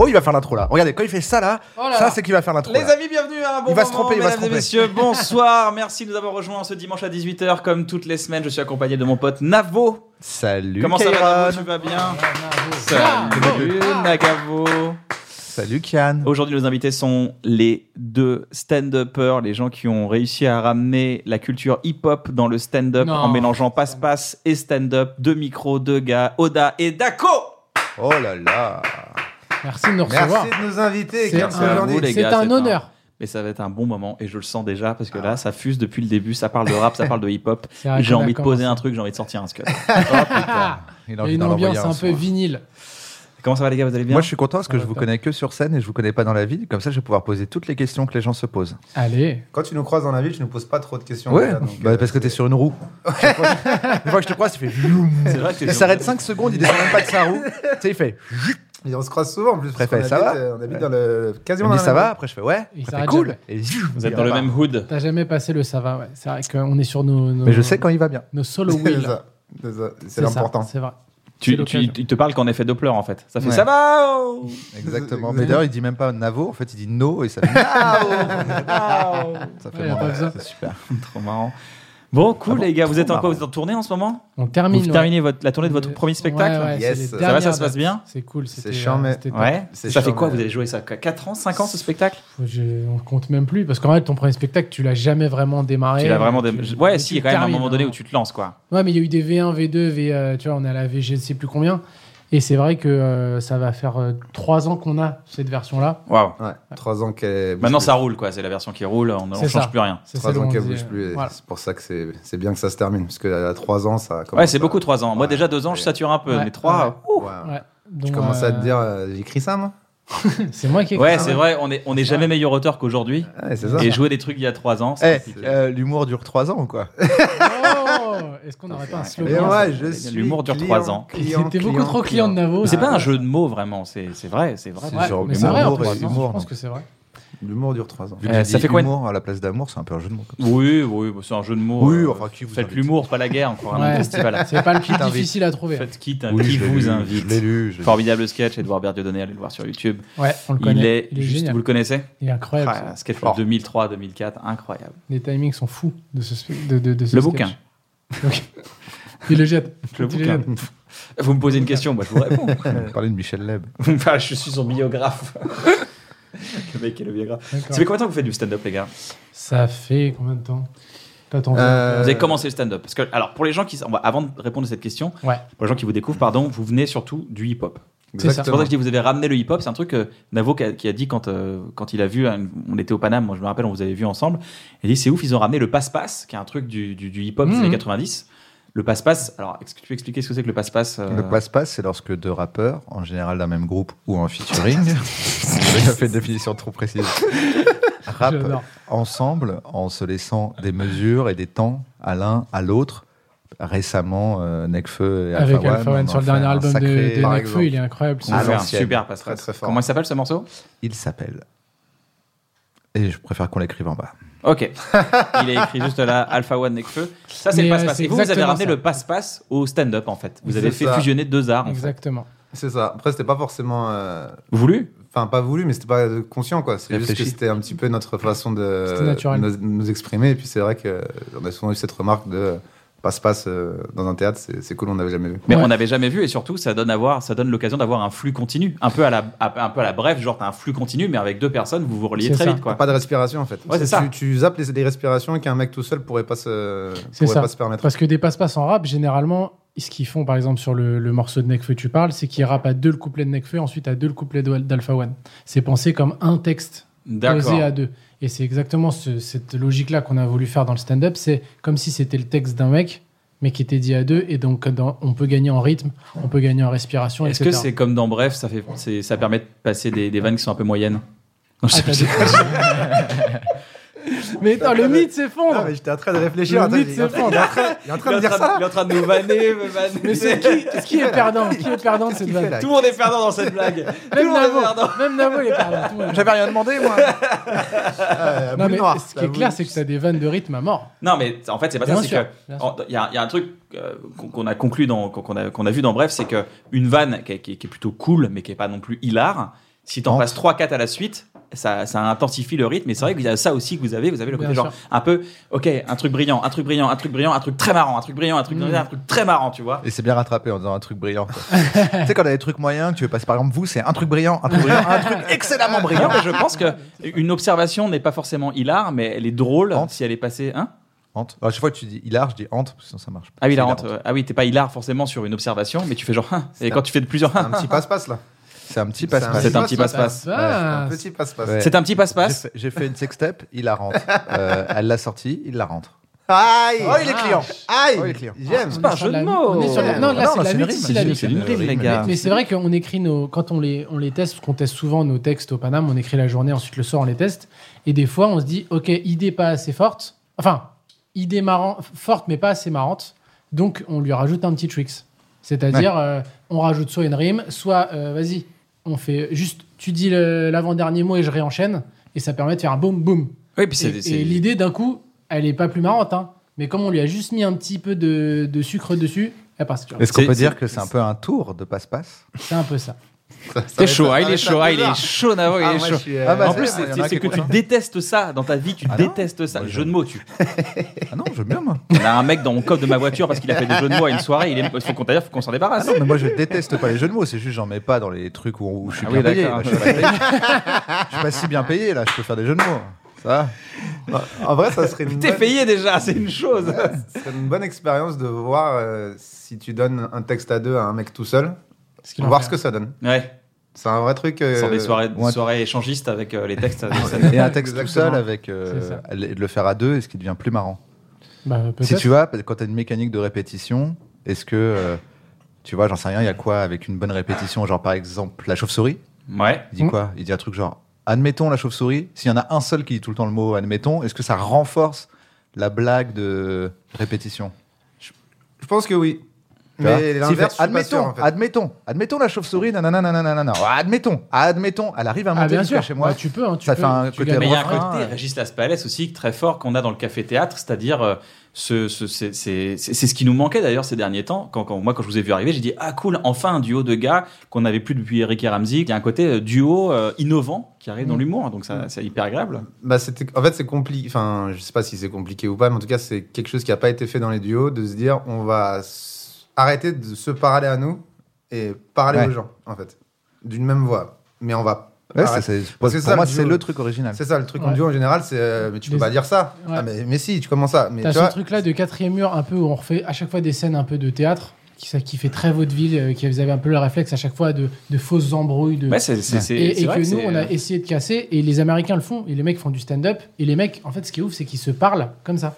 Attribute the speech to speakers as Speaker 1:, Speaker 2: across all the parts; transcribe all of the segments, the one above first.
Speaker 1: Oh, il va faire l'intro là. Regardez, quand il fait ça là,
Speaker 2: Oh là
Speaker 1: ça
Speaker 2: là.
Speaker 1: c'est qu'il va faire l'intro.
Speaker 2: Les
Speaker 1: là.
Speaker 2: amis, bienvenue à un bon
Speaker 1: Il va se
Speaker 2: moment,
Speaker 1: tromper, il va se
Speaker 2: mesdames et
Speaker 1: tromper.
Speaker 2: messieurs, bonsoir, merci de nous avoir rejoints ce dimanche à 18h, comme toutes les semaines, je suis accompagné de mon pote Navo.
Speaker 1: Salut
Speaker 2: Comment ça va, Navo,
Speaker 1: Kairon.
Speaker 2: tu vas bien
Speaker 1: Ah,
Speaker 2: Salut Nagavo.
Speaker 1: Salut Kian.
Speaker 2: Aujourd'hui, nos invités sont les deux stand-uppers, les gens qui ont réussi à ramener la culture hip-hop dans le stand-up
Speaker 3: Non.
Speaker 2: en mélangeant passe-passe et stand-up, deux micros, deux gars, Oda et Dako
Speaker 1: Oh là là.
Speaker 3: Merci de nous
Speaker 1: Merci
Speaker 3: recevoir.
Speaker 1: de nous inviter.
Speaker 3: C'est
Speaker 1: Kian,
Speaker 3: un-
Speaker 1: aujourd'hui.
Speaker 2: vous, les
Speaker 3: C'est
Speaker 2: gars,
Speaker 3: un
Speaker 2: c'est
Speaker 3: honneur.
Speaker 2: Mais ça va être un bon moment et je le sens déjà parce
Speaker 1: Ah
Speaker 2: que là, ça fuse depuis le début, ça parle de rap, ça parle de hip-hop.
Speaker 3: C'est vrai
Speaker 2: J'ai
Speaker 3: qu'on a
Speaker 2: envie de poser
Speaker 3: commencé.
Speaker 2: un truc, j'ai envie de sortir un scud.
Speaker 3: Ah,
Speaker 1: Il
Speaker 3: Il
Speaker 1: a
Speaker 3: y a
Speaker 1: envie
Speaker 3: une
Speaker 1: d'en envoyer
Speaker 3: ambiance un peu
Speaker 1: soir.
Speaker 3: vinyle.
Speaker 2: Comment ça va les gars, vous allez bien
Speaker 1: Moi je suis content parce que
Speaker 3: Ça
Speaker 1: je
Speaker 3: va
Speaker 1: vous
Speaker 3: pas.
Speaker 1: connais que sur scène et je vous connais pas dans la vie. Comme ça je vais pouvoir poser toutes les questions que les gens se posent.
Speaker 3: Allez.
Speaker 4: Quand tu nous croises dans la ville, tu nous poses pas trop de questions.
Speaker 1: Ouais,
Speaker 4: déjà, donc,
Speaker 1: bah,
Speaker 4: euh,
Speaker 1: parce que t'es sur une roue. Une fois que je te croise, il fait.
Speaker 2: C'est vrai que
Speaker 1: Il s'arrête 5 secondes, il descend même pas de sa roue. tu sais, il fait.
Speaker 4: euh, et on se croise souvent en plus. parce
Speaker 1: Préfet,
Speaker 4: qu'on
Speaker 1: ça
Speaker 4: habite,
Speaker 1: va
Speaker 4: euh, On habite dans le
Speaker 1: Il
Speaker 4: quasiment.
Speaker 1: me
Speaker 4: dans
Speaker 1: dit
Speaker 4: la
Speaker 1: ça
Speaker 4: même
Speaker 1: va, après je fais ouais.
Speaker 3: Il
Speaker 1: Ça fait
Speaker 3: s'arrête
Speaker 1: cool.
Speaker 3: jamais.
Speaker 1: Et
Speaker 2: Vous êtes dans le même hood.
Speaker 3: T'as jamais passé le ça va, ouais. C'est vrai qu'on est sur nos, nos-
Speaker 1: Mais je sais quand il va bien.
Speaker 3: nos solo
Speaker 4: ville. C'est
Speaker 3: wheels.
Speaker 4: ça. C'est ça. C'est
Speaker 3: ça,
Speaker 4: l'important.
Speaker 3: C'est vrai.
Speaker 2: Tu,
Speaker 3: C'est
Speaker 2: tu,
Speaker 3: l'occasion.
Speaker 2: il te parle qu'en effet Doppler en fait. Ça fait
Speaker 1: Ouais.
Speaker 2: ça va oh
Speaker 1: Exactement. Mais d'ailleurs, il dit même pas Navo, en fait, il dit No et ça fait Navo.
Speaker 2: Oh
Speaker 1: Ça
Speaker 3: Ouais, y a pas besoin.
Speaker 1: C'est super.
Speaker 2: Trop marrant. Bon,
Speaker 1: Ah
Speaker 2: cool
Speaker 1: bon,
Speaker 2: les gars, vous
Speaker 1: trop
Speaker 2: êtes en quoi
Speaker 1: marrant.
Speaker 2: Vous êtes en tournée en ce moment
Speaker 3: On
Speaker 2: Vous
Speaker 3: termine. ouais.
Speaker 2: terminez votre, la tournée de votre
Speaker 3: Ouais,
Speaker 2: premier spectacle
Speaker 3: ouais, ouais,
Speaker 4: Yes.
Speaker 3: c'est les
Speaker 4: Ça
Speaker 2: va, ça
Speaker 3: dernières
Speaker 2: se passe
Speaker 3: dates.
Speaker 2: bien
Speaker 3: C'est cool. c'était,
Speaker 4: chiant,
Speaker 3: euh,
Speaker 4: mais-
Speaker 3: c'était top.
Speaker 2: Ouais.
Speaker 4: C'est
Speaker 2: Ça fait
Speaker 4: chiant,
Speaker 2: quoi
Speaker 4: mais-
Speaker 2: Vous allez jouer ça 4 ans, 5 ans ce spectacle
Speaker 3: Faut que je- On compte même plus parce qu'en fait, ton premier spectacle, tu l'as jamais vraiment démarré.
Speaker 2: Tu l'as vraiment. des-
Speaker 3: Tu-
Speaker 2: Ouais,
Speaker 3: tu
Speaker 2: si, il y a quand même un
Speaker 3: termines,
Speaker 2: moment donné
Speaker 3: hein.
Speaker 2: où tu te lances quoi.
Speaker 3: Ouais, mais il y a eu des V1, V2, V, euh, tu vois, on est à la VG, je sais plus combien. Et c'est vrai que euh, ça va faire euh, trois ans qu'on a cette version-là.
Speaker 2: Waouh.
Speaker 4: Ouais. Trois ans qu'elle. bouge
Speaker 2: Maintenant
Speaker 4: plus.
Speaker 2: ça roule quoi, c'est la version qui roule, on
Speaker 3: C'est
Speaker 2: ne
Speaker 3: ça.
Speaker 2: change plus rien.
Speaker 3: C'est
Speaker 4: Trois
Speaker 3: celle où
Speaker 4: ans
Speaker 3: on
Speaker 4: qu'elle
Speaker 3: disait,
Speaker 4: bouge
Speaker 3: euh,
Speaker 4: plus. et
Speaker 3: voilà.
Speaker 4: C'est pour ça que c'est c'est bien que ça se termine parce que à trois ans, ça. commence
Speaker 2: Ouais, c'est
Speaker 4: à-
Speaker 2: beaucoup 3 ans. Moi
Speaker 4: Ouais.
Speaker 2: déjà 2 ans, je
Speaker 4: Et-
Speaker 2: sature un peu,
Speaker 3: Ouais.
Speaker 2: mais 3.
Speaker 4: Ouais.
Speaker 3: Ouais.
Speaker 4: Tu
Speaker 3: Donc,
Speaker 4: commences à
Speaker 3: euh,
Speaker 4: te dire, euh, j'ai écrit ça moi.
Speaker 3: C'est moi qui ai écrit
Speaker 2: Ouais,
Speaker 3: ça,
Speaker 2: c'est vrai, on est on est jamais meilleur auteur qu'aujourd'hui.
Speaker 1: Ah,
Speaker 4: Ouais, c'est ça.
Speaker 2: Et jouer des trucs il y a 3 ans,
Speaker 1: Eh,
Speaker 2: c'est compliqué.
Speaker 1: euh, l'humour dure 3 ans ou quoi
Speaker 3: Oh Est-ce qu'on n'aurait pas un
Speaker 4: Et
Speaker 3: slogan
Speaker 4: ouais, je
Speaker 2: L'humour
Speaker 4: suis.
Speaker 2: dure
Speaker 4: client,
Speaker 2: trois ans.
Speaker 4: client,
Speaker 3: C'était beaucoup
Speaker 4: client,
Speaker 3: trop client, de
Speaker 4: client.
Speaker 3: Navo.
Speaker 2: Mais c'est
Speaker 3: ça.
Speaker 2: pas un jeu de mots vraiment, c'est c'est vrai, c'est vrai.
Speaker 1: Ah, C'est
Speaker 3: Ouais,
Speaker 1: genre
Speaker 3: mais c'est vrai, en
Speaker 1: humour
Speaker 3: plus,
Speaker 1: et
Speaker 3: je
Speaker 1: humour,
Speaker 3: pense
Speaker 1: non
Speaker 3: que c'est vrai.
Speaker 4: L'humour dure trois ans.
Speaker 1: Vu
Speaker 2: Euh,
Speaker 1: que j'ai
Speaker 2: ça
Speaker 1: dit
Speaker 2: fait quoi une-
Speaker 1: humour à la place d'amour, c'est un peu un jeu de mots. comme ça.
Speaker 2: Oui, oui, bah, c'est un jeu de mots.
Speaker 1: Oui,
Speaker 2: euh,
Speaker 1: enfin, qui vous
Speaker 2: Faites
Speaker 1: invite
Speaker 2: l'humour, pas la guerre, encore un
Speaker 3: Ouais.
Speaker 2: festival.
Speaker 3: C'est pas le plus
Speaker 1: t'invite.
Speaker 3: difficile à trouver.
Speaker 2: Faites qui, t'in-
Speaker 3: euh,
Speaker 1: Oui,
Speaker 2: qui
Speaker 1: je l'ai
Speaker 2: vous
Speaker 1: lu, Je l'ai
Speaker 2: invite.
Speaker 1: lu. je l'ai lu.
Speaker 2: Formidable sketch, Edouard Berdiodonné, allez le voir sur YouTube.
Speaker 3: Ouais, on le
Speaker 2: Il
Speaker 3: connaît.
Speaker 2: est,
Speaker 3: Il est
Speaker 2: juste, vous
Speaker 3: génial.
Speaker 2: le connaissez
Speaker 3: Il est incroyable.
Speaker 2: Ah,
Speaker 3: ça.
Speaker 2: Sketch
Speaker 1: Fort.
Speaker 2: 2003-2004, incroyable.
Speaker 3: Les timings sont fous de ce spe- de- de- de ce
Speaker 2: Le
Speaker 3: sketch.
Speaker 2: bouquin.
Speaker 3: Donc, Il le jette.
Speaker 2: Le
Speaker 3: Il
Speaker 2: bouquin.
Speaker 3: jette.
Speaker 2: Vous me posez une question, moi je vous réponds.
Speaker 1: On parlait de Michel Leb.
Speaker 2: Enfin, je suis son biographe. le mec est le biographe. Ça fait
Speaker 3: D'accord.
Speaker 2: combien de temps que vous faites du stand-up, les gars
Speaker 3: Ça fait combien de temps T'as ton-
Speaker 4: Euh,
Speaker 2: Vous avez commencé le stand-up Parce que, alors, pour les gens qui. on va- Avant de répondre à cette question,
Speaker 3: Ouais.
Speaker 2: pour les gens qui vous découvrent, pardon, vous venez surtout du hip-hop. C'est
Speaker 3: C'est ça.
Speaker 2: pour ça
Speaker 4: Exactement.
Speaker 2: que je dis vous avez ramené le hip-hop. C'est un truc que Navo qui a, qui a dit quand, euh, quand il a vu, hein, on était au Paname, moi je me rappelle, on vous avait vu ensemble. Il dit c'est ouf, ils ont ramené le passe-passe, qui est un truc du, du- du hip-hop des
Speaker 3: Mhm.
Speaker 2: années 90. Le passe-passe, alors est-ce que tu peux expliquer ce que c'est que le passe-passe euh,
Speaker 1: Le passe-passe, c'est lorsque deux rappeurs, en général d'un même groupe ou en featuring, j'ai fait une définition trop précise, rappent
Speaker 3: J'adore.
Speaker 1: ensemble en se laissant des mesures et des temps à l'un, à l'autre. Récemment, euh, Nekfeu et Alpha
Speaker 3: Avec
Speaker 1: One,
Speaker 3: Alpha
Speaker 1: on en
Speaker 3: One sur le
Speaker 1: fait
Speaker 3: dernier
Speaker 1: un
Speaker 3: album de-
Speaker 1: sacré- Ah,
Speaker 3: de
Speaker 4: par
Speaker 3: Nekfeu,
Speaker 4: exemple.
Speaker 3: il est incroyable.
Speaker 2: on fait un
Speaker 1: l'ancienne.
Speaker 2: super passe-passe.
Speaker 4: Très, très fort.
Speaker 2: Comment il s'appelle ce morceau
Speaker 1: Il s'appelle. Et je préfère qu'on l'écrive en bas.
Speaker 2: Ok. il est écrit juste là Alpha One Nekfeu. Ça c'est
Speaker 3: Mais,
Speaker 2: le
Speaker 3: euh,
Speaker 2: passe-passe.
Speaker 3: c'est
Speaker 2: Et vous, vous avez
Speaker 3: exactement
Speaker 2: ramené
Speaker 3: ça.
Speaker 2: le passe-passe au stand-up en fait. Vous
Speaker 4: C'est
Speaker 2: avez fait
Speaker 4: ça.
Speaker 2: fusionner deux arts. en fait.
Speaker 3: Exactement.
Speaker 4: C'est ça. Après, c'était pas forcément. euh,
Speaker 2: Voulu
Speaker 4: Enfin, pas voulu, mais c'était pas euh, conscient, quoi. C'est juste que
Speaker 1: Réfléchi.
Speaker 4: c'était un petit peu notre façon de
Speaker 3: C'était naturel.
Speaker 4: nous, nous exprimer. Et puis, c'est vrai qu'on a souvent eu cette remarque de euh, passe-passe euh, dans un théâtre, c'est c'est cool, on n'avait jamais vu.
Speaker 2: Mais
Speaker 3: Ouais.
Speaker 2: on n'avait jamais vu et surtout ça donne à voir, ça donne l'occasion d'avoir un flux continu, un peu à la à- un peu à la bref, genre t'as un flux continu mais avec deux personnes vous vous reliez
Speaker 3: C'est
Speaker 2: très
Speaker 3: ça.
Speaker 2: vite
Speaker 4: T'as
Speaker 2: quoi.
Speaker 4: Pas de respiration, en fait.
Speaker 2: Ouais, c'est
Speaker 4: tu,
Speaker 2: ça.
Speaker 4: tu zappes les, les respirations qu'un mec tout seul pourrait pas se,
Speaker 3: C'est
Speaker 4: pourrait
Speaker 3: ça.
Speaker 4: pas se permettre.
Speaker 3: Parce que des passe-passe en rap, généralement, ce qu'ils font, par exemple, sur le, le morceau de Necfeu tu parles, c'est qu'ils rappent à deux le couplet de Necfeu, ensuite à deux le couplet d'Al- d'Alpha One. C'est pensé comme un texte posé à deux. Et c'est exactement ce- cette logique-là qu'on a voulu faire dans le stand-up. C'est comme si c'était le texte d'un mec, mais qui était dit à deux. Et donc, dans- on peut gagner en rythme, on peut gagner en respiration,
Speaker 2: Est-ce que
Speaker 3: etc.
Speaker 2: c'est comme dans Bref, ça, fait, c'est- ça permet de passer des, des vannes qui sont un peu moyennes Non, je
Speaker 3: Ah,
Speaker 2: sais
Speaker 3: t'as
Speaker 2: pas.
Speaker 3: dit- mais attends, le mythe s'effondre.
Speaker 4: Non, Ah, mais j'étais en train de réfléchir.
Speaker 3: Le
Speaker 4: attends,
Speaker 3: mythe
Speaker 4: il est en
Speaker 3: se
Speaker 4: train-
Speaker 3: fend.
Speaker 4: il est en train- il est en train
Speaker 2: Il est
Speaker 4: de
Speaker 2: en
Speaker 4: dire
Speaker 2: train-
Speaker 4: ça.
Speaker 2: Il est en train de nous vanner, me vanner.
Speaker 3: Mais c'est qui, qui est perdant Qui est perdant de cette
Speaker 4: qu'il fait,
Speaker 3: vanne
Speaker 4: là
Speaker 2: Tout le monde est perdant dans cette blague. Tout le
Speaker 3: Même
Speaker 2: monde est
Speaker 3: Navo,
Speaker 2: perdant.
Speaker 3: même Navo, il est perdant. tout le monde.
Speaker 1: J'avais rien demandé, moi.
Speaker 4: Ah, la
Speaker 3: Non,
Speaker 4: boule
Speaker 3: mais
Speaker 4: noire,
Speaker 3: ce qui
Speaker 4: la
Speaker 3: est
Speaker 4: boule-
Speaker 3: clair, c'est que t'as des vannes de rythme à mort.
Speaker 2: Non, mais en fait, c'est pas
Speaker 3: Bien
Speaker 2: ça. C'est
Speaker 3: sûr,
Speaker 2: que
Speaker 3: bien
Speaker 2: en- il y, a il y a un truc euh, qu'on- qu'on a conclu dans qu'on qu'on a qu'on a vu dans Bref, c'est que une vanne qui, est- qui est- qui est plutôt cool, mais qui est pas non plus hilar. Si t'en
Speaker 1: Entre.
Speaker 2: passes 3-4 à la suite, ça, ça intensifie le rythme. Et c'est vrai que vous avez ça aussi que vous avez. Vous avez le côté
Speaker 3: Bien
Speaker 2: genre
Speaker 3: sûr.
Speaker 2: un peu, ok, un truc brillant, un truc brillant, un truc brillant, un truc très marrant, un truc brillant, un truc,
Speaker 3: Mm.
Speaker 2: un truc très marrant, tu vois.
Speaker 1: Et c'est bien rattrapé en disant un truc brillant. quoi. tu sais, quand t'as des trucs moyens, que tu veux passer par exemple, vous, c'est un truc brillant, un truc brillant, un truc excellemment
Speaker 2: Non,
Speaker 1: brillant.
Speaker 2: mais je pense que une observation n'est pas forcément hilar, mais elle est drôle
Speaker 1: Entre.
Speaker 2: si elle est passée. Hein
Speaker 1: Hante. Alors, à chaque fois que tu dis hilar, je dis hante, parce que sinon ça marche pas.
Speaker 2: ah oui, la
Speaker 1: C'est
Speaker 2: honte. euh, Ah oui, t'es pas hilar forcément sur une observation, mais tu fais genre. hein. Et
Speaker 4: C'est
Speaker 2: quand tu fais de plusieurs. hein,
Speaker 4: Un petit passe-passe là.
Speaker 1: C'est un petit
Speaker 4: C'est un
Speaker 1: passe-passe.
Speaker 2: C'est un petit passe-passe.
Speaker 4: Un
Speaker 3: Ah,
Speaker 4: petit passe-passe.
Speaker 1: Ouais.
Speaker 2: C'est un petit passe-passe.
Speaker 1: J'ai fait- J'ai fait une sextape, il la rentre. Euh, elle l'a sortie, il la rentre.
Speaker 4: Aïe
Speaker 1: Oh, il est client.
Speaker 4: Aïe
Speaker 1: Oh, il est client.
Speaker 4: J'aime
Speaker 2: C'est pas un
Speaker 3: On est sur
Speaker 2: jeu de
Speaker 3: la-
Speaker 2: mots.
Speaker 3: on est sur la- non, là, c'est la
Speaker 1: une
Speaker 3: lutte,
Speaker 1: rime.
Speaker 3: c'est la lutte.
Speaker 2: C'est une rime, les gars.
Speaker 3: Mais c'est vrai qu'on écrit nos. Quand on les, on les teste, parce qu'on teste souvent nos textes au Paname, on écrit la journée, ensuite le soir, on les teste. Et des fois, on se dit, OK, idée pas assez forte. Enfin, idée marrant, forte, mais pas assez marrante. Donc, on lui rajoute un petit tricks. C'est-à-dire, euh, on rajoute soit une rime, soit, euh, vas-y, on fait juste, tu dis le- l'avant-dernier mot et je réenchaîne. Et ça permet de faire un boum, boum.
Speaker 2: Oui, puis c'est.
Speaker 3: Et,
Speaker 2: c'est-
Speaker 3: et l'idée, d'un coup, elle est pas plus marrante. hein. Mais comme on lui a juste mis un petit peu de, de sucre dessus, elle passe. tu vois.
Speaker 1: Est-ce qu'on
Speaker 2: C'est-
Speaker 1: peut dire
Speaker 2: c'est-
Speaker 1: que c'est un peu un tour de passe-passe
Speaker 3: C'est un peu ça.
Speaker 2: T'es chaud, hein, il est chaud, hein, il est chaud, Navo, il
Speaker 4: Ah,
Speaker 2: est
Speaker 4: moi,
Speaker 2: chaud.
Speaker 4: je suis, euh,
Speaker 1: Ah, bah,
Speaker 2: en plus,
Speaker 1: c'est- il y
Speaker 2: c'est
Speaker 1: en a qui
Speaker 2: c'est que tu
Speaker 1: écoutent, hein.
Speaker 2: détestes ça dans ta vie, tu
Speaker 1: Ah non
Speaker 2: détestes ça.
Speaker 1: Moi,
Speaker 2: jeu de mots, tu.
Speaker 1: Ah non, j'aime bien moi.
Speaker 2: On a un mec dans mon coffre de ma voiture parce qu'il a fait des jeux de mots à une soirée. Il est... Faut qu'on d'ailleurs, faut qu'on s'en
Speaker 1: Ah
Speaker 2: débarrasse.
Speaker 1: non, mais moi je déteste pas les jeux de mots, c'est juste j'en mets pas dans les trucs où, où je suis
Speaker 2: Ah
Speaker 1: bien
Speaker 2: oui,
Speaker 1: payé.
Speaker 2: d'accord.
Speaker 1: Là, je, suis pas payé. Je suis pas si bien payé là, je peux faire des jeux de mots. Ça va
Speaker 4: En vrai, ça serait une
Speaker 2: T'es
Speaker 4: bonne-
Speaker 2: payé déjà, c'est une chose.
Speaker 4: ça serait une bonne expérience de voir euh, si tu donnes un texte à deux à un mec tout seul,
Speaker 3: Ce qu'il en
Speaker 4: voir
Speaker 3: fait.
Speaker 4: ce que ça donne.
Speaker 2: Ouais,
Speaker 4: C'est un vrai truc. euh,
Speaker 2: sur des soirées, des
Speaker 1: ouais.
Speaker 2: soirées échangistes avec euh, les textes. ça-
Speaker 1: Et un texte tout seul
Speaker 4: Exactement.
Speaker 1: avec euh,
Speaker 3: C'est ça.
Speaker 1: le- de le faire à deux, est-ce qu'il devient plus marrant
Speaker 3: Bah,
Speaker 1: Si
Speaker 3: peut-être.
Speaker 1: tu vois, quand t'as une mécanique de répétition, est-ce que euh, tu vois, j'en sais rien, il y a quoi avec une bonne répétition Genre par exemple la chauve-souris,
Speaker 2: Ouais.
Speaker 1: il dit
Speaker 3: Mm.
Speaker 1: quoi Il dit un truc genre admettons la chauve-souris. S'il y en a un seul qui dit tout le temps le mot admettons, est-ce que ça renforce la blague de répétition
Speaker 4: Je pense que oui.
Speaker 1: Tu vois
Speaker 4: Mais
Speaker 1: S'il fait,
Speaker 4: l'inverse, je suis pas sûr,
Speaker 1: admettons,
Speaker 4: en fait.
Speaker 1: admettons, admettons la chauve-souris, nanana, nanana, nanana. admettons, admettons, elle arrive à monter
Speaker 3: Ah, bien
Speaker 1: jusqu'à
Speaker 3: sûr.
Speaker 1: chez moi.
Speaker 3: Bah, tu peux. hein, tu
Speaker 1: Ça
Speaker 3: peux,
Speaker 1: fait un
Speaker 3: tu
Speaker 1: côté
Speaker 3: gagnes.
Speaker 2: Mais il y a
Speaker 1: refrain,
Speaker 2: un côté
Speaker 1: euh.
Speaker 2: Régis Laspalès aussi très fort qu'on a dans le café-théâtre, c'est-à-dire euh, ce, ce- c'est c'est- c'est- c'est ce qui nous manquait d'ailleurs ces derniers temps. Quand, quand- moi, quand je vous ai vu arriver, j'ai dit ah cool, enfin un duo de gars qu'on n'avait plus depuis Eric et Ramsey. Il y a un côté euh, duo euh, innovant qui arrive dans
Speaker 3: Mm.
Speaker 2: l'humour, donc ça- c'est hyper agréable.
Speaker 4: Bah, c'était- en fait, c'est compliqué. Enfin, je sais pas si c'est compliqué ou pas, mais en tout cas, c'est quelque chose qui n'a pas été fait dans les duos de se dire on va s- arrêter de se parler à nous et parler
Speaker 1: Ouais.
Speaker 4: aux gens, en fait, d'une même voix. Mais on va.
Speaker 1: Ouais,
Speaker 4: arrêter-
Speaker 1: c'est- c'est- pour
Speaker 4: Parce que ça,
Speaker 1: moi,
Speaker 4: le
Speaker 1: c'est
Speaker 4: duo-
Speaker 1: le truc original.
Speaker 4: C'est ça, le truc
Speaker 3: Ouais.
Speaker 4: en duo en général, c'est euh, mais tu peux
Speaker 3: Les-
Speaker 4: pas dire ça.
Speaker 3: Ouais.
Speaker 4: Ah, mais, mais si, tu commences ça. Mais
Speaker 3: T'as
Speaker 4: tu
Speaker 3: ce
Speaker 4: vois,
Speaker 3: truc-là de quatrième mur, un peu où on refait à chaque fois des scènes un peu de théâtre, qui, ça- qui fait très vaudeville, euh, qui vous avez un peu le réflexe à chaque fois de, de fausses embrouilles. De...
Speaker 2: Ouais, Bah, c'est- c'est- c'est-
Speaker 3: et
Speaker 2: c'est
Speaker 3: et
Speaker 2: vrai
Speaker 3: que nous,
Speaker 2: c'est- euh,
Speaker 3: on a essayé de casser, et les Américains le font, et les mecs font du stand-up, et les mecs, en fait, ce qui est ouf, c'est qu'ils se parlent comme ça.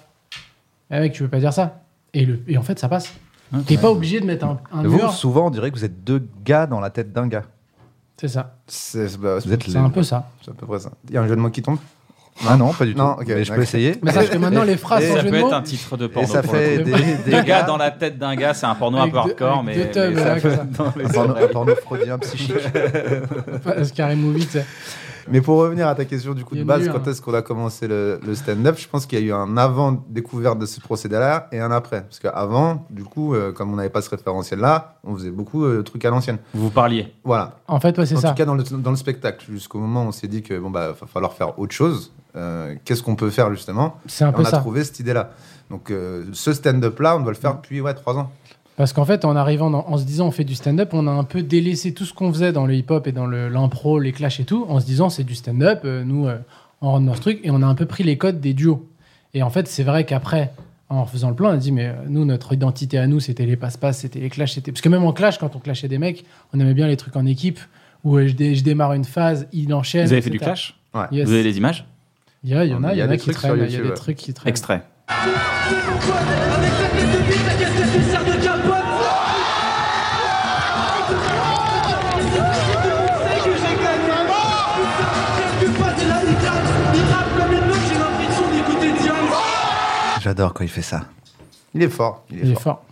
Speaker 3: Eh mec, tu peux pas dire ça. Et, le, et en fait, ça passe.
Speaker 2: Ouais.
Speaker 3: T'es pas obligé de mettre un, un
Speaker 1: Vous,
Speaker 3: mur.
Speaker 1: souvent, on dirait que vous êtes deux gars dans la tête d'un gars.
Speaker 3: C'est ça.
Speaker 4: c'est c'est- bah,
Speaker 1: Vous êtes
Speaker 3: C'est
Speaker 1: les-
Speaker 3: un peu ça.
Speaker 4: c'est à peu près ça. Il y a un jeu de mots qui tombe.
Speaker 1: Ah non, pas du tout.
Speaker 4: Non, ok,
Speaker 1: mais je peux
Speaker 4: d'accord.
Speaker 1: essayer.
Speaker 3: Mais sache que maintenant, les phrases
Speaker 1: Et
Speaker 3: en
Speaker 2: ça
Speaker 3: jeu
Speaker 2: peut
Speaker 3: de
Speaker 2: être
Speaker 3: mots.
Speaker 2: un titre de
Speaker 1: Et
Speaker 2: porno.
Speaker 1: ça
Speaker 2: pour le
Speaker 1: fait
Speaker 3: coup.
Speaker 1: des, des
Speaker 2: Deux gars dans la tête d'un gars, c'est un porno un
Speaker 3: Avec
Speaker 2: peu
Speaker 3: deux-
Speaker 2: hardcore,
Speaker 3: avec
Speaker 2: mais,
Speaker 3: deux
Speaker 2: mais
Speaker 3: tubs,
Speaker 2: ça
Speaker 3: là,
Speaker 2: fait
Speaker 3: comme
Speaker 2: dans les
Speaker 1: porno,
Speaker 2: oreilles.
Speaker 1: porno freudien psychique.
Speaker 3: Scary Movie, tu sais.
Speaker 4: Mais pour revenir à ta question du coup
Speaker 3: Il y
Speaker 4: de
Speaker 3: a
Speaker 4: base,
Speaker 3: mûr,
Speaker 4: quand
Speaker 3: hein.
Speaker 4: est-ce qu'on a commencé le, le stand-up Je pense qu'il y a eu un avant découverte de ce procédé-là et un après. Parce qu'avant, du coup, euh, comme on n'avait pas ce référentiel-là, on faisait beaucoup euh, de trucs à l'ancienne.
Speaker 2: Vous parliez.
Speaker 4: Voilà.
Speaker 3: En fait, ouais, c'est
Speaker 4: En
Speaker 3: ça.
Speaker 4: tout cas, dans le, dans le spectacle, jusqu'au moment où on s'est dit que bon bah, va falloir faire autre chose. Euh, Qu'est-ce qu'on peut faire justement
Speaker 3: C'est un
Speaker 4: Et On
Speaker 3: peu
Speaker 4: a
Speaker 3: ça.
Speaker 4: trouvé cette idée-là. Donc, euh, ce stand-up-là, on doit le faire
Speaker 3: Mm.
Speaker 4: depuis ouais trois ans.
Speaker 3: Parce qu'en fait, en arrivant, dans- en se disant on fait du stand-up, on a un peu délaissé tout ce qu'on faisait dans le hip-hop et dans le- l'impro, les clashs et tout, en se disant c'est du stand-up, euh, nous, euh, on rentre dans ce truc, et on a un peu pris les codes des duos. Et en fait, c'est vrai qu'après, en faisant le plan, on a dit, mais euh, nous, notre identité à nous, c'était les passe-passe, c'était les clashs, c'était... Parce que même en clash, quand on clashait des mecs, on aimait bien les trucs en équipe, où euh, je, dé- je démarre une phase, il enchaîne.
Speaker 2: Vous avez fait du
Speaker 3: etc.
Speaker 2: clash
Speaker 4: Ouais.
Speaker 3: Yes.
Speaker 2: Vous avez les images
Speaker 3: Il y, a- il y en a, il y en
Speaker 4: des
Speaker 3: a qui
Speaker 4: trucs sur
Speaker 3: traînent, il y a
Speaker 4: YouTube,
Speaker 3: des
Speaker 4: ouais.
Speaker 3: trucs qui traînent.
Speaker 2: Extrait.
Speaker 5: Avec sa tête de bite, la casquette de serre de capote C'est que j'ai gagné Quelque part, c'est là, il trappe Il trappe comme une loque, j'ai l'impression d'écouter Diane
Speaker 1: J'adore quand il fait ça.
Speaker 4: Il est fort. Il est
Speaker 3: Il est
Speaker 4: fort.
Speaker 3: fort.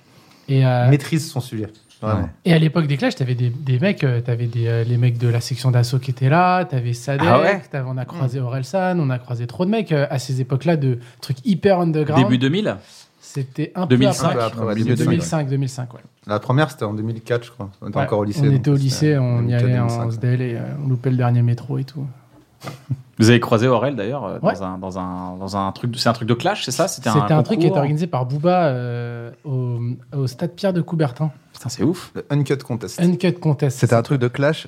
Speaker 3: Et, euh,
Speaker 4: Il maîtrise son sujet. Vraiment.
Speaker 1: Ouais.
Speaker 3: et à l'époque des Clash, t'avais des, des mecs, euh, t'avais des, euh, les mecs de la section d'assaut qui étaient là, t'avais Sadek,
Speaker 2: Ah ouais
Speaker 3: t'avais- on a croisé Orelsan, on a croisé trop de mecs euh, à ces époques-là de trucs hyper underground.
Speaker 2: Début 2000
Speaker 3: C'était un
Speaker 2: 2005.
Speaker 3: peu
Speaker 4: Un
Speaker 3: après.
Speaker 4: peu après, ouais,
Speaker 3: 2005,
Speaker 4: 2005,
Speaker 3: 2005, 2005, ouais.
Speaker 4: La première, c'était en 2004, je crois. On était
Speaker 3: Ouais,
Speaker 4: encore au lycée.
Speaker 3: On
Speaker 4: donc
Speaker 3: était au
Speaker 4: c'était
Speaker 3: lycée, on y
Speaker 4: 2004,
Speaker 3: allait en
Speaker 4: 2005, ouais.
Speaker 3: Osdale et euh, on loupait le dernier métro et tout.
Speaker 2: Vous avez croisé Aurel d'ailleurs euh,
Speaker 3: Ouais.
Speaker 2: dans, un, dans, un, dans un truc. C'est un truc de clash, c'est ça C'était
Speaker 3: C'était un, truc qui était
Speaker 2: concours
Speaker 3: organisé par Booba euh, au, au stade Pierre de Coubertin.
Speaker 2: hein. Putain, c'est ouf.
Speaker 4: Le Uncut Contest.
Speaker 3: Uncut Contest.
Speaker 1: C'était un truc de clash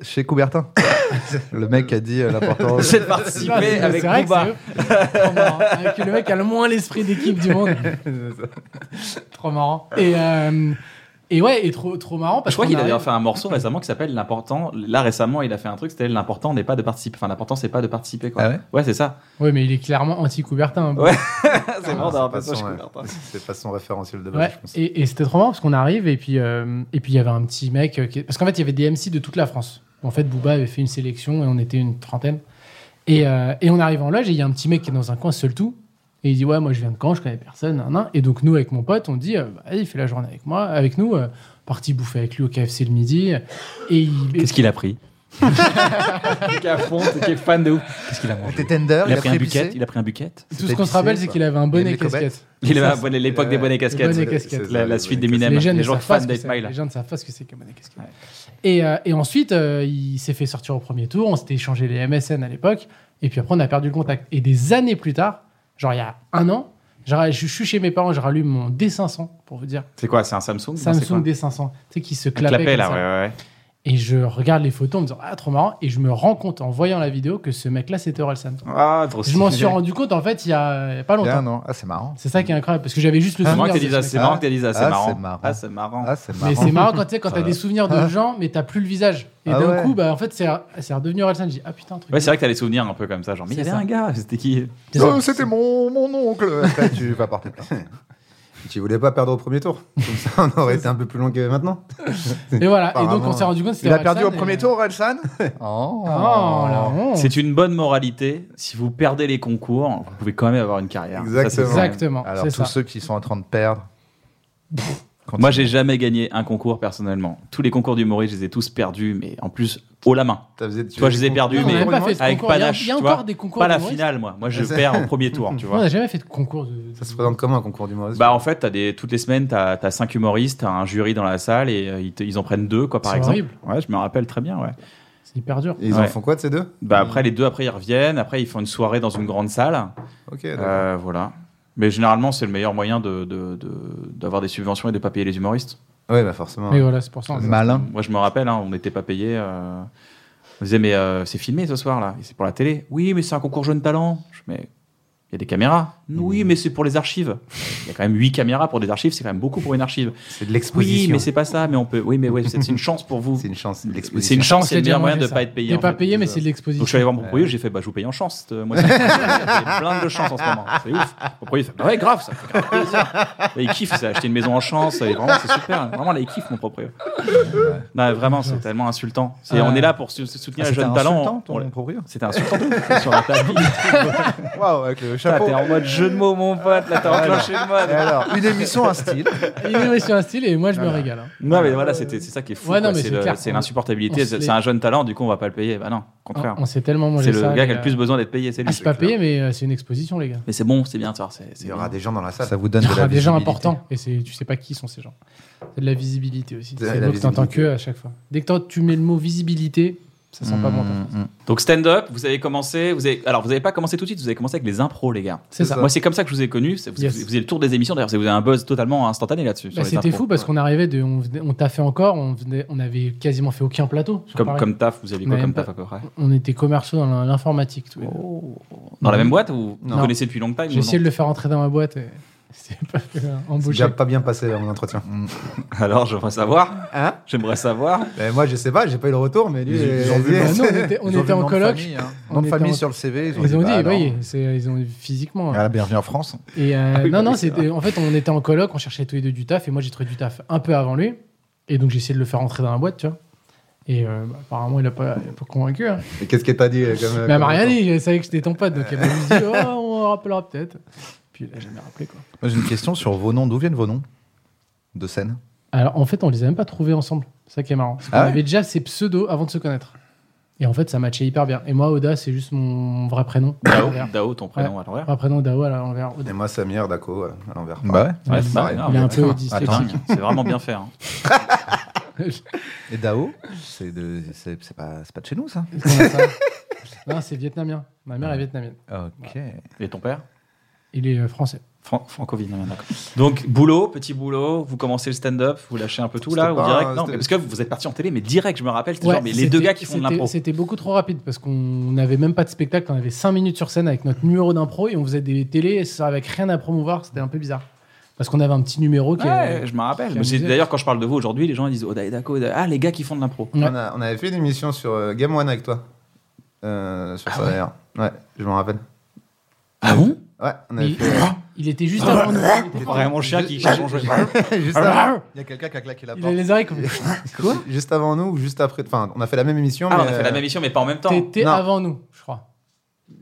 Speaker 1: chez Coubertin. le mec a dit euh, l'importance.
Speaker 2: C'est de participer
Speaker 3: C'est
Speaker 2: avec
Speaker 3: vrai que
Speaker 2: Booba.
Speaker 3: c'est eux. Trop marrant. hein, Avec le mec qui a le moins l'esprit d'équipe du monde. trop marrant. Et, euh, et ouais, et trop, trop marrant.
Speaker 2: Je
Speaker 3: Parce
Speaker 2: crois
Speaker 3: qu'on
Speaker 2: qu'il a
Speaker 3: arrive-
Speaker 2: d'ailleurs fait un morceau récemment qui s'appelle L'important. Là, récemment, il a fait un truc, c'était L'important n'est pas de participer. Enfin, l'important, c'est pas de participer. Quoi.
Speaker 1: Ah ouais
Speaker 2: c'est ça.
Speaker 3: Ouais, mais il est clairement anti-Coubertin. hein,
Speaker 2: Ouais. c'est
Speaker 4: Ah,
Speaker 2: mort d'avoir
Speaker 4: pas
Speaker 2: fait ça,
Speaker 4: son,
Speaker 2: je
Speaker 4: ouais.
Speaker 2: comprends pas. hein.
Speaker 4: C'est pas son référentiel de base,
Speaker 3: Ouais,
Speaker 4: je pense.
Speaker 3: et, et c'était trop marrant parce qu'on arrive et puis euh, et puis il y avait un petit mec euh, qui- parce qu'en fait il y avait des MC de toute la France. En fait, Booba avait fait une sélection et on était une trentaine. Et, euh, et on arrive en loge et il y a un petit mec qui est dans un coin seul tout et il dit ouais moi je viens de Caen, je connais personne. nan, nan. Et donc nous avec mon pote on dit euh, Bah, allez, il fait la journée avec moi, avec nous, euh, parti bouffer avec lui au KFC le midi. Et il,
Speaker 2: Qu'est-ce qu'il a pris Qui est à fond, qui est fan de ouf. Qu'est-ce qu'il a mangé
Speaker 1: C'était tender,
Speaker 2: il a, pris un bucket, il a pris un bucket.
Speaker 3: tout ce
Speaker 1: c'était
Speaker 3: qu'on se
Speaker 1: épicé,
Speaker 3: rappelle c'est
Speaker 1: quoi.
Speaker 3: qu'il avait un bonnet
Speaker 4: Les Mecobets.
Speaker 3: casquette.
Speaker 2: Il avait un bonnet- l'époque
Speaker 4: Il
Speaker 2: des
Speaker 4: a-
Speaker 2: bonnets
Speaker 4: Ouais,
Speaker 2: casquettes.
Speaker 3: bonnet
Speaker 4: c'est-
Speaker 3: casquette.
Speaker 4: c'est ça,
Speaker 2: La,
Speaker 4: les
Speaker 2: la
Speaker 4: bonnes
Speaker 2: suite
Speaker 4: casquettes.
Speaker 2: d'Eminem.
Speaker 3: Les jeunes ne
Speaker 2: hein. gens
Speaker 3: savent
Speaker 2: fans
Speaker 3: pas ce que
Speaker 2: d'Eight
Speaker 3: c'est.
Speaker 2: Mile.
Speaker 3: Les gens ne savent pas ce que c'est que Money Casquette. Et, euh, et ensuite, euh, il s'est fait sortir au premier tour. On s'était échangé les MSN à l'époque. Et puis après, on a perdu le contact. Et des années plus tard, genre il y a un an, genre, je suis chez mes parents, je rallume mon D500, pour vous dire.
Speaker 2: C'est quoi C'est un Samsung Non, Mmh. Ah, c'est quoi
Speaker 3: Samsung D500, tu sais, qui se
Speaker 2: Un
Speaker 3: clapait.
Speaker 2: clapet,
Speaker 3: comme
Speaker 2: là,
Speaker 3: ça.
Speaker 2: ouais, ouais.
Speaker 3: Et je regarde les photos en me disant, ah, trop marrant. Et je me rends compte en voyant la vidéo que ce mec-là, c'était Orelsan.
Speaker 2: Ah, trop
Speaker 3: Je m'en
Speaker 2: stylé.
Speaker 3: suis rendu compte, en fait, il y a, il y a pas
Speaker 1: Il y a
Speaker 3: longtemps.
Speaker 1: un an. Ah, c'est marrant.
Speaker 3: C'est ça qui est incroyable, parce que j'avais juste le
Speaker 2: C'est marrant
Speaker 3: souvenir.
Speaker 2: que t'aies
Speaker 3: de
Speaker 2: dit ça,
Speaker 3: ce
Speaker 2: Ah, c'est
Speaker 3: mec-là.
Speaker 2: marrant que t'aies dit ça, c'est
Speaker 1: Ah,
Speaker 2: marrant.
Speaker 1: c'est marrant.
Speaker 2: Ah, c'est marrant.
Speaker 1: Ah, c'est marrant.
Speaker 3: Mais c'est marrant quand tu sais quand
Speaker 1: Ça
Speaker 3: t'as
Speaker 1: va.
Speaker 3: des souvenirs de
Speaker 1: Ah.
Speaker 3: gens mais t'as plus le visage et
Speaker 1: Ah
Speaker 3: d'un
Speaker 1: ouais.
Speaker 3: coup bah en fait c'est c'est redevenu Orelsan j'ai dit ah putain un truc
Speaker 2: Ouais, c'est vrai que t'as les souvenirs un peu comme ça, genre, mais il y
Speaker 3: C'est
Speaker 2: avait un
Speaker 3: ça.
Speaker 2: gars, c'était qui
Speaker 3: C'est
Speaker 1: Oh,
Speaker 3: ça.
Speaker 1: C'était mon, mon oncle. Après, tu vas porter plainte.
Speaker 4: Tu voulais pas perdre au premier tour. Comme ça, on aurait été un peu plus long que maintenant.
Speaker 3: et voilà et donc
Speaker 4: Apparemment,
Speaker 3: on s'est rendu compte que c'était
Speaker 1: Il a
Speaker 3: Orelsan
Speaker 1: perdu au
Speaker 3: et- euh,
Speaker 1: premier tour, Relsan Oh,
Speaker 3: oh la honte.
Speaker 2: C'est une bonne moralité. Si vous perdez les concours, vous pouvez quand même avoir une carrière.
Speaker 4: Exactement.
Speaker 2: c'est vrai.
Speaker 3: exactement
Speaker 1: Alors,
Speaker 3: c'est
Speaker 1: tous
Speaker 3: ça
Speaker 1: ceux qui sont en train de perdre. Continue.
Speaker 2: Moi, j'ai jamais gagné un concours personnellement. Tous les concours d'humoriste, je les ai tous perdus, mais en plus, haut la main.
Speaker 4: T'as faisais- tu
Speaker 2: Toi, je les ai perdus,
Speaker 3: Non, on
Speaker 2: mais
Speaker 3: a même pas fait ce
Speaker 2: avec
Speaker 3: concours. Il y a-
Speaker 2: panache.
Speaker 3: il y a
Speaker 2: tu
Speaker 3: encore
Speaker 2: vois.
Speaker 3: des concours
Speaker 2: Pas la
Speaker 3: d'humoristes.
Speaker 2: finale, moi. Moi, je
Speaker 4: C'est-
Speaker 2: perds au premier tour, tu
Speaker 3: on
Speaker 2: vois.
Speaker 3: n'a jamais fait de concours de
Speaker 4: Ça se présente comment un concours d'humorisme
Speaker 2: Bah en fait, t'as des toutes les semaines, t'as as cinq humoristes, t'as un jury dans la salle et euh, ils, te- ils en prennent deux quoi par
Speaker 3: C'est
Speaker 2: exemple.
Speaker 3: horrible.
Speaker 2: Ouais, je me rappelle très bien. Ouais.
Speaker 3: c'est hyper dur
Speaker 4: Et ils en
Speaker 2: Ouais.
Speaker 4: font quoi de ces deux
Speaker 2: Bah après les deux après ils reviennent, après ils font une soirée dans une grande salle.
Speaker 4: Ok, d'accord.
Speaker 2: Euh, voilà. Mais généralement c'est le meilleur moyen de de- de- d'avoir des subventions et de pas payer les humoristes.
Speaker 4: Ouais, bah forcément.
Speaker 3: mais voilà c'est pour ça
Speaker 1: Ah,
Speaker 3: en fait.
Speaker 1: Malin.
Speaker 2: Moi je me rappelle, hein, on n'était pas payé. euh, On disait mais euh, c'est filmé ce soir là, et c'est pour la télé. Oui mais c'est un concours jeune talent. Je fais, mais il y a des caméras.
Speaker 4: Hmm.
Speaker 2: Oui mais c'est pour les archives. Il y a quand même huit caméras pour des archives, c'est quand même beaucoup pour une archive.
Speaker 4: C'est de
Speaker 2: Oui,
Speaker 4: l'exposition.
Speaker 2: mais c'est pas ça, mais on peut. Oui, mais ouais, c'est c'est une chance pour vous.
Speaker 4: C'est une chance, c'est de
Speaker 2: C'est
Speaker 4: l'exposition.
Speaker 2: une
Speaker 3: On
Speaker 2: chance,
Speaker 3: s'est
Speaker 2: c'est le
Speaker 3: déjà
Speaker 2: meilleur moyen
Speaker 3: mangé
Speaker 2: de
Speaker 3: ça.
Speaker 2: pas être payé.
Speaker 3: T'es
Speaker 2: en
Speaker 3: pas
Speaker 2: fait. Euh,
Speaker 3: payé mais c'est de l'exposition
Speaker 2: Donc je suis allé voir mon proprio, j'ai fait bah je vous paye en chance. euh, Moi, c'est- j'ai plein de chance en ce moment. C'est ouf. Mon proprio il fait bah ouais grave ça. Fait grave plaisir. Là, il kiffe, il a acheté une maison en chance. Et vraiment c'est super. Vraiment là il kiffe mon proprio. Non, vraiment c'est tellement insultant. C'est- On est là pour sou- soutenir
Speaker 1: Ah,
Speaker 2: les
Speaker 1: c'était
Speaker 2: jeunes
Speaker 1: insultant,
Speaker 2: talents.
Speaker 1: ton proprio
Speaker 2: C'était insultant sur la table.
Speaker 1: Waouh, avec le
Speaker 2: Putain,
Speaker 1: chapeau.
Speaker 2: T'es en mode jeu de mots mon pote. Là t'as enclenché le
Speaker 1: Et
Speaker 2: mode.
Speaker 1: alors, une émission, un style.
Speaker 3: il est ouais, sur un style et moi je me régale hein.
Speaker 2: Non, mais voilà, c'était- c'est ça qui est fou.
Speaker 3: Ouais, non,
Speaker 2: quoi.
Speaker 3: mais
Speaker 2: c'est
Speaker 3: c'est
Speaker 2: le-
Speaker 3: clair.
Speaker 2: c'est
Speaker 3: On-
Speaker 2: l'insupportabilité.
Speaker 3: on se
Speaker 2: C'est
Speaker 3: les-
Speaker 2: c'est un jeune talent, du coup, on va pas le payer. Bah non, au contraire.
Speaker 3: on s'est tellement mangé
Speaker 2: C'est le
Speaker 3: ça
Speaker 2: gars
Speaker 3: mais,
Speaker 2: qui a le plus
Speaker 3: euh,
Speaker 2: besoin d'être payé, c'est lui.
Speaker 3: ah, c'est pas payé mais euh, c'est une exposition les gars
Speaker 2: Mais c'est bon, c'est bien, tu vois. c'est- c'est
Speaker 4: Il y aura
Speaker 2: bien.
Speaker 4: des gens dans la salle.
Speaker 1: Ça vous donne
Speaker 3: il y
Speaker 1: de la
Speaker 3: aura des gens
Speaker 1: visibilité.
Speaker 3: importants et c'est tu sais pas qui sont ces gens c'est de la visibilité aussi
Speaker 4: De la
Speaker 3: c'est donc que t'entends
Speaker 4: visibilité.
Speaker 3: que à chaque fois dès que t'en- tu mets le mot visibilité ça sent pas bon ta phrase.
Speaker 2: Donc stand-up, vous avez commencé. Vous avez... Alors, vous avez pas commencé tout de suite, vous avez commencé avec les impros, les gars.
Speaker 3: c'est ça,
Speaker 2: Moi, c'est comme ça que je vous ai connu. c'est- Vous,
Speaker 3: Yes.
Speaker 2: vous avez le tour des émissions, d'ailleurs, c'est- vous avez un buzz totalement instantané là-dessus. sur
Speaker 3: Bah,
Speaker 2: les
Speaker 3: c'était
Speaker 2: impros.
Speaker 3: fou parce qu'on arrivait de on, venait- on taffait encore on venait- on avait quasiment fait aucun plateau sur
Speaker 2: Comme,
Speaker 3: Paris.
Speaker 2: comme taf, vous aviez quoi
Speaker 3: Mais
Speaker 2: comme
Speaker 3: pas-
Speaker 2: taf à peu près
Speaker 3: on était commerciaux dans
Speaker 2: Oh.
Speaker 3: l'informatique tous les deux.
Speaker 2: Dans la même boîte ou vous
Speaker 3: Oh. Non.
Speaker 2: connaissez depuis longtemps
Speaker 3: j'ai essayé de le faire entrer dans ma boîte et C'est pas euh,
Speaker 4: C'est
Speaker 3: embauché.
Speaker 4: déjà pas bien passé là, mon entretien.
Speaker 2: Alors, j'aimerais savoir.
Speaker 4: Hein
Speaker 2: J'aimerais savoir.
Speaker 4: Ben, Moi, je sais pas, j'ai pas eu le retour, mais lui.
Speaker 1: Ils- ils
Speaker 4: euh,
Speaker 1: ont vu
Speaker 4: lui-
Speaker 1: le
Speaker 3: Ah non, on était, on
Speaker 1: Ils ont
Speaker 3: était
Speaker 1: vu le
Speaker 3: en
Speaker 1: nom de
Speaker 3: coloc.
Speaker 1: famille, hein.
Speaker 3: On
Speaker 1: Nom de
Speaker 3: était
Speaker 1: famille
Speaker 3: en-
Speaker 1: sur le CV. Ils ont,
Speaker 3: Ils ont dit,
Speaker 1: bah,
Speaker 3: oui,
Speaker 1: non.
Speaker 3: c'est- ils ont physiquement. hein.
Speaker 1: Ah, bienvenue en France.
Speaker 3: Et euh,
Speaker 2: oui,
Speaker 3: non,
Speaker 2: bah
Speaker 3: non,
Speaker 2: oui, c'est
Speaker 3: c'était- en fait, on était en coloc, on cherchait tous les deux du taf, et moi j'ai trouvé du taf un peu avant lui, et donc j'ai essayé de le faire rentrer dans la boîte, tu vois. Et euh, bah, apparemment, il n'a pas, il a pas convaincu. hein.
Speaker 4: Et Qu'est-ce qu'elle t'a dit euh, comme,
Speaker 3: Mais elle
Speaker 4: comme
Speaker 3: m'a rien
Speaker 4: retour
Speaker 3: Bah, dit, elle savait que j'étais ton pote, donc elle m'a juste dit, oh, on rappellera peut-être. Puis elle a jamais rappelé, quoi.
Speaker 1: Moi, J'ai une question sur vos noms. D'où viennent vos noms de scène
Speaker 3: Alors en fait, on les a même pas trouvés ensemble, c'est ça qui est marrant.
Speaker 1: Ah
Speaker 3: on
Speaker 1: ouais
Speaker 3: avait déjà ces pseudos avant de se connaître. Et en fait, ça matchait hyper bien. Et moi, Oda, c'est juste mon vrai prénom. à
Speaker 2: Dao,
Speaker 3: l'envers.
Speaker 2: Dao, ton prénom à l'envers.
Speaker 3: Vrai prénom d'Ao à l'envers. Oda.
Speaker 4: Et moi, Samir, Daco, euh, à
Speaker 3: Ah.
Speaker 4: l'envers.
Speaker 1: Bah ouais.
Speaker 2: Ouais,
Speaker 3: Il-
Speaker 2: c'est pareil,
Speaker 3: il est un
Speaker 2: hein,
Speaker 3: peu
Speaker 1: attends,
Speaker 3: dyslexique.
Speaker 2: C'est vraiment bien fait. hein.
Speaker 1: Et Dao, c'est de- c'est c'est pas, c'est pas de chez nous, ça
Speaker 3: Comment ça non, c'est vietnamien. Ma mère est vietnamienne.
Speaker 1: Ok.
Speaker 2: Et ton père
Speaker 3: Il est euh, français.
Speaker 2: Fran- Franco-vietnamien, d'accord. Donc, boulot, petit boulot, vous commencez le stand-up, vous lâchez un peu tout là,
Speaker 4: C'était
Speaker 2: ou
Speaker 4: pas
Speaker 2: direct
Speaker 4: un-
Speaker 2: Non,
Speaker 4: c'était-
Speaker 2: mais parce que vous êtes parti en télé, mais direct, je me rappelle, c'était
Speaker 3: Ouais,
Speaker 2: genre, mais les
Speaker 3: c'était-
Speaker 2: deux gars qui font de
Speaker 3: c'était-
Speaker 2: l'impro.
Speaker 3: C'était beaucoup trop rapide parce qu'on n'avait même pas de spectacle. On avait 5 minutes sur scène avec notre numéro d'impro et on faisait des télés avec rien à promouvoir. C'était un peu bizarre. Parce qu'on avait un petit numéro qui.
Speaker 2: Ouais,
Speaker 3: est-
Speaker 2: je me rappelle.
Speaker 3: qui
Speaker 2: Mais c'est-
Speaker 3: amusait.
Speaker 2: D'ailleurs, quand je parle de vous aujourd'hui, les gens ils disent Oda et Dako, Oda- ah, les gars qui font de l'impro.
Speaker 3: Ouais.
Speaker 4: On, a- on avait fait une émission sur euh, Game One avec toi. Euh, sur ça, d'ailleurs. Ouais, je m'en rappelle.
Speaker 2: Ah bon
Speaker 4: Ouais, on avait
Speaker 3: Il,
Speaker 4: fait. euh,
Speaker 3: il était juste avant nous. Il était-
Speaker 2: Vraiment chien qui change.
Speaker 4: euh, juste, avant,
Speaker 1: Il y a quelqu'un qui a claqué la
Speaker 3: Ah, Il a les oreilles comme.
Speaker 4: juste avant nous ou juste après. Enfin, on a fait la même émission.
Speaker 2: Ah, on
Speaker 4: mais,
Speaker 2: a fait la
Speaker 4: euh,
Speaker 2: même émission, mais pas en même temps.
Speaker 3: T'étais
Speaker 4: Non.
Speaker 3: avant nous, je crois.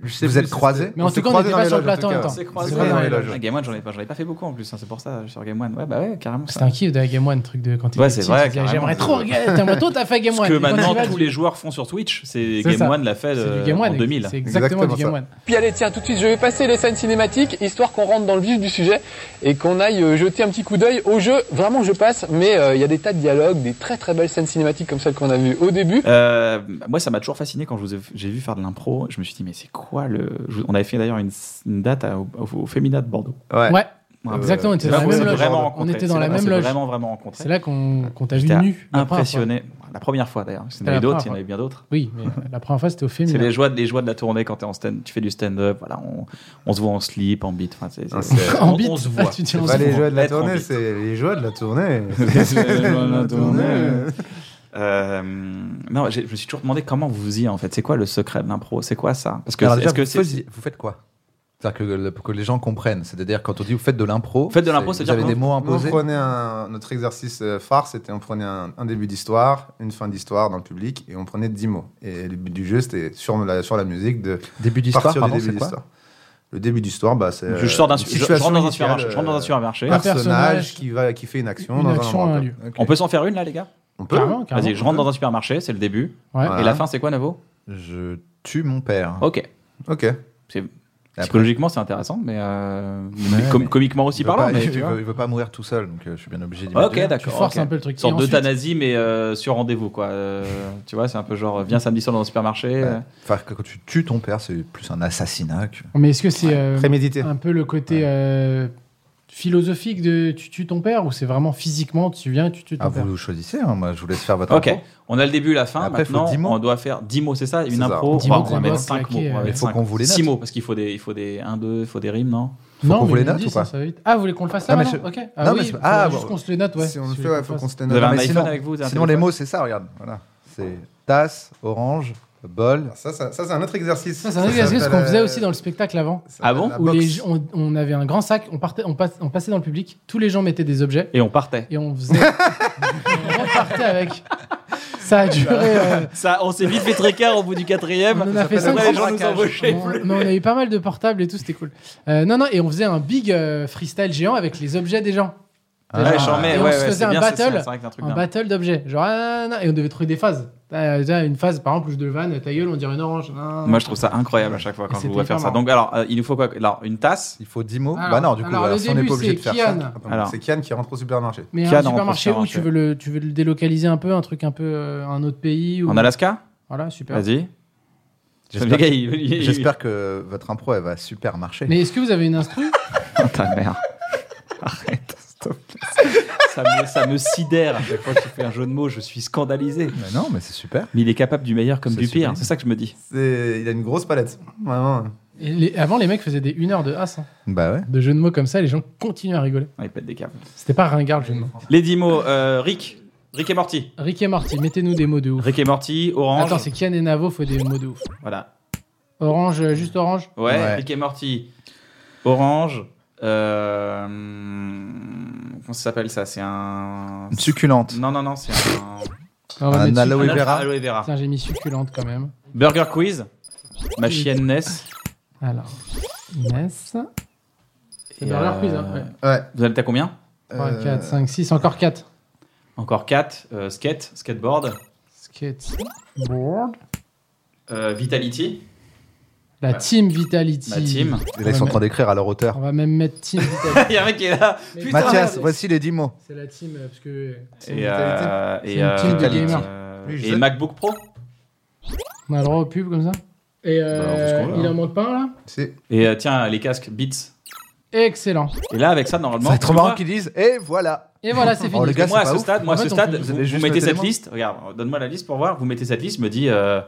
Speaker 4: je sais
Speaker 1: Vous
Speaker 4: plus
Speaker 1: êtes
Speaker 4: si
Speaker 1: croisés
Speaker 4: c'était-
Speaker 3: Mais en tout
Speaker 4: s'est
Speaker 3: cas, on
Speaker 4: croisés
Speaker 3: était
Speaker 4: dans
Speaker 3: pas
Speaker 4: les
Speaker 3: sur hein. le
Speaker 4: loges, en tout
Speaker 3: plateau en
Speaker 4: cas.
Speaker 3: même temps.
Speaker 4: On s'est
Speaker 2: C'est
Speaker 3: croisé
Speaker 4: croisés dans les
Speaker 3: dans
Speaker 4: loges.
Speaker 2: Ah, Game One, j'en avais pas, j'en avais pas fait beaucoup en plus, hein, c'est pour ça, sur Game One. Ouais, bah ouais, carrément.
Speaker 3: C'était
Speaker 2: ça.
Speaker 3: un kiff de la Game One, truc de quand il
Speaker 2: Ouais,
Speaker 3: était
Speaker 2: c'est
Speaker 3: petit,
Speaker 2: vrai,
Speaker 3: tu disais,
Speaker 2: carrément.
Speaker 3: J'aimerais trop. regarder- T'aimerais trop t'as fait Game One.
Speaker 2: Ce que
Speaker 3: Et quand
Speaker 2: maintenant
Speaker 3: tu vas,
Speaker 2: tous
Speaker 3: tu-
Speaker 2: les joueurs font sur Twitch, c'est
Speaker 3: C'est
Speaker 2: Game
Speaker 3: ça.
Speaker 2: One l'a fait
Speaker 3: C'est
Speaker 2: euh,
Speaker 3: du Game
Speaker 2: en
Speaker 3: One.
Speaker 2: 2000.
Speaker 3: C'est exactement,
Speaker 4: Exactement
Speaker 3: du Game
Speaker 4: ça.
Speaker 3: One.
Speaker 6: Puis allez, tiens, tout de suite, je vais passer les scènes cinématiques, histoire qu'on rentre dans le vif du sujet et qu'on aille euh, jeter un petit coup d'œil au jeu. Vraiment, je passe, mais euh, il y a des tas de dialogues, des très très belles scènes cinématiques comme celles qu'on a vues au début.
Speaker 2: Euh, moi, ça m'a toujours fasciné quand je vous ai- j'ai vu faire de l'impro. Je me suis dit, mais c'est quoi le. je- on avait fait d'ailleurs une, une date à- au, au Femina de Bordeaux.
Speaker 4: Ouais.
Speaker 3: Ouais,
Speaker 2: Ouais,
Speaker 3: exactement. On était
Speaker 2: C'est
Speaker 3: dans
Speaker 2: là
Speaker 3: Ah, la
Speaker 2: qu'on s'est
Speaker 3: même loge.
Speaker 2: vraiment rencontrés.
Speaker 3: On était dans
Speaker 2: C'est
Speaker 3: la
Speaker 2: là qu'on
Speaker 3: même
Speaker 2: s'est
Speaker 3: loge.
Speaker 2: vraiment, vraiment rencontrés.
Speaker 3: C'est là qu'on qu'on t'a vu
Speaker 2: J'étais
Speaker 3: nu. la première fois.
Speaker 2: impressionné. Bah, La première fois d'ailleurs. Il y en
Speaker 3: C'était la
Speaker 2: avait d'autres,
Speaker 3: première
Speaker 2: il y en avait bien d'autres.
Speaker 3: Oui, mais la première fois, c'était au film.
Speaker 2: C'est les joies, de- les joies de la tournée quand t'es en stand, tu fais du stand-up. Voilà, on, on se voit en slip, en beat. Enfin, c'est-
Speaker 4: Ah,
Speaker 2: c'est-
Speaker 4: c'est-
Speaker 2: on-
Speaker 3: En bite. Ah,
Speaker 2: on se voit.
Speaker 3: Tu dis,
Speaker 4: C'est
Speaker 3: on
Speaker 4: pas
Speaker 3: se
Speaker 4: les
Speaker 2: voit.
Speaker 4: joies de la
Speaker 2: Être en
Speaker 4: tournée,
Speaker 2: bite.
Speaker 4: c'est les joies de la tournée.
Speaker 2: Euh, non, j'ai- je me suis toujours demandé comment vous vous y en fait. C'est quoi le secret de l'impro C'est quoi ça Parce que
Speaker 1: Alors
Speaker 2: est-ce
Speaker 1: déjà,
Speaker 2: que
Speaker 1: vous,
Speaker 2: c'est
Speaker 1: faisiez- vous faites quoi C'est-à-dire que, le- que les gens comprennent. C'est-à-dire quand on dit vous faites de l'impro,
Speaker 2: Vous faites de l'impro,
Speaker 1: c'est-
Speaker 2: ça veut
Speaker 1: vous
Speaker 2: dire
Speaker 1: avez des
Speaker 2: quoi
Speaker 1: mots
Speaker 4: Nous, on
Speaker 1: imposés.
Speaker 4: prenait un, notre exercice euh, phare, c'était on prenait un, un début d'histoire, une fin d'histoire dans le public, et on prenait 10 mots. Et le but du jeu, c'était sur la, sur la musique de
Speaker 1: Début d'histoire,
Speaker 4: partir du
Speaker 1: pardon,
Speaker 4: début
Speaker 1: c'est quoi
Speaker 4: d'histoire. Le début d'histoire, bah, c'est
Speaker 2: je sors d'un
Speaker 4: une
Speaker 2: je- je
Speaker 4: situation
Speaker 2: rentre dans un
Speaker 4: initiale,
Speaker 2: supermarché. Je rentre dans un
Speaker 4: euh,
Speaker 2: supermarché.
Speaker 4: Un
Speaker 3: Personnage.
Speaker 4: personnage qui, va, qui fait une action
Speaker 3: Une
Speaker 4: dans
Speaker 3: action à
Speaker 4: endroit.
Speaker 3: un lieu.
Speaker 2: On peut s'en faire une là, les gars
Speaker 4: On peut
Speaker 3: Carrément, carrément.
Speaker 2: Vas-y, je rentre dans un supermarché, c'est le début.
Speaker 3: Ouais.
Speaker 4: Voilà.
Speaker 2: Et la fin, c'est quoi, Navo
Speaker 1: Je tue mon père.
Speaker 2: Ok.
Speaker 4: Ok.
Speaker 2: Psychologiquement, c'est intéressant, mais, euh, mais
Speaker 1: Ouais,
Speaker 2: com-
Speaker 1: mais-
Speaker 2: comiquement aussi
Speaker 1: Il veut
Speaker 2: parlant.
Speaker 1: pas-
Speaker 2: mais
Speaker 1: il,
Speaker 2: tu
Speaker 1: veut-
Speaker 2: vois.
Speaker 1: il veut pas mourir tout seul, donc euh, je suis bien obligé d'y
Speaker 2: Ok,
Speaker 3: Tu
Speaker 2: d'accord.
Speaker 3: forces
Speaker 2: ok.
Speaker 3: un peu le truc.
Speaker 2: Une sorte
Speaker 3: Et ensuite-
Speaker 2: d'euthanasie, mais euh, sur rendez-vous, quoi. Euh, tu vois, c'est un peu genre, viens samedi soir dans un supermarché. euh.
Speaker 1: Enfin, quand tu tues ton père, c'est plus un assassinat que.
Speaker 3: Mais est-ce que c'est euh,
Speaker 4: Prémédité.
Speaker 3: un peu le côté euh, philosophique de tu tues ton père ou c'est vraiment physiquement tu viens et tu tues ton
Speaker 1: Ah,
Speaker 3: père
Speaker 1: vous choisissez, hein, moi je vous laisse faire votre
Speaker 2: Ok,
Speaker 1: impro.
Speaker 2: on a le début, la fin.
Speaker 1: Après, faut
Speaker 2: Maintenant,
Speaker 1: 10 mots.
Speaker 2: on doit faire 10 mots, c'est ça Une
Speaker 4: C'est ça.
Speaker 2: impro
Speaker 3: 10
Speaker 2: on va-
Speaker 3: mots
Speaker 2: On
Speaker 3: qu'on
Speaker 2: va mettre
Speaker 3: doit
Speaker 2: 5 mots.
Speaker 3: claquer,
Speaker 2: on va
Speaker 3: euh,
Speaker 2: mettre
Speaker 1: Il faut
Speaker 2: cinq
Speaker 1: qu'on
Speaker 2: mots.
Speaker 1: vous les
Speaker 2: 6
Speaker 1: note.
Speaker 2: mots, parce qu'il faut des, il faut des 1, 2, il faut des rimes, non
Speaker 1: qu'on vous
Speaker 3: mais
Speaker 1: les
Speaker 3: il me
Speaker 1: note
Speaker 3: dit
Speaker 1: ou
Speaker 3: ça,
Speaker 1: pas
Speaker 3: ça va vite. Ah, vous voulez qu'on le fasse
Speaker 1: Non,
Speaker 3: là
Speaker 1: mais
Speaker 3: maintenant Ok.
Speaker 1: non,
Speaker 3: Ah
Speaker 1: mais
Speaker 3: oui,
Speaker 1: c'est-
Speaker 3: faut
Speaker 1: ah,
Speaker 3: juste
Speaker 1: bon.
Speaker 3: qu'on se les note, ouais.
Speaker 4: Si on le Ah,
Speaker 3: si
Speaker 4: fait,
Speaker 3: vous
Speaker 4: ouais,
Speaker 3: voulez
Speaker 4: faut
Speaker 3: qu'on
Speaker 4: qu'on
Speaker 3: fasse.
Speaker 4: se les note.
Speaker 2: Vous avez
Speaker 1: Non,
Speaker 2: un
Speaker 1: mais
Speaker 2: iPhone
Speaker 1: sinon-
Speaker 2: avec vous vous avez un
Speaker 1: Sinon, les
Speaker 2: téléphone
Speaker 1: mots, c'est ça, regarde. Voilà. C'est tasse, orange, bol.
Speaker 4: Ça, ça, ça, c'est un autre exercice.
Speaker 3: Ça, c'est un exercice
Speaker 4: s'appelle,
Speaker 3: qu'on faisait
Speaker 4: euh,
Speaker 3: aussi dans le spectacle avant.
Speaker 4: ça
Speaker 2: Ah
Speaker 4: s'appelle
Speaker 2: bon
Speaker 4: la
Speaker 3: où les
Speaker 4: boxe.
Speaker 3: gens- on, on avait un grand sac, on, partait, on, passe- on passait dans le public, tous les gens mettaient des objets
Speaker 2: Et on partait.
Speaker 3: et on faisait. on repartait avec. Ça a duré. euh,
Speaker 2: Ça, on s'est vite fait tricard au bout du
Speaker 3: on
Speaker 2: quatrième.
Speaker 3: en a fait
Speaker 2: Après,
Speaker 3: cinq
Speaker 2: les gens nous
Speaker 3: braquages.
Speaker 2: embauchaient
Speaker 3: On- non, on a eu pas mal de portables et tout, c'était cool. Euh, non, non, et on faisait un big euh, freestyle géant avec les objets des gens.
Speaker 1: Ah,
Speaker 2: Ouais,
Speaker 3: Déjà,
Speaker 2: j'en mets,
Speaker 3: et
Speaker 2: ouais,
Speaker 3: on
Speaker 2: ouais,
Speaker 3: se
Speaker 2: c'est
Speaker 3: faisait un
Speaker 2: bien, c'est- c'est
Speaker 3: battle,
Speaker 2: vrai que c'est un truc
Speaker 3: un
Speaker 2: bien.
Speaker 3: battle d'objets. Genre, ah, nan, nan, et on devait trouver des phases. Ah, déjà, une phase, par exemple, où je devais vanne, ta gueule, on dirait une orange. Ah. Nan,
Speaker 2: Moi,
Speaker 3: nan.
Speaker 2: je trouve ça incroyable à chaque fois quand je
Speaker 3: C'était
Speaker 2: vous vois faire
Speaker 3: hyper
Speaker 2: ça. Donc, alors, euh, il nous faut quoi Alors, une tasse.
Speaker 1: Il faut 10 mots.
Speaker 3: Alors-
Speaker 1: bah non, du coup,
Speaker 3: alors,
Speaker 1: voilà,
Speaker 3: le
Speaker 1: si on n'est
Speaker 3: début,
Speaker 1: pas obligé de
Speaker 3: c'est
Speaker 1: faire
Speaker 3: Kian.
Speaker 1: ça.
Speaker 4: Attends,
Speaker 2: Alors.
Speaker 4: C'est Kian qui rentre au supermarché.
Speaker 3: Mais
Speaker 2: Kian,
Speaker 3: un
Speaker 2: on
Speaker 3: supermarché
Speaker 2: pense
Speaker 3: où
Speaker 2: faire un
Speaker 3: tu veux, le, tu veux le délocaliser un peu, un truc un peu. euh, un autre pays ou...
Speaker 2: En Alaska
Speaker 3: Voilà, super.
Speaker 2: Vas-y.
Speaker 1: J'espère
Speaker 2: Le gars, il- il-
Speaker 1: que,
Speaker 2: il-
Speaker 1: j'espère que votre impro, elle va super marcher.
Speaker 3: Mais est-ce que vous avez une instru
Speaker 2: Oh, ta mère. Arrête, stop. Ça me, ça me sidère à chaque fois que tu fais un jeu de mots, je suis scandalisé.
Speaker 1: Mais non, mais c'est super.
Speaker 2: Mais il est capable du meilleur comme
Speaker 1: C'est
Speaker 2: du pire, hein.
Speaker 1: sublime.
Speaker 2: c'est ça que je me dis.
Speaker 4: C'est- Il a une grosse palette. Vraiment.
Speaker 3: Et les- avant, les mecs faisaient des 1 heure de as, hein,
Speaker 1: Bah ouais.
Speaker 3: de jeux de mots comme ça, les gens continuent à rigoler.
Speaker 2: Ah, il pète des câbles.
Speaker 3: C'était pas ringard le jeu de mots.
Speaker 2: Les 10 mots, euh, Rick. Rick et Morty.
Speaker 3: Rick et Morty, mettez-nous des mots de ouf.
Speaker 2: Rick et Morty, Orange.
Speaker 3: Attends, c'est Kian et Navo, faut des mots de ouf.
Speaker 2: Voilà.
Speaker 3: Orange, euh, juste orange.
Speaker 2: Ouais,
Speaker 1: Ouais.
Speaker 2: Rick et Morty, Orange. Euh... hum, Comment ça s'appelle ça C'est un.
Speaker 1: Une succulente.
Speaker 2: Non, non, non, c'est un.
Speaker 3: On va
Speaker 1: Un
Speaker 3: mettre
Speaker 1: aloe
Speaker 3: sucre.
Speaker 2: Un
Speaker 1: vera.
Speaker 2: Aloe vera.
Speaker 3: Tiens, j'ai mis succulente quand même.
Speaker 2: Burger Quiz. Ma chienne Ness.
Speaker 3: Alors, Inès. C'est
Speaker 2: Et,
Speaker 3: dans leur
Speaker 2: euh,
Speaker 3: quiz, hein, ouais.
Speaker 4: Ouais.
Speaker 2: Vous êtes à combien
Speaker 3: 3,
Speaker 4: Euh,
Speaker 3: 4, 5, 6, encore 4.
Speaker 2: Encore 4. skate, skateboard.
Speaker 3: Skateboard.
Speaker 2: Euh, Vitality.
Speaker 3: La
Speaker 2: Ouais.
Speaker 3: team Vitality.
Speaker 2: Ma team.
Speaker 1: Et là, ils sont en train d'écrire à leur
Speaker 3: On
Speaker 1: auteur.
Speaker 3: va même mettre team Vitality.
Speaker 2: Il y a un mec qui est là.
Speaker 3: Mais-
Speaker 2: Putain,
Speaker 1: Mathias,
Speaker 3: merde.
Speaker 1: voici les 10 mots.
Speaker 3: C'est la team, euh, parce que.
Speaker 2: Et,
Speaker 4: Vitality.
Speaker 2: euh, et,
Speaker 3: C'est une team de
Speaker 2: euh,
Speaker 3: gamers.
Speaker 2: euh,
Speaker 4: Lui, je
Speaker 2: et
Speaker 4: sais.
Speaker 2: MacBook Pro.
Speaker 3: On a le droit aux pubs comme ça Et euh,
Speaker 2: Bah, on fait ce qu'on veut,
Speaker 3: il
Speaker 2: hein.
Speaker 3: en manque pas un, là
Speaker 4: C'est
Speaker 2: Et euh, tiens, les casques Beats.
Speaker 3: Excellent.
Speaker 2: Et là, avec ça,
Speaker 1: Ça
Speaker 2: normalement.
Speaker 1: va être trop
Speaker 2: tu
Speaker 1: marrant
Speaker 2: vois,
Speaker 1: qu'ils disent Et voilà
Speaker 3: Et voilà, c'est fini.
Speaker 1: Oh, le gars,
Speaker 2: moi, à
Speaker 1: c'est
Speaker 2: ce
Speaker 1: pas ouf.
Speaker 2: stade, moi,
Speaker 3: En
Speaker 2: à ce
Speaker 3: fait, on
Speaker 2: stade,
Speaker 3: fait-
Speaker 2: vous,
Speaker 1: vous avez
Speaker 2: vous
Speaker 1: juste
Speaker 2: mettez
Speaker 1: le
Speaker 2: cette
Speaker 1: télément.
Speaker 2: liste. Regarde, donne-moi la liste pour voir. Vous mettez cette liste, je me dis, euh,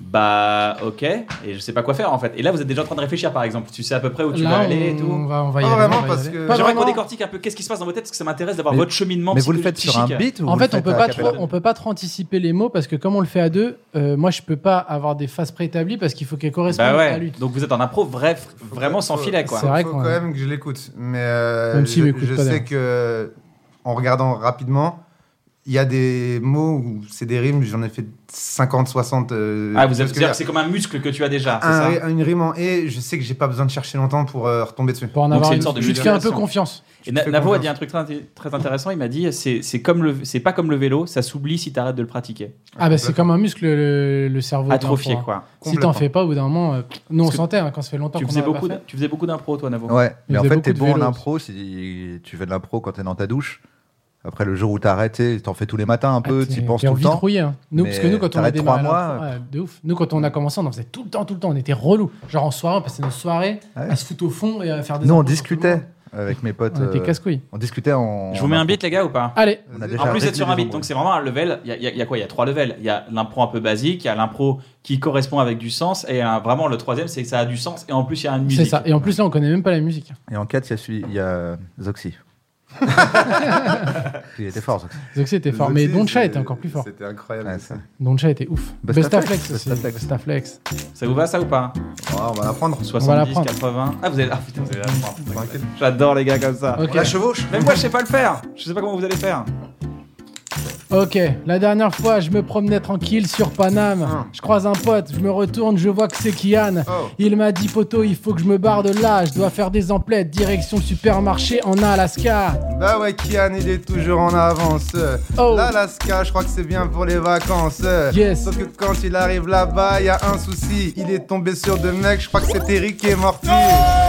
Speaker 2: bah, ok, et je sais pas quoi faire en fait. Et là, vous êtes déjà en train de réfléchir, par exemple. Tu sais à peu près où tu vas
Speaker 3: Là,
Speaker 2: aller et
Speaker 3: on, on
Speaker 2: tout. Oh,
Speaker 3: va, on va y
Speaker 4: Ah,
Speaker 3: aller.
Speaker 4: vraiment,
Speaker 3: on va y
Speaker 4: parce
Speaker 3: aller.
Speaker 4: que-
Speaker 3: Pas
Speaker 2: J'aimerais qu'on
Speaker 3: vraiment.
Speaker 2: décortique un peu qu'est-ce qui se passe dans vos têtes parce que ça m'intéresse d'avoir
Speaker 1: Mais-
Speaker 2: votre cheminement.
Speaker 1: Mais vous le faites
Speaker 2: psychologique,
Speaker 1: sur un
Speaker 2: psychique.
Speaker 1: beat ou
Speaker 3: En
Speaker 1: vous
Speaker 3: fait,
Speaker 1: le faites
Speaker 3: on peut
Speaker 1: à
Speaker 3: pas
Speaker 1: capella
Speaker 3: trop, on peut pas trop anticiper les mots parce que comme on le fait à deux, euh, moi je peux pas avoir des phases préétablies parce qu'il faut qu'elles correspondent
Speaker 2: Bah
Speaker 3: à
Speaker 2: ouais.
Speaker 3: lui.
Speaker 2: Donc vous êtes en impro, bref, vraiment sans
Speaker 4: faut-
Speaker 2: filet quoi.
Speaker 3: C'est vrai
Speaker 4: faut
Speaker 3: qu'on-
Speaker 4: quand même que je l'écoute. Mais euh,
Speaker 3: Même s'il
Speaker 4: je,
Speaker 3: m'écoute
Speaker 4: je
Speaker 3: pas,
Speaker 4: sais
Speaker 3: d'ailleurs.
Speaker 4: que, euh, en regardant rapidement, il y a des mots où c'est des rimes, j'en ai fait 50, 60. euh,
Speaker 2: Ah, vous
Speaker 4: parce
Speaker 2: êtes
Speaker 4: que
Speaker 2: dire
Speaker 4: y a
Speaker 2: que c'est comme un muscle que tu as déjà,
Speaker 3: Ah,
Speaker 2: c'est
Speaker 4: un
Speaker 2: ça
Speaker 4: ri- une rime en et, je sais que j'ai pas besoin de chercher longtemps pour euh, retomber dessus.
Speaker 3: Pour en
Speaker 2: Donc,
Speaker 3: avoir
Speaker 2: c'est une
Speaker 3: une-
Speaker 2: sorte de
Speaker 3: je te fais un peu
Speaker 2: mutualisation.
Speaker 3: confiance.
Speaker 2: Et Na-
Speaker 4: fais
Speaker 2: Navo a
Speaker 4: confiance.
Speaker 2: dit un truc très, inté- très intéressant. Il m'a dit c'est c'est comme le c'est pas comme le vélo, ça s'oublie si t'arrêtes de le pratiquer.
Speaker 3: Ah bah c'est comme un muscle le, le cerveau. d'un
Speaker 2: Atrophié
Speaker 3: enfant, hein.
Speaker 2: quoi.
Speaker 3: Si t'en fais pas au bout d'un moment, euh, nous on
Speaker 2: Parce que
Speaker 3: sentait hein, quand ça fait longtemps
Speaker 2: Tu
Speaker 3: qu'on
Speaker 2: faisais
Speaker 3: en a pas
Speaker 2: beaucoup
Speaker 3: fait.
Speaker 2: d- tu faisais beaucoup d'impro toi Navo.
Speaker 1: Ouais, mais en
Speaker 3: faisait
Speaker 1: fait, t'es
Speaker 3: beaucoup de
Speaker 1: bon en
Speaker 3: vélo
Speaker 1: impro si tu fais de l'impro quand t'es dans ta douche. Après, le jour où t'arrêtes, et t'en fais tous les matins un peu,
Speaker 3: Ah,
Speaker 1: t'y
Speaker 3: t'es-
Speaker 1: penses
Speaker 3: t'es
Speaker 1: tout le
Speaker 3: vite
Speaker 1: temps.
Speaker 3: rouillé, hein. Nous,
Speaker 1: mais
Speaker 3: parce que nous, quand on a
Speaker 1: t'arrêtes
Speaker 3: démarré,
Speaker 1: trois
Speaker 3: l'intro- ouais, de ouf. Nous, quand on a commencé, on en faisait tout le temps, tout le temps. On était relou. Genre en soirée, on passait nos soirées
Speaker 1: Ah Ouais.
Speaker 3: à se foutre au fond et à faire des.
Speaker 1: Nous, on
Speaker 3: impôts sur tout
Speaker 1: discutait
Speaker 3: le
Speaker 1: avec mes potes.
Speaker 3: monde. On était
Speaker 1: euh,
Speaker 3: casse couilles.
Speaker 1: on discutait en.
Speaker 2: Je vous mets un beat les gars ou pas
Speaker 3: Allez,
Speaker 1: On a
Speaker 4: En
Speaker 1: déjà
Speaker 2: En plus,
Speaker 1: arrêté
Speaker 2: c'est sur
Speaker 1: les
Speaker 2: un beat,
Speaker 1: embrouilles.
Speaker 2: donc c'est vraiment un level. Il y a, il y a- il y a quoi Il y a trois levels. Il y a l'impro un peu basique, il y a l'impro qui correspond avec du sens, et un- vraiment le troisième, c'est que ça a du sens, et en plus, il y a une musique.
Speaker 3: c'est ça. Et en plus, là, on connaît même pas la musique.
Speaker 1: Et en 4, il y a, celui- il y a euh, Zoxy. il était fort, Zoxy.
Speaker 3: Donc c'était fort.
Speaker 4: Les
Speaker 3: Mais
Speaker 4: outils,
Speaker 3: Doncha
Speaker 4: c'est-
Speaker 3: était encore plus fort.
Speaker 4: C'était incroyable.
Speaker 1: Ouais,
Speaker 4: ça.
Speaker 1: c'est-
Speaker 3: Doncha était ouf.
Speaker 1: Bestaflex,
Speaker 3: Bestaflex aussi.
Speaker 1: Bestaflex.
Speaker 3: Bestaflex.
Speaker 2: Ça vous va ça ou pas
Speaker 4: Ouais, on va l'apprendre.
Speaker 2: 70,
Speaker 3: l'apprendre.
Speaker 2: 80. Ah, vous allez. Ah putain, vous allez la prendre.
Speaker 4: T'inquiète.
Speaker 2: J'adore les gars comme ça.
Speaker 3: Ok.
Speaker 4: La chevauche
Speaker 2: Même moi, je sais pas le faire. Je sais pas comment vous allez faire.
Speaker 3: Ok, la dernière fois, je me promenais tranquille sur Paname.
Speaker 4: Ah.
Speaker 3: Je croise un pote, je me retourne, je vois que c'est Kian.
Speaker 4: Oh.
Speaker 3: Il m'a dit, poteau, il faut que je me barre de là. Je dois faire des emplettes, direction le supermarché en Alaska.
Speaker 4: Bah ouais, Kian, il est toujours en avance.
Speaker 3: Oh.
Speaker 4: L'Alaska, je crois que c'est bien pour les vacances.
Speaker 3: Yes.
Speaker 4: Sauf que quand il arrive là-bas, il y a un souci. Il est tombé sur deux mecs, je crois que c'était Rick et Morty.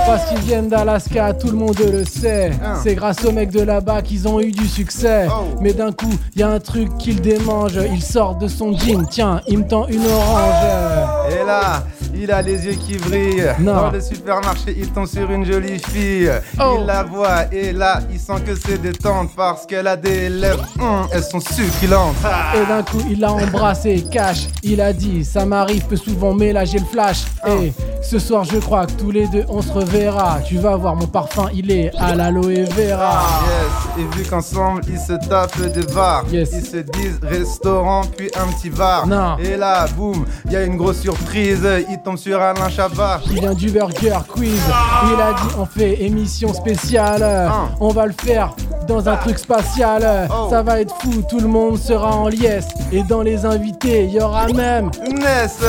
Speaker 3: Parce qu'ils viennent d'Alaska, tout le monde le sait.
Speaker 4: Ah.
Speaker 3: C'est grâce aux mecs de là-bas qu'ils ont eu du succès.
Speaker 4: Oh.
Speaker 3: Mais d'un coup, y a un truc qui le démange. Il sort de son jean, tiens, il me tend une orange.
Speaker 4: Et là, il a les yeux qui brillent.
Speaker 3: Non.
Speaker 4: Dans le supermarché, il tombe sur une jolie fille.
Speaker 3: Oh.
Speaker 4: Il la voit et là, il sent que c'est détente parce qu'elle a des lèvres. hum, elles sont succulentes.
Speaker 3: Et d'un coup, il l'a embrassé, cash. Il a dit, ça m'arrive peu souvent, mais là j'ai le flash.
Speaker 4: Ah.
Speaker 3: Et ce soir, je crois que tous les deux, on se reverra. Tu vas voir, mon parfum, il est à l'aloe vera.
Speaker 4: Yes, et vu qu'ensemble ils se tapent des bars,
Speaker 3: Yes.
Speaker 4: ils se disent restaurant puis un petit bar.
Speaker 3: Non.
Speaker 4: Et là, boum, il y a une grosse surprise, ils tombent sur Alain Chabat.
Speaker 3: qui vient du Burger Quiz. Il a dit on fait émission spéciale,
Speaker 4: Ah.
Speaker 3: on va le faire dans un truc spatial.
Speaker 4: Oh.
Speaker 3: Ça va être fou, tout le monde sera en liesse. Et dans les invités, il y aura même
Speaker 4: Ness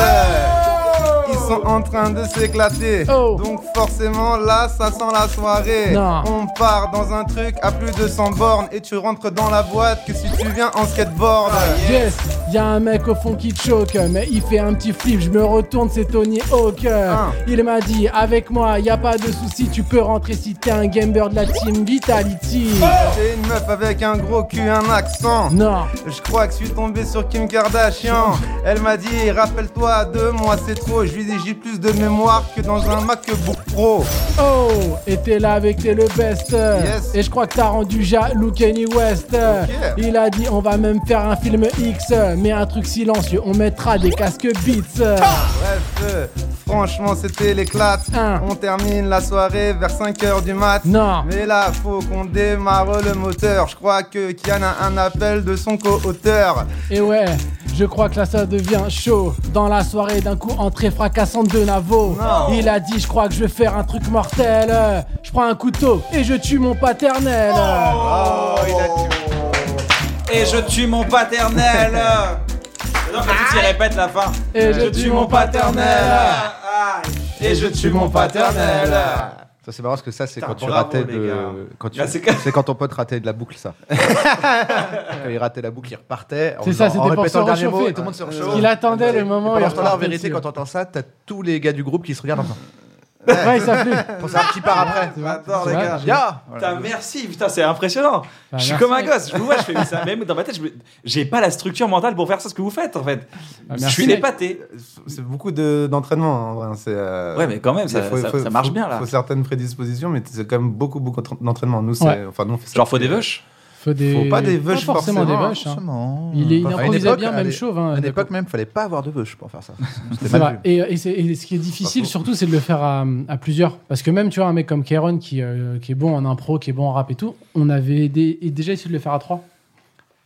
Speaker 4: Ils sont en train de s'éclater.
Speaker 3: Oh.
Speaker 4: Donc forcément, là, ça sent la soirée.
Speaker 3: Non.
Speaker 4: On part dans un truc à plus de 100 bornes et tu rentres dans la boîte que si tu viens en skateboard.
Speaker 3: Yes, y a un mec au fond qui te choque, mais il fait un petit flip, je me retourne, c'est Tony Hawk.
Speaker 4: Ah.
Speaker 3: Il m'a dit, avec moi, y a pas de souci, tu peux rentrer si t'es un gamer de la team Vitality.
Speaker 4: J'ai une meuf avec un gros cul, un accent.
Speaker 3: Non,
Speaker 4: Je crois que je suis tombé sur Kim Kardashian. Elle m'a dit, rappelle-toi de moi, c'est trop. Je lui ai dit, j'ai plus de mémoire que dans un MacBook Pro.
Speaker 3: Oh, et t'es là avec t'es le best.
Speaker 4: Yes.
Speaker 3: Et je crois que t'as rendu jaloux Kenny West. Il a dit on va même faire un
Speaker 4: Ah.
Speaker 3: film X, mais un truc silencieux, on mettra des casques Beats.
Speaker 4: Bref, euh, Franchement, c'était l'éclate.
Speaker 3: Un.
Speaker 4: On termine la soirée vers 5h du mat.
Speaker 3: Hein. Non.
Speaker 4: Mais là, faut qu'on démarre le moteur. Je crois que Kian a un appel de son co-auteur.
Speaker 3: Et ouais, je crois que là ça devient chaud. Dans la soirée, d'un coup, entrée fracassante de Navo.
Speaker 4: Non.
Speaker 3: Il a dit, je crois que je vais faire un truc mortel. Euh, Je prends un couteau et je tue mon paternel.
Speaker 4: Oh, il a tué.
Speaker 2: Et je tue mon paternel Non, parce que tu répètes la fin.
Speaker 3: Et je tue mon paternel.
Speaker 2: Et je tue mon paternel
Speaker 1: Ça, c'est marrant parce que ça, c'est
Speaker 4: Putain,
Speaker 1: quand tu
Speaker 4: bravo,
Speaker 1: ratais
Speaker 4: les
Speaker 1: de. Quand tu...
Speaker 2: Là, c'est quand-
Speaker 1: C'est quand ton pote ratait de la boucle, ça. quand il ratait la boucle, il repartait. en
Speaker 3: C'est
Speaker 1: faisant-
Speaker 3: ça, c'était
Speaker 1: en
Speaker 3: pour
Speaker 1: répétant
Speaker 3: se
Speaker 1: le dernier
Speaker 3: réchauffer.
Speaker 1: mot, et tout le monde se réchauffe.
Speaker 3: Il attendait le moment.
Speaker 1: Et
Speaker 3: il
Speaker 1: pendant ce temps-là, en
Speaker 3: repartait
Speaker 1: vérité,
Speaker 3: dessus.
Speaker 1: quand t'entends ça, t'as tous les gars du groupe qui se regardent en disant
Speaker 3: Ouais, ça fait.
Speaker 1: Pour ça, un petit part après.
Speaker 4: J'adore,
Speaker 3: C'est
Speaker 4: les
Speaker 3: vrai.
Speaker 4: gars.
Speaker 1: Ya Voilà.
Speaker 2: Putain, merci, putain, c'est impressionnant.
Speaker 3: Bah,
Speaker 2: je suis
Speaker 3: merci.
Speaker 2: comme un gosse, je vous vois, je fais ça. Même dans ma tête, je me- j'ai pas la structure mentale pour faire ça ce que vous faites en fait.
Speaker 3: Ah,
Speaker 2: je
Speaker 3: merci.
Speaker 2: suis épaté.
Speaker 4: C'est beaucoup de- d'entraînement, en vrai. hein, C'est, euh,
Speaker 2: Ouais, mais quand même, ça,
Speaker 4: faut-
Speaker 2: ça-
Speaker 4: faut-
Speaker 2: ça marche
Speaker 4: faut-
Speaker 2: bien là.
Speaker 4: faut certaines prédispositions, mais c'est quand même beaucoup, beaucoup d'entraînement. Nous, c'est.
Speaker 3: Ouais.
Speaker 4: Enfin, nous, on fait ça
Speaker 2: Genre, faut des
Speaker 4: depuis-
Speaker 2: veuches.
Speaker 3: Faut des.
Speaker 4: Faut pas des veuches,
Speaker 3: forcément,
Speaker 4: forcément.
Speaker 3: des veuches. hein.
Speaker 1: Forcément.
Speaker 3: Il est
Speaker 1: À une
Speaker 3: inapprovisé
Speaker 1: époque,
Speaker 3: bien,
Speaker 1: à
Speaker 3: même
Speaker 1: des-
Speaker 3: chauve. hein,
Speaker 1: À une
Speaker 3: Daco.
Speaker 1: époque même, fallait pas avoir de veuche pour faire ça. C'était
Speaker 3: C'est
Speaker 1: mal
Speaker 3: vrai.
Speaker 1: vu.
Speaker 3: Et, et c'est- et ce qui est difficile
Speaker 4: faux.
Speaker 3: surtout, c'est de le faire à, à plusieurs. Parce que même, tu vois, un mec comme Kéron qui, euh, qui est bon en impro, qui est bon en rap et tout, on avait aidé- et déjà essayé de le faire à trois.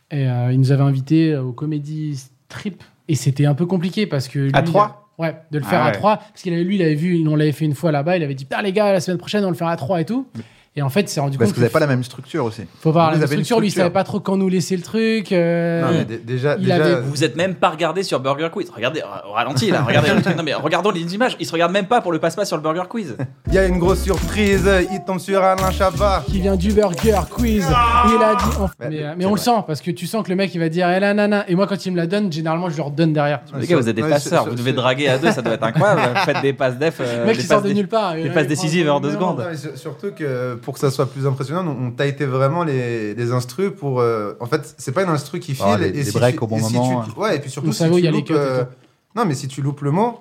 Speaker 3: Et euh, il nous avait invités au comédie strip. Et c'était un peu compliqué parce que. lui,
Speaker 4: À trois
Speaker 3: il a- Ouais, de le faire
Speaker 4: Ah
Speaker 3: à
Speaker 4: ouais.
Speaker 3: trois. Parce qu'il avait, lui, il avait vu, on l'avait fait une fois là-bas, il avait dit Putain, les gars, la semaine prochaine, on le fera à trois et tout. Et en fait, il s'est rendu
Speaker 1: Parce que
Speaker 3: compte.
Speaker 1: vous n'avez pas la même structure aussi.
Speaker 3: Faut voir
Speaker 1: vous
Speaker 3: la
Speaker 1: avez une
Speaker 3: structure, lui, il
Speaker 1: structure.
Speaker 3: savait pas trop quand nous laisser le truc. euh,
Speaker 4: Non, Ah, mais dé- déjà,
Speaker 3: Il
Speaker 4: déjà,
Speaker 3: avait-
Speaker 2: Vous vous êtes même pas regardé sur Burger Quiz. Regardez, ra- au ralenti là, regardez le truc. Non mais regardons les images, ils se regardent même pas pour le passe-passe sur le Burger Quiz.
Speaker 4: Il y a une grosse surprise, il tombe sur Alain Chabat.
Speaker 3: qui vient du Burger Quiz. il a dit. enfin,
Speaker 4: Ouais,
Speaker 3: mais euh, mais
Speaker 4: c'est
Speaker 3: on le
Speaker 4: vrai.
Speaker 3: sent parce que tu sens que le mec il va dire eh là nana et moi quand il me la donne généralement je lui redonne derrière.
Speaker 2: Les gars, vous êtes des
Speaker 4: Ouais,
Speaker 2: passeurs,
Speaker 4: c'est-
Speaker 2: vous
Speaker 4: c'est-
Speaker 2: devez draguer à deux, ça doit être incroyable. Faites des passes def. euh,
Speaker 3: Le mec
Speaker 2: des
Speaker 3: il sort
Speaker 2: passes
Speaker 3: de
Speaker 2: dé-
Speaker 3: nulle part.
Speaker 2: les passes décisives en deux secondes.
Speaker 4: Non, mais sur- surtout que pour que ça soit plus impressionnant, on on t'a été vraiment les, les instrus pour. euh, en fait, c'est pas une instru qui file.
Speaker 1: Ah, les- les
Speaker 4: si
Speaker 1: breaks
Speaker 4: tu-
Speaker 1: au bon
Speaker 4: et si
Speaker 1: moment,
Speaker 2: hein.
Speaker 4: tu- ouais, et puis surtout,
Speaker 3: Le
Speaker 4: si
Speaker 3: cerveau, il y
Speaker 4: tu
Speaker 3: a les
Speaker 4: loupes.
Speaker 3: cuts et
Speaker 4: euh,
Speaker 3: tout.
Speaker 4: non, mais si tu loupes le mot,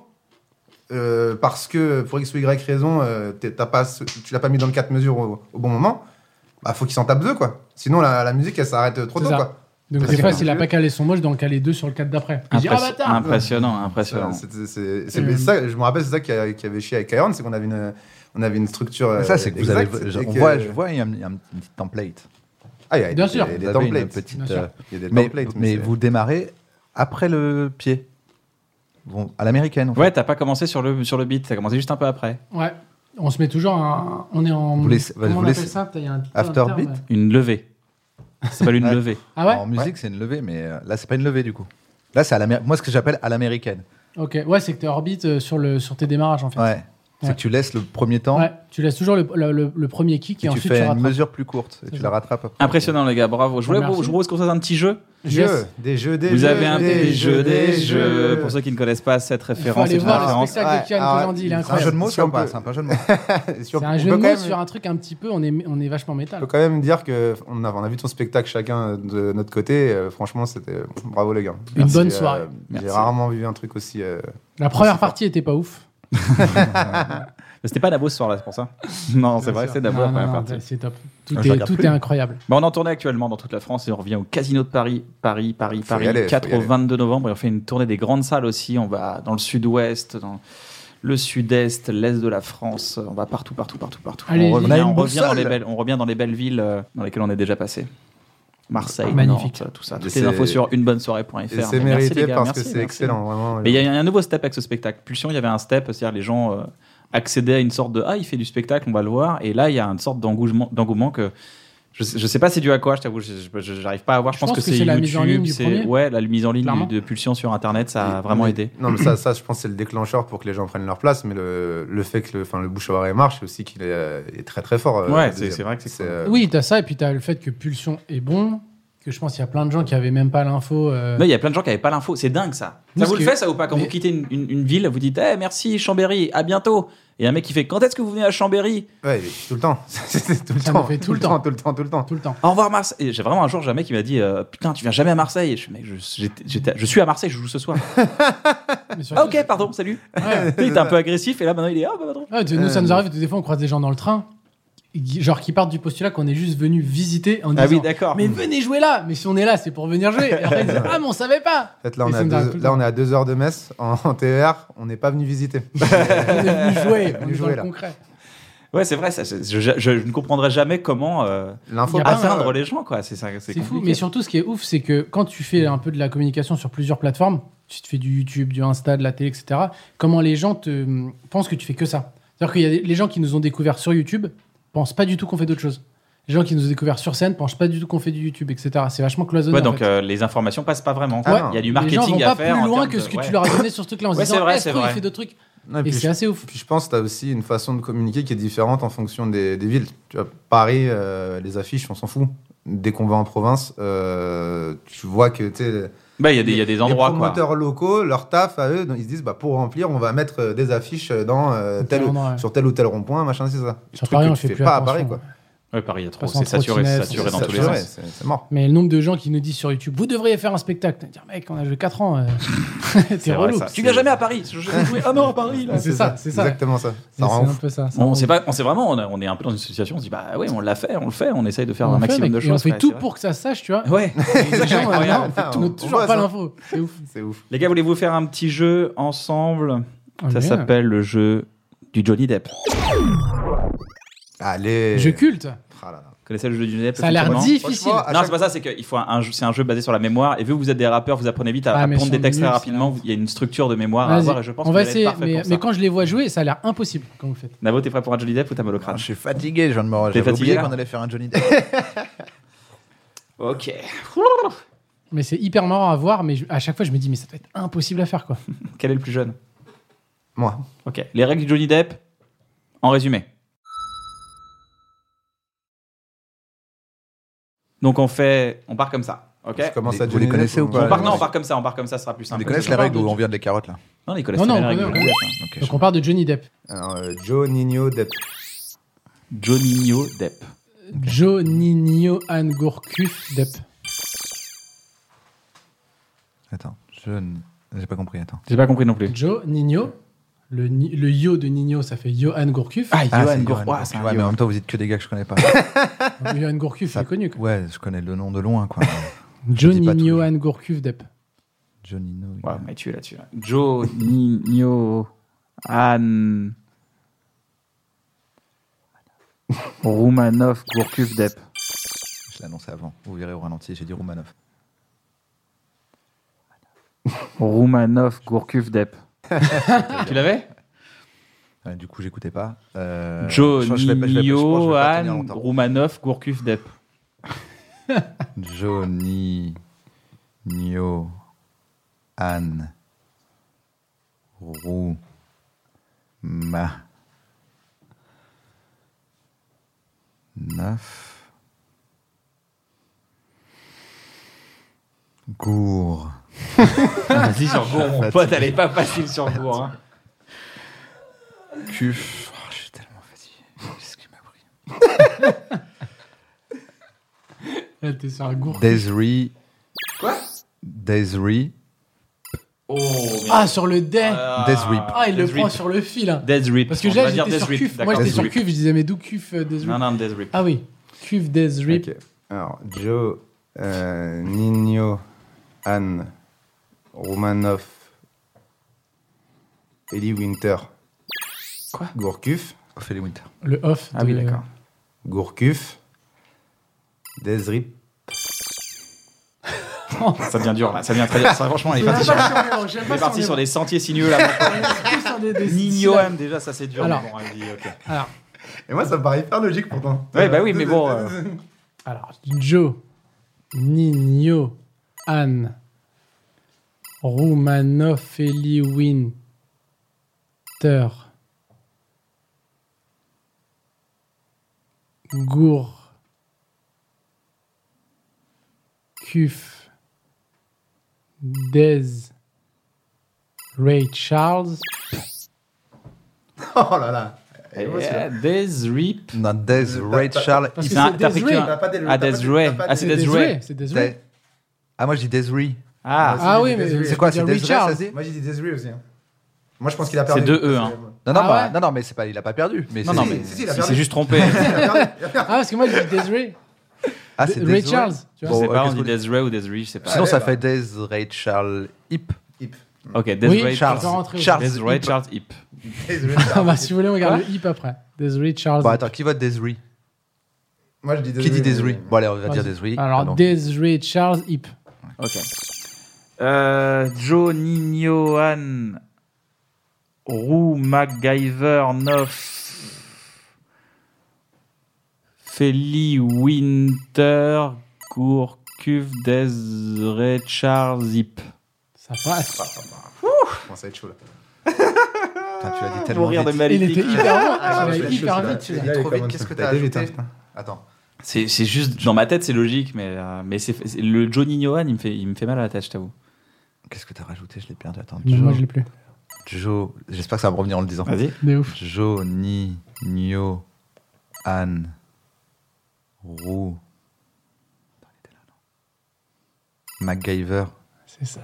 Speaker 4: euh, parce que pour X ou Y raison, euh, t'es- t'as pas, ce- tu l'as pas mis dans le 4 mesures au, au bon moment, bah faut qu'il s'en tape deux, quoi. Sinon, la, la musique, elle s'arrête trop
Speaker 3: C'est
Speaker 4: tôt,
Speaker 3: ça.
Speaker 4: quoi.
Speaker 3: Donc
Speaker 4: Parce
Speaker 3: des
Speaker 4: que
Speaker 3: fois
Speaker 4: quand
Speaker 3: s'il a
Speaker 4: tu-
Speaker 3: pas calé son mot je dois en caler deux sur le 4 d'après. Il dit, Ah,
Speaker 2: Impression-
Speaker 3: bâtard
Speaker 2: impressionnant,
Speaker 4: Ça,
Speaker 2: impressionnant.
Speaker 4: c'est- c'est- c'est- c'est-
Speaker 3: Euh.
Speaker 4: mais ça, je me rappelle, c'est ça qui, a- qui avait chié avec Iron, c'est qu'on avait une, on avait une structure. euh,
Speaker 1: Ça, c'est que vous avez.
Speaker 4: exacte, et
Speaker 1: On
Speaker 4: que-
Speaker 1: voit, je vois, il y a un- il y a un petit template.
Speaker 4: Ah, il y a
Speaker 3: Bien
Speaker 4: des,
Speaker 3: sûr.
Speaker 4: des- des
Speaker 1: Vous avez une
Speaker 4: templates.
Speaker 1: petite,
Speaker 3: Bien sûr.
Speaker 1: euh,
Speaker 4: Il y a des
Speaker 1: Mais,
Speaker 4: templates,
Speaker 1: mais
Speaker 4: c'est-
Speaker 1: vous démarrez après le pied. Bon, à l'américaine. en fait.
Speaker 2: Ouais, t'as pas commencé sur le, sur le beat, t'as commencé juste un peu après.
Speaker 3: Ouais. On se met toujours un- on est en
Speaker 1: Vous laissez-
Speaker 3: comment
Speaker 1: vous
Speaker 3: on
Speaker 1: laissez-
Speaker 3: appelle ça Putain, il y a un-
Speaker 1: After
Speaker 3: un terme.
Speaker 1: beat
Speaker 2: Une levée. Ça s'appelle une
Speaker 1: Ouais.
Speaker 2: levée.
Speaker 3: Ah ouais
Speaker 1: En musique, c'est une levée, mais euh, là, c'est pas une levée du coup. Là, c'est à l'améri- moi ce que j'appelle à l'américaine.
Speaker 3: OK. Ouais, c'est que tu orbites euh, sur le sur tes démarrages en fait.
Speaker 1: Ouais. C'est
Speaker 3: Ouais.
Speaker 1: que tu laisses le premier temps
Speaker 3: Ouais, tu laisses toujours le, le- le- le premier kick
Speaker 1: et
Speaker 3: et
Speaker 1: tu
Speaker 3: ensuite
Speaker 1: fais
Speaker 3: tu
Speaker 1: une
Speaker 3: rattrapes.
Speaker 1: mesure plus courte et
Speaker 3: C'est
Speaker 1: tu
Speaker 3: ça.
Speaker 1: la rattrapes après.
Speaker 2: Impressionnant, les gars, bravo. Je voulais,
Speaker 3: Merci.
Speaker 2: je voulais qu'on se fasse un petit jeu.
Speaker 4: Jeux,
Speaker 3: Yes.
Speaker 4: des jeux, des
Speaker 2: Vous
Speaker 4: jeux,
Speaker 2: avez un petit jeu des jeux. Pour
Speaker 4: Pour
Speaker 2: ceux qui ne connaissent pas cette
Speaker 3: Il faut
Speaker 2: référence,
Speaker 3: aller
Speaker 2: c'est une
Speaker 3: voir le
Speaker 2: référence.
Speaker 3: spectacle
Speaker 4: Ouais,
Speaker 3: de Kian
Speaker 4: ah ouais.
Speaker 3: Kojandi, il est
Speaker 1: C'est un jeu de
Speaker 3: incroyable.
Speaker 1: mots,
Speaker 4: Si on
Speaker 1: ça ou pas
Speaker 4: peut-
Speaker 1: C'est un peu un jeu de mots.
Speaker 3: C'est un jeu de mots sur un truc un petit peu on est on est vachement
Speaker 4: On
Speaker 3: métal.
Speaker 4: peut quand même dire que on a, on a vu ton spectacle chacun de notre côté. euh, franchement, c'était bravo les gars.
Speaker 3: Une bonne
Speaker 4: euh,
Speaker 3: soirée.
Speaker 4: J'ai
Speaker 2: Merci.
Speaker 4: rarement vu un truc aussi. euh,
Speaker 3: La première partie était pas ouf.
Speaker 2: Mais C'était pas Davos ce soir-là, c'est pour ça. Non, c'est vrai, c'est Davos la
Speaker 3: Non, non,
Speaker 2: première
Speaker 3: non,
Speaker 2: partie.
Speaker 3: C'est top. Tout,
Speaker 1: Ah, je
Speaker 3: est,
Speaker 1: regarde
Speaker 3: tout
Speaker 1: plus.
Speaker 3: est incroyable.
Speaker 2: Bon, Bah, on est en tournée actuellement dans toute la France et on revient au Casino de Paris, Paris, Paris,
Speaker 4: Faut y
Speaker 2: Paris,
Speaker 4: aller, faut
Speaker 2: 4
Speaker 4: y
Speaker 2: au
Speaker 4: aller.
Speaker 2: 22 novembre. Et on fait une tournée des grandes salles aussi. On va dans le sud-ouest, dans le sud-est, l'est de la France. On va partout, partout, partout, partout.
Speaker 3: Allez,
Speaker 2: on,
Speaker 3: on
Speaker 2: revient,
Speaker 1: a une
Speaker 2: on,
Speaker 1: bonne
Speaker 2: revient dans
Speaker 1: salle.
Speaker 2: les belles, on revient dans les belles villes euh, dans lesquelles on est déjà passé. Marseille,
Speaker 3: Magnifique.
Speaker 2: Nantes, tout ça.
Speaker 4: Mais
Speaker 2: Toutes les
Speaker 4: c'est-
Speaker 2: infos sur uneBonneSoirée.fr.
Speaker 4: et
Speaker 2: Mais
Speaker 4: c'est
Speaker 2: merci,
Speaker 4: mérité
Speaker 2: les gars,
Speaker 4: parce
Speaker 2: merci,
Speaker 4: que c'est
Speaker 2: merci.
Speaker 4: excellent, vraiment.
Speaker 2: Mais il y a un nouveau step avec ce spectacle. Pulsion, il y avait un step, c'est-à-dire les gens euh, accédaient à une sorte de ah, il fait du spectacle, on va le voir. Et là, il y a une sorte d'engouement, d'engouement que je sais, je sais pas c'est dû à quoi. Je t'avoue, je- je- je- j'arrive pas à voir. Je, pense, que, c'est
Speaker 3: la
Speaker 2: YouTube,
Speaker 3: mise en ligne du
Speaker 2: c'est-
Speaker 3: premier.
Speaker 2: ouais, la mise en ligne
Speaker 3: Clairement. euh,
Speaker 2: du- de Pulsion sur Internet, ça a vraiment
Speaker 4: Mais-
Speaker 2: aidé.
Speaker 4: Non, mais ça, ça, je pense, que c'est le déclencheur pour que les gens prennent leur place. Mais le, le fait que le, enfin, le bouche à oreille marche, c'est aussi qu'il est, euh, est très très fort.
Speaker 2: Ouais,
Speaker 4: euh, le
Speaker 2: c'est-
Speaker 4: deuxième.
Speaker 2: c'est vrai que c'est cool.
Speaker 4: euh,
Speaker 3: Oui, t'as ça et puis t'as le fait que Pulsion est bon, que je pense qu'il y a plein de gens qui avaient même pas l'info. euh,
Speaker 2: Non, il y a plein de gens qui avaient pas l'info. C'est dingue ça. Ça
Speaker 3: Parce
Speaker 2: vous le
Speaker 3: que-
Speaker 2: fait ça ou pas quand
Speaker 3: mais-
Speaker 2: vous quittez une, une- une ville, vous dites eh merci Chambéry, à bientôt. Et un mec qui fait quand est-ce que vous venez à Chambéry
Speaker 4: Ouais, tout le temps. C'est tout le
Speaker 3: Ça me
Speaker 4: temps.
Speaker 3: fait tout le temps.
Speaker 4: Tout le temps, tout le temps.
Speaker 3: Tout le temps.
Speaker 2: Au revoir Marseille. Et J'ai vraiment un jour jamais qui m'a dit euh, putain tu viens jamais à Marseille. Et je, suis, mec, je, j'étais- j'étais- je suis à Marseille, je joue ce soir.
Speaker 3: Mais surtout-
Speaker 2: Ah, ok pardon salut.
Speaker 3: Ouais.
Speaker 2: Il était un peu agressif et là maintenant il est ah bah pardon.
Speaker 3: Ouais, tu- nous, ça
Speaker 4: Euh,
Speaker 3: nous arrive, des fois, on croise des gens dans le train. genre qui partent du postulat qu'on est juste venu visiter en
Speaker 2: Ah oui,
Speaker 3: disant
Speaker 2: d'accord.
Speaker 3: mais venez jouer là mais si on est là c'est pour venir jouer et après ils disent, ah mais on savait pas
Speaker 4: En fait, là,
Speaker 3: Et
Speaker 4: on, est
Speaker 3: ça
Speaker 4: à
Speaker 3: me dérange
Speaker 4: deux,
Speaker 3: tout le
Speaker 4: là,
Speaker 3: temps.
Speaker 4: on est à deux heures de messe en, en TER. On n'est pas venu visiter.
Speaker 3: on est venu jouer on est dans
Speaker 4: jouer,
Speaker 3: le
Speaker 4: là.
Speaker 3: concret
Speaker 2: Ouais, c'est vrai. ça, c'est- je, je- je ne comprendrai jamais comment euh,
Speaker 4: L'info.
Speaker 3: Y a pas
Speaker 2: atteindre les gens, quoi. C'est ça, c'est
Speaker 3: Ah ben, c'est fou
Speaker 2: compliqué.
Speaker 3: mais surtout ce qui est ouf c'est que quand tu fais un peu de la communication sur plusieurs plateformes tu te fais du YouTube du Insta de la télé etc comment les gens te hum, pensent que tu fais que ça c'est-à-dire qu'il y a des- les gens qui nous ont découvert sur YouTube pensent pas du tout qu'on fait d'autres choses les gens qui nous ont découvert sur scène pensent pas du tout qu'on fait du YouTube etc c'est vachement cloisonné
Speaker 2: Ouais,
Speaker 3: en
Speaker 2: donc
Speaker 3: fait.
Speaker 2: euh, les informations passent pas vraiment.
Speaker 4: Ah
Speaker 2: quoi.
Speaker 4: non.
Speaker 2: Il y a du
Speaker 3: les gens
Speaker 2: marketing
Speaker 3: vont
Speaker 2: à
Speaker 3: pas
Speaker 2: faire. en
Speaker 3: plus loin
Speaker 2: termes
Speaker 3: que
Speaker 2: de-
Speaker 3: ce que
Speaker 2: ouais.
Speaker 3: tu leur as donné sur ce truc-là en se
Speaker 2: Ouais, c'est
Speaker 3: disant
Speaker 2: vrai,
Speaker 3: Eh,
Speaker 2: c'est
Speaker 3: ce con,
Speaker 2: vrai. Ah,
Speaker 3: il fait d'autres trucs
Speaker 4: Non, et
Speaker 3: et
Speaker 4: puis,
Speaker 3: c'est
Speaker 4: je,
Speaker 3: assez ouf
Speaker 4: puis je pense que tu as aussi une façon de communiquer qui est différente en fonction des, des villes. Tu vois, Paris, euh, les affiches, on s'en fout. Dès qu'on va en province, euh, tu vois que tu sais,
Speaker 2: Bah, il y a des, il y a des endroits,
Speaker 4: les
Speaker 2: quoi.
Speaker 4: promoteurs locaux, leur taf à eux, donc, ils se disent bah, pour remplir, on va mettre euh, des affiches dans euh, tel,
Speaker 3: endroit, ouais.
Speaker 4: sur tel ou tel rond-point, machin, c'est ça. Des
Speaker 3: Sur
Speaker 4: trucs
Speaker 3: Paris,
Speaker 4: que
Speaker 3: on
Speaker 4: tu
Speaker 3: fait
Speaker 4: fais
Speaker 3: plus
Speaker 4: pas à
Speaker 3: attention.
Speaker 4: Paris, quoi.
Speaker 2: Ouais, Paris, il y a trop.
Speaker 3: Passant
Speaker 2: C'est
Speaker 3: en
Speaker 2: saturé, c'est
Speaker 3: trottinette,
Speaker 2: saturé
Speaker 3: c'est
Speaker 2: dans tous les
Speaker 4: Saturé,
Speaker 2: sens.
Speaker 4: C'est c'est mort.
Speaker 3: Mais le nombre de gens qui nous disent sur YouTube, vous devriez faire un spectacle. Dire, mec, on a joué 4 ans, euh,
Speaker 2: C'est
Speaker 3: t'es
Speaker 2: vrai,
Speaker 3: relou.
Speaker 2: ça. Tu viens jamais à Paris. Je- je-
Speaker 3: Ah non, à Paris,
Speaker 4: Ouais,
Speaker 3: C'est ça, c'est ça.
Speaker 4: Exactement ça.
Speaker 3: C'est
Speaker 4: Ça rend
Speaker 3: un
Speaker 4: ouf.
Speaker 3: peu ça. ça
Speaker 2: Bon,
Speaker 3: rend
Speaker 2: on sait
Speaker 3: ouf.
Speaker 2: pas, on sait vraiment, on, a- on est un peu dans une situation, on se dit, bah ouais, on l'a fait, on le fait, on essaye de faire
Speaker 3: On
Speaker 2: un
Speaker 3: fait,
Speaker 2: maximum
Speaker 3: mec,
Speaker 2: de
Speaker 3: et
Speaker 2: choses.
Speaker 3: On fait
Speaker 2: ouais,
Speaker 3: tout
Speaker 2: c'est
Speaker 3: pour que ça se sache, tu vois.
Speaker 2: vrai. Ouais,
Speaker 3: Les gens, euh,
Speaker 2: incroyable.
Speaker 3: non,
Speaker 4: Ah,
Speaker 3: on n'a
Speaker 4: on voit
Speaker 3: toujours pas
Speaker 4: ça.
Speaker 3: l'info. C'est ouf.
Speaker 4: C'est ouf.
Speaker 2: Les gars, voulez-vous faire un petit jeu ensemble Ça
Speaker 3: Bien.
Speaker 2: s'appelle le jeu du Johnny Depp. Vous
Speaker 4: Allez.
Speaker 3: Jeu culte.
Speaker 4: Ah là là.
Speaker 2: connaissez le jeu du Johnny Depp
Speaker 3: Ça a l'air
Speaker 2: effectivement
Speaker 3: difficile.
Speaker 4: Franchement, à
Speaker 2: Non,
Speaker 4: chaque-
Speaker 2: c'est pas ça, c'est que il faut un- un jeu- c'est un jeu basé sur la mémoire. Et vu que vous êtes des rappeurs, vous apprenez vite à,
Speaker 3: Ah,
Speaker 2: à
Speaker 3: mais
Speaker 2: pondre
Speaker 3: si
Speaker 2: des
Speaker 3: on
Speaker 2: textes
Speaker 3: est
Speaker 2: très
Speaker 3: nul,
Speaker 2: rapidement.
Speaker 3: c'est
Speaker 2: vous- Il y a une structure de mémoire à
Speaker 3: Vas-y.
Speaker 2: avoir et je pense
Speaker 3: on
Speaker 2: que
Speaker 3: va
Speaker 2: vous allez
Speaker 3: essayer,
Speaker 2: être parfait
Speaker 3: mais,
Speaker 2: pour
Speaker 3: mais
Speaker 2: ça.
Speaker 3: quand je les vois jouer, ça a l'air impossible quand vous le faites.
Speaker 2: Navo, t'es prêt pour un Johnny Depp ou t'as mal au crâne
Speaker 1: Je suis fatigué, je viens de me
Speaker 2: T'es
Speaker 1: J'avais
Speaker 2: fatigué,
Speaker 1: oublié
Speaker 2: là
Speaker 1: qu'on allait faire un Johnny Depp.
Speaker 2: Ok.
Speaker 3: Mais c'est hyper marrant à voir, mais je- à chaque fois, je me dis, mais ça doit être impossible à faire, quoi.
Speaker 2: Quel est le plus jeune
Speaker 4: Moi.
Speaker 2: Ok. Les règles du Johnny Depp, en résumé. Donc on fait, on part comme ça. Ok.
Speaker 4: Je commence à
Speaker 1: Vous
Speaker 4: Johnny
Speaker 1: les connaissez
Speaker 4: Depp,
Speaker 1: ou
Speaker 4: on-
Speaker 1: pas
Speaker 2: On part, non,
Speaker 1: les-
Speaker 2: on part comme ça. On part comme ça, ce sera plus
Speaker 1: On
Speaker 2: simple.
Speaker 1: déconnaisse les
Speaker 3: parle
Speaker 1: règles
Speaker 3: de-
Speaker 1: ou on vient de les carottes là
Speaker 2: Non, Nicolas,
Speaker 3: Non,
Speaker 2: c'est
Speaker 3: non,
Speaker 2: les
Speaker 3: on
Speaker 2: règles du
Speaker 3: connaît,
Speaker 2: Johnny Depp.
Speaker 3: on
Speaker 2: hein.
Speaker 1: Ok,
Speaker 3: Donc
Speaker 1: je-
Speaker 3: on part de Johnny Depp.
Speaker 4: Alors, euh, Joe Nino Depp.
Speaker 2: Johnnyño Depp.
Speaker 3: Joe Nino Angourcuff Depp.
Speaker 1: Attends, je n- j'ai pas compris. Attends.
Speaker 2: J'ai pas compris non plus.
Speaker 3: Joe Nino. Le, ni- le yo de Nino, ça fait Johan Gourcuff.
Speaker 2: Ah,
Speaker 1: Ah,
Speaker 2: Johan
Speaker 1: c'est
Speaker 2: Gourcuff.
Speaker 1: Johan
Speaker 2: Ah, c'est
Speaker 1: Gourcuff.
Speaker 2: un
Speaker 1: Ouais, mais en
Speaker 2: Johan.
Speaker 1: même temps, vous dites que des gars que je connais pas.
Speaker 3: Johan Gourcuff,
Speaker 1: Ça-
Speaker 3: c'est connu. Quoi.
Speaker 1: Ouais, je connais le nom de loin quoi.
Speaker 3: Johnny
Speaker 1: dis pas tout.
Speaker 3: Johan Gourcuff Depp.
Speaker 1: Johnny No.
Speaker 2: Ouais, mais tu es là-dessus. là. Johnnyño Anne Roumanoff Gourcuff Depp.
Speaker 1: Je l'ai annoncé avant. Vous verrez au ralenti, j'ai dit Roumanoff.
Speaker 2: Roumanoff Gourcuff Depp. tu l'avais
Speaker 1: Ouais, du coup, j'écoutais pas. Euh, je crois que je l'ai pas- je l'ai pas- je crois que je l'ai
Speaker 2: Johnnyño
Speaker 1: pas tenu
Speaker 2: Anne
Speaker 1: longtemps.
Speaker 2: Roumanoff Gourcuff Depp.
Speaker 1: Johnny Nio Anne Roux Ma Neuf Gour
Speaker 2: Vas-y, sur Gour, mon
Speaker 1: Fatigué.
Speaker 2: pote, elle est pas facile sur Gour. hein.
Speaker 1: Cuf Oh, je suis tellement fatigué. Qu'est-ce qui m'a pris
Speaker 2: Eh,
Speaker 3: Là, t'es sur un Gourcuff.
Speaker 1: Desri Quoi Desri Oh,
Speaker 3: Ah, sur le dé
Speaker 2: Euh,
Speaker 1: Desri
Speaker 3: Ah, il le prend sur le fil. hein.
Speaker 2: Death Rip.
Speaker 3: Parce que
Speaker 2: On va
Speaker 3: là,
Speaker 2: dire
Speaker 3: j'étais
Speaker 2: Death
Speaker 3: sur
Speaker 2: Rip,
Speaker 3: Cuff. Moi,
Speaker 2: d'accord.
Speaker 3: j'étais
Speaker 1: Death
Speaker 3: sur
Speaker 1: Rip.
Speaker 3: Cuff. Je disais, mais d'où Cuff euh, Des
Speaker 2: Non,
Speaker 3: Rip
Speaker 2: non, Death Rip.
Speaker 3: Ah oui, Cuff Des Rip.
Speaker 4: Ok. Alors, Joe euh, Nino Anne Romanoff Ellie Winter.
Speaker 2: Quoi
Speaker 4: Gourcuff.
Speaker 1: Ophélie Winter.
Speaker 3: Le off.
Speaker 2: Ah oui,
Speaker 3: de-
Speaker 2: d'accord.
Speaker 4: Gourcuff. Desrip.
Speaker 2: Ça devient dur, là. Ça devient très dur. Ça, franchement, on est parti sur,
Speaker 3: J'aime
Speaker 2: on
Speaker 3: pas
Speaker 2: est parti
Speaker 3: sur
Speaker 2: sur des sentiers sinueux, là.
Speaker 3: des- des-
Speaker 2: Nino M, déjà, ça, c'est dur.
Speaker 3: Alors.
Speaker 2: mais bon, elle dit, ok.
Speaker 3: Alors,
Speaker 4: Et moi, ça me paraît hyper logique pourtant.
Speaker 2: Ouais, bah oui, mais bon, euh,
Speaker 3: alors, Joe, Nino, Anne, Roumanoff, Ellie Winter, Gour, Kuf, Dez, Ray Charles,
Speaker 4: Oh là là.
Speaker 2: eh,
Speaker 4: Et moi, celui-là.
Speaker 2: Death Rip.
Speaker 1: Non, Des
Speaker 3: Euh,
Speaker 1: Ray
Speaker 3: bah,
Speaker 4: T'as- t'as-
Speaker 1: Charles.
Speaker 3: Parce
Speaker 2: Il
Speaker 3: que
Speaker 2: fait un-
Speaker 3: c'est
Speaker 2: t'as pris
Speaker 3: Desiree.
Speaker 2: qu'un-
Speaker 4: T'as pas des-
Speaker 2: Ah,
Speaker 4: t'as pas
Speaker 2: Death
Speaker 4: des-
Speaker 2: Ray.
Speaker 4: t'as pas
Speaker 2: Ah, c'est
Speaker 4: des-
Speaker 2: Death
Speaker 3: Desiree,
Speaker 2: Ray.
Speaker 3: c'est Desiree.
Speaker 1: Des- Ah, moi, je dis Desri.
Speaker 2: Ah,
Speaker 3: Ah
Speaker 4: c'est
Speaker 3: oui,
Speaker 4: des
Speaker 3: mais
Speaker 4: Desiree.
Speaker 1: C'est quoi,
Speaker 3: je veux
Speaker 1: c'est
Speaker 3: dire
Speaker 1: Desiree, ça
Speaker 3: Richards.
Speaker 1: se dit
Speaker 4: Moi, j'ai dit Desrip aussi. hein. Moi, je pense qu'il a
Speaker 2: C'est
Speaker 4: perdu.
Speaker 2: deux E, hein.
Speaker 1: Non, non,
Speaker 3: Ah
Speaker 1: bah,
Speaker 3: ouais
Speaker 1: non, non, mais c'est pas, il a pas perdu. Mais
Speaker 2: Non,
Speaker 1: c'est-
Speaker 2: non, mais
Speaker 4: si, si, il a
Speaker 2: il
Speaker 4: perdu.
Speaker 2: s'est juste trompé.
Speaker 4: Il a perdu. Il a
Speaker 3: Ah,
Speaker 4: perdu.
Speaker 3: parce que moi, je dis Desiree.
Speaker 1: Ah, c'est
Speaker 3: Ray
Speaker 1: Desiree.
Speaker 3: Charles. Tu
Speaker 2: Je
Speaker 3: vois.
Speaker 1: Bon,
Speaker 2: sais
Speaker 1: euh,
Speaker 2: pas, on
Speaker 1: qu'est-ce
Speaker 2: dit
Speaker 1: que vous-
Speaker 2: Desiree ou Desiree, je sais pas.
Speaker 1: Sinon,
Speaker 4: Allez,
Speaker 1: ça
Speaker 4: bah.
Speaker 1: fait Desiree Charles Hip.
Speaker 4: Hip.
Speaker 2: Ok, Desiree
Speaker 3: Oui,
Speaker 1: Charles.
Speaker 3: je vais rentrer.
Speaker 1: Charles
Speaker 2: Desiree
Speaker 1: Hip.
Speaker 2: Charles Hip.
Speaker 4: Désolé,
Speaker 3: Ah,
Speaker 4: Charles.
Speaker 3: bah, si vous voulez, on regarde le hip après. Desiree Charles.
Speaker 1: Bon, Bah, attends, qui vote Desiree
Speaker 4: Moi, je dis désolé.
Speaker 1: Qui dit Desiree Bon, allez, on va
Speaker 3: Vas-y.
Speaker 1: dire Ah Desiree.
Speaker 3: Alors,
Speaker 1: Pardon.
Speaker 3: Desiree Charles hip.
Speaker 2: Ok. Euh, Joe Ninoan Roux MacGyver 9 Feli Winter Gourcuff Desiree Charles Zip.
Speaker 3: Ça passe.
Speaker 1: Ah,
Speaker 4: Bon, ça va être chaud là.
Speaker 1: Putain, tu l'as dit tellement vite.
Speaker 3: Il était
Speaker 1: Ah,
Speaker 3: hyper bon.
Speaker 4: je
Speaker 3: Il
Speaker 4: l'ai
Speaker 3: était hyper
Speaker 4: chaud,
Speaker 3: vite. celui-là.
Speaker 4: celui-là. Il est
Speaker 1: Trop vite,
Speaker 4: comment
Speaker 1: qu'est-ce
Speaker 4: ça
Speaker 1: que
Speaker 4: fait
Speaker 1: t'as
Speaker 4: T'as été
Speaker 1: ajouté
Speaker 4: vite, hein.
Speaker 1: Attends.
Speaker 2: C'est c'est juste dans ma tête, c'est logique, mais, euh, mais c'est c'est- le Joe Ninoan, il me fait, il me fait mal à la tête, je t'avoue.
Speaker 1: Qu'est-ce que t'as rajouté Je l'ai perdu. Attends.
Speaker 3: Mais Moi, je
Speaker 1: Joe-
Speaker 3: l'ai plus.
Speaker 1: Joe. J'espère que ça va me revenir en le disant.
Speaker 2: Vas-y.
Speaker 3: De ouf.
Speaker 1: Johnny, Nio, Anne, Roux. Attends, il était là, non MacGyver,
Speaker 3: C'est ça.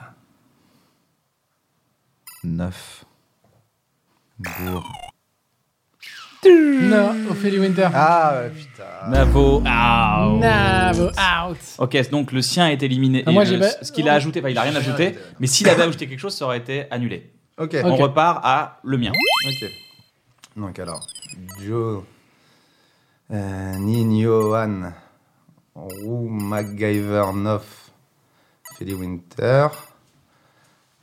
Speaker 1: 9. Gour.
Speaker 3: Non, Ophélie Winter.
Speaker 1: Ah, putain.
Speaker 2: Navo. Ah, oh.
Speaker 3: Navo out.
Speaker 2: Ok, donc le sien est éliminé.
Speaker 3: Ah,
Speaker 2: Et
Speaker 3: moi,
Speaker 2: le-
Speaker 3: j'ai pas-
Speaker 2: ce qu'il a ajouté, enfin, il a rien ajouté, mais s'il avait ajouté quelque chose, ça aurait été annulé.
Speaker 4: Ok.
Speaker 3: Ok.
Speaker 2: On repart à le mien.
Speaker 4: Ok. Donc alors, Joe, euh, Ninohan, Roux, MacGyver 9, Philly Winter,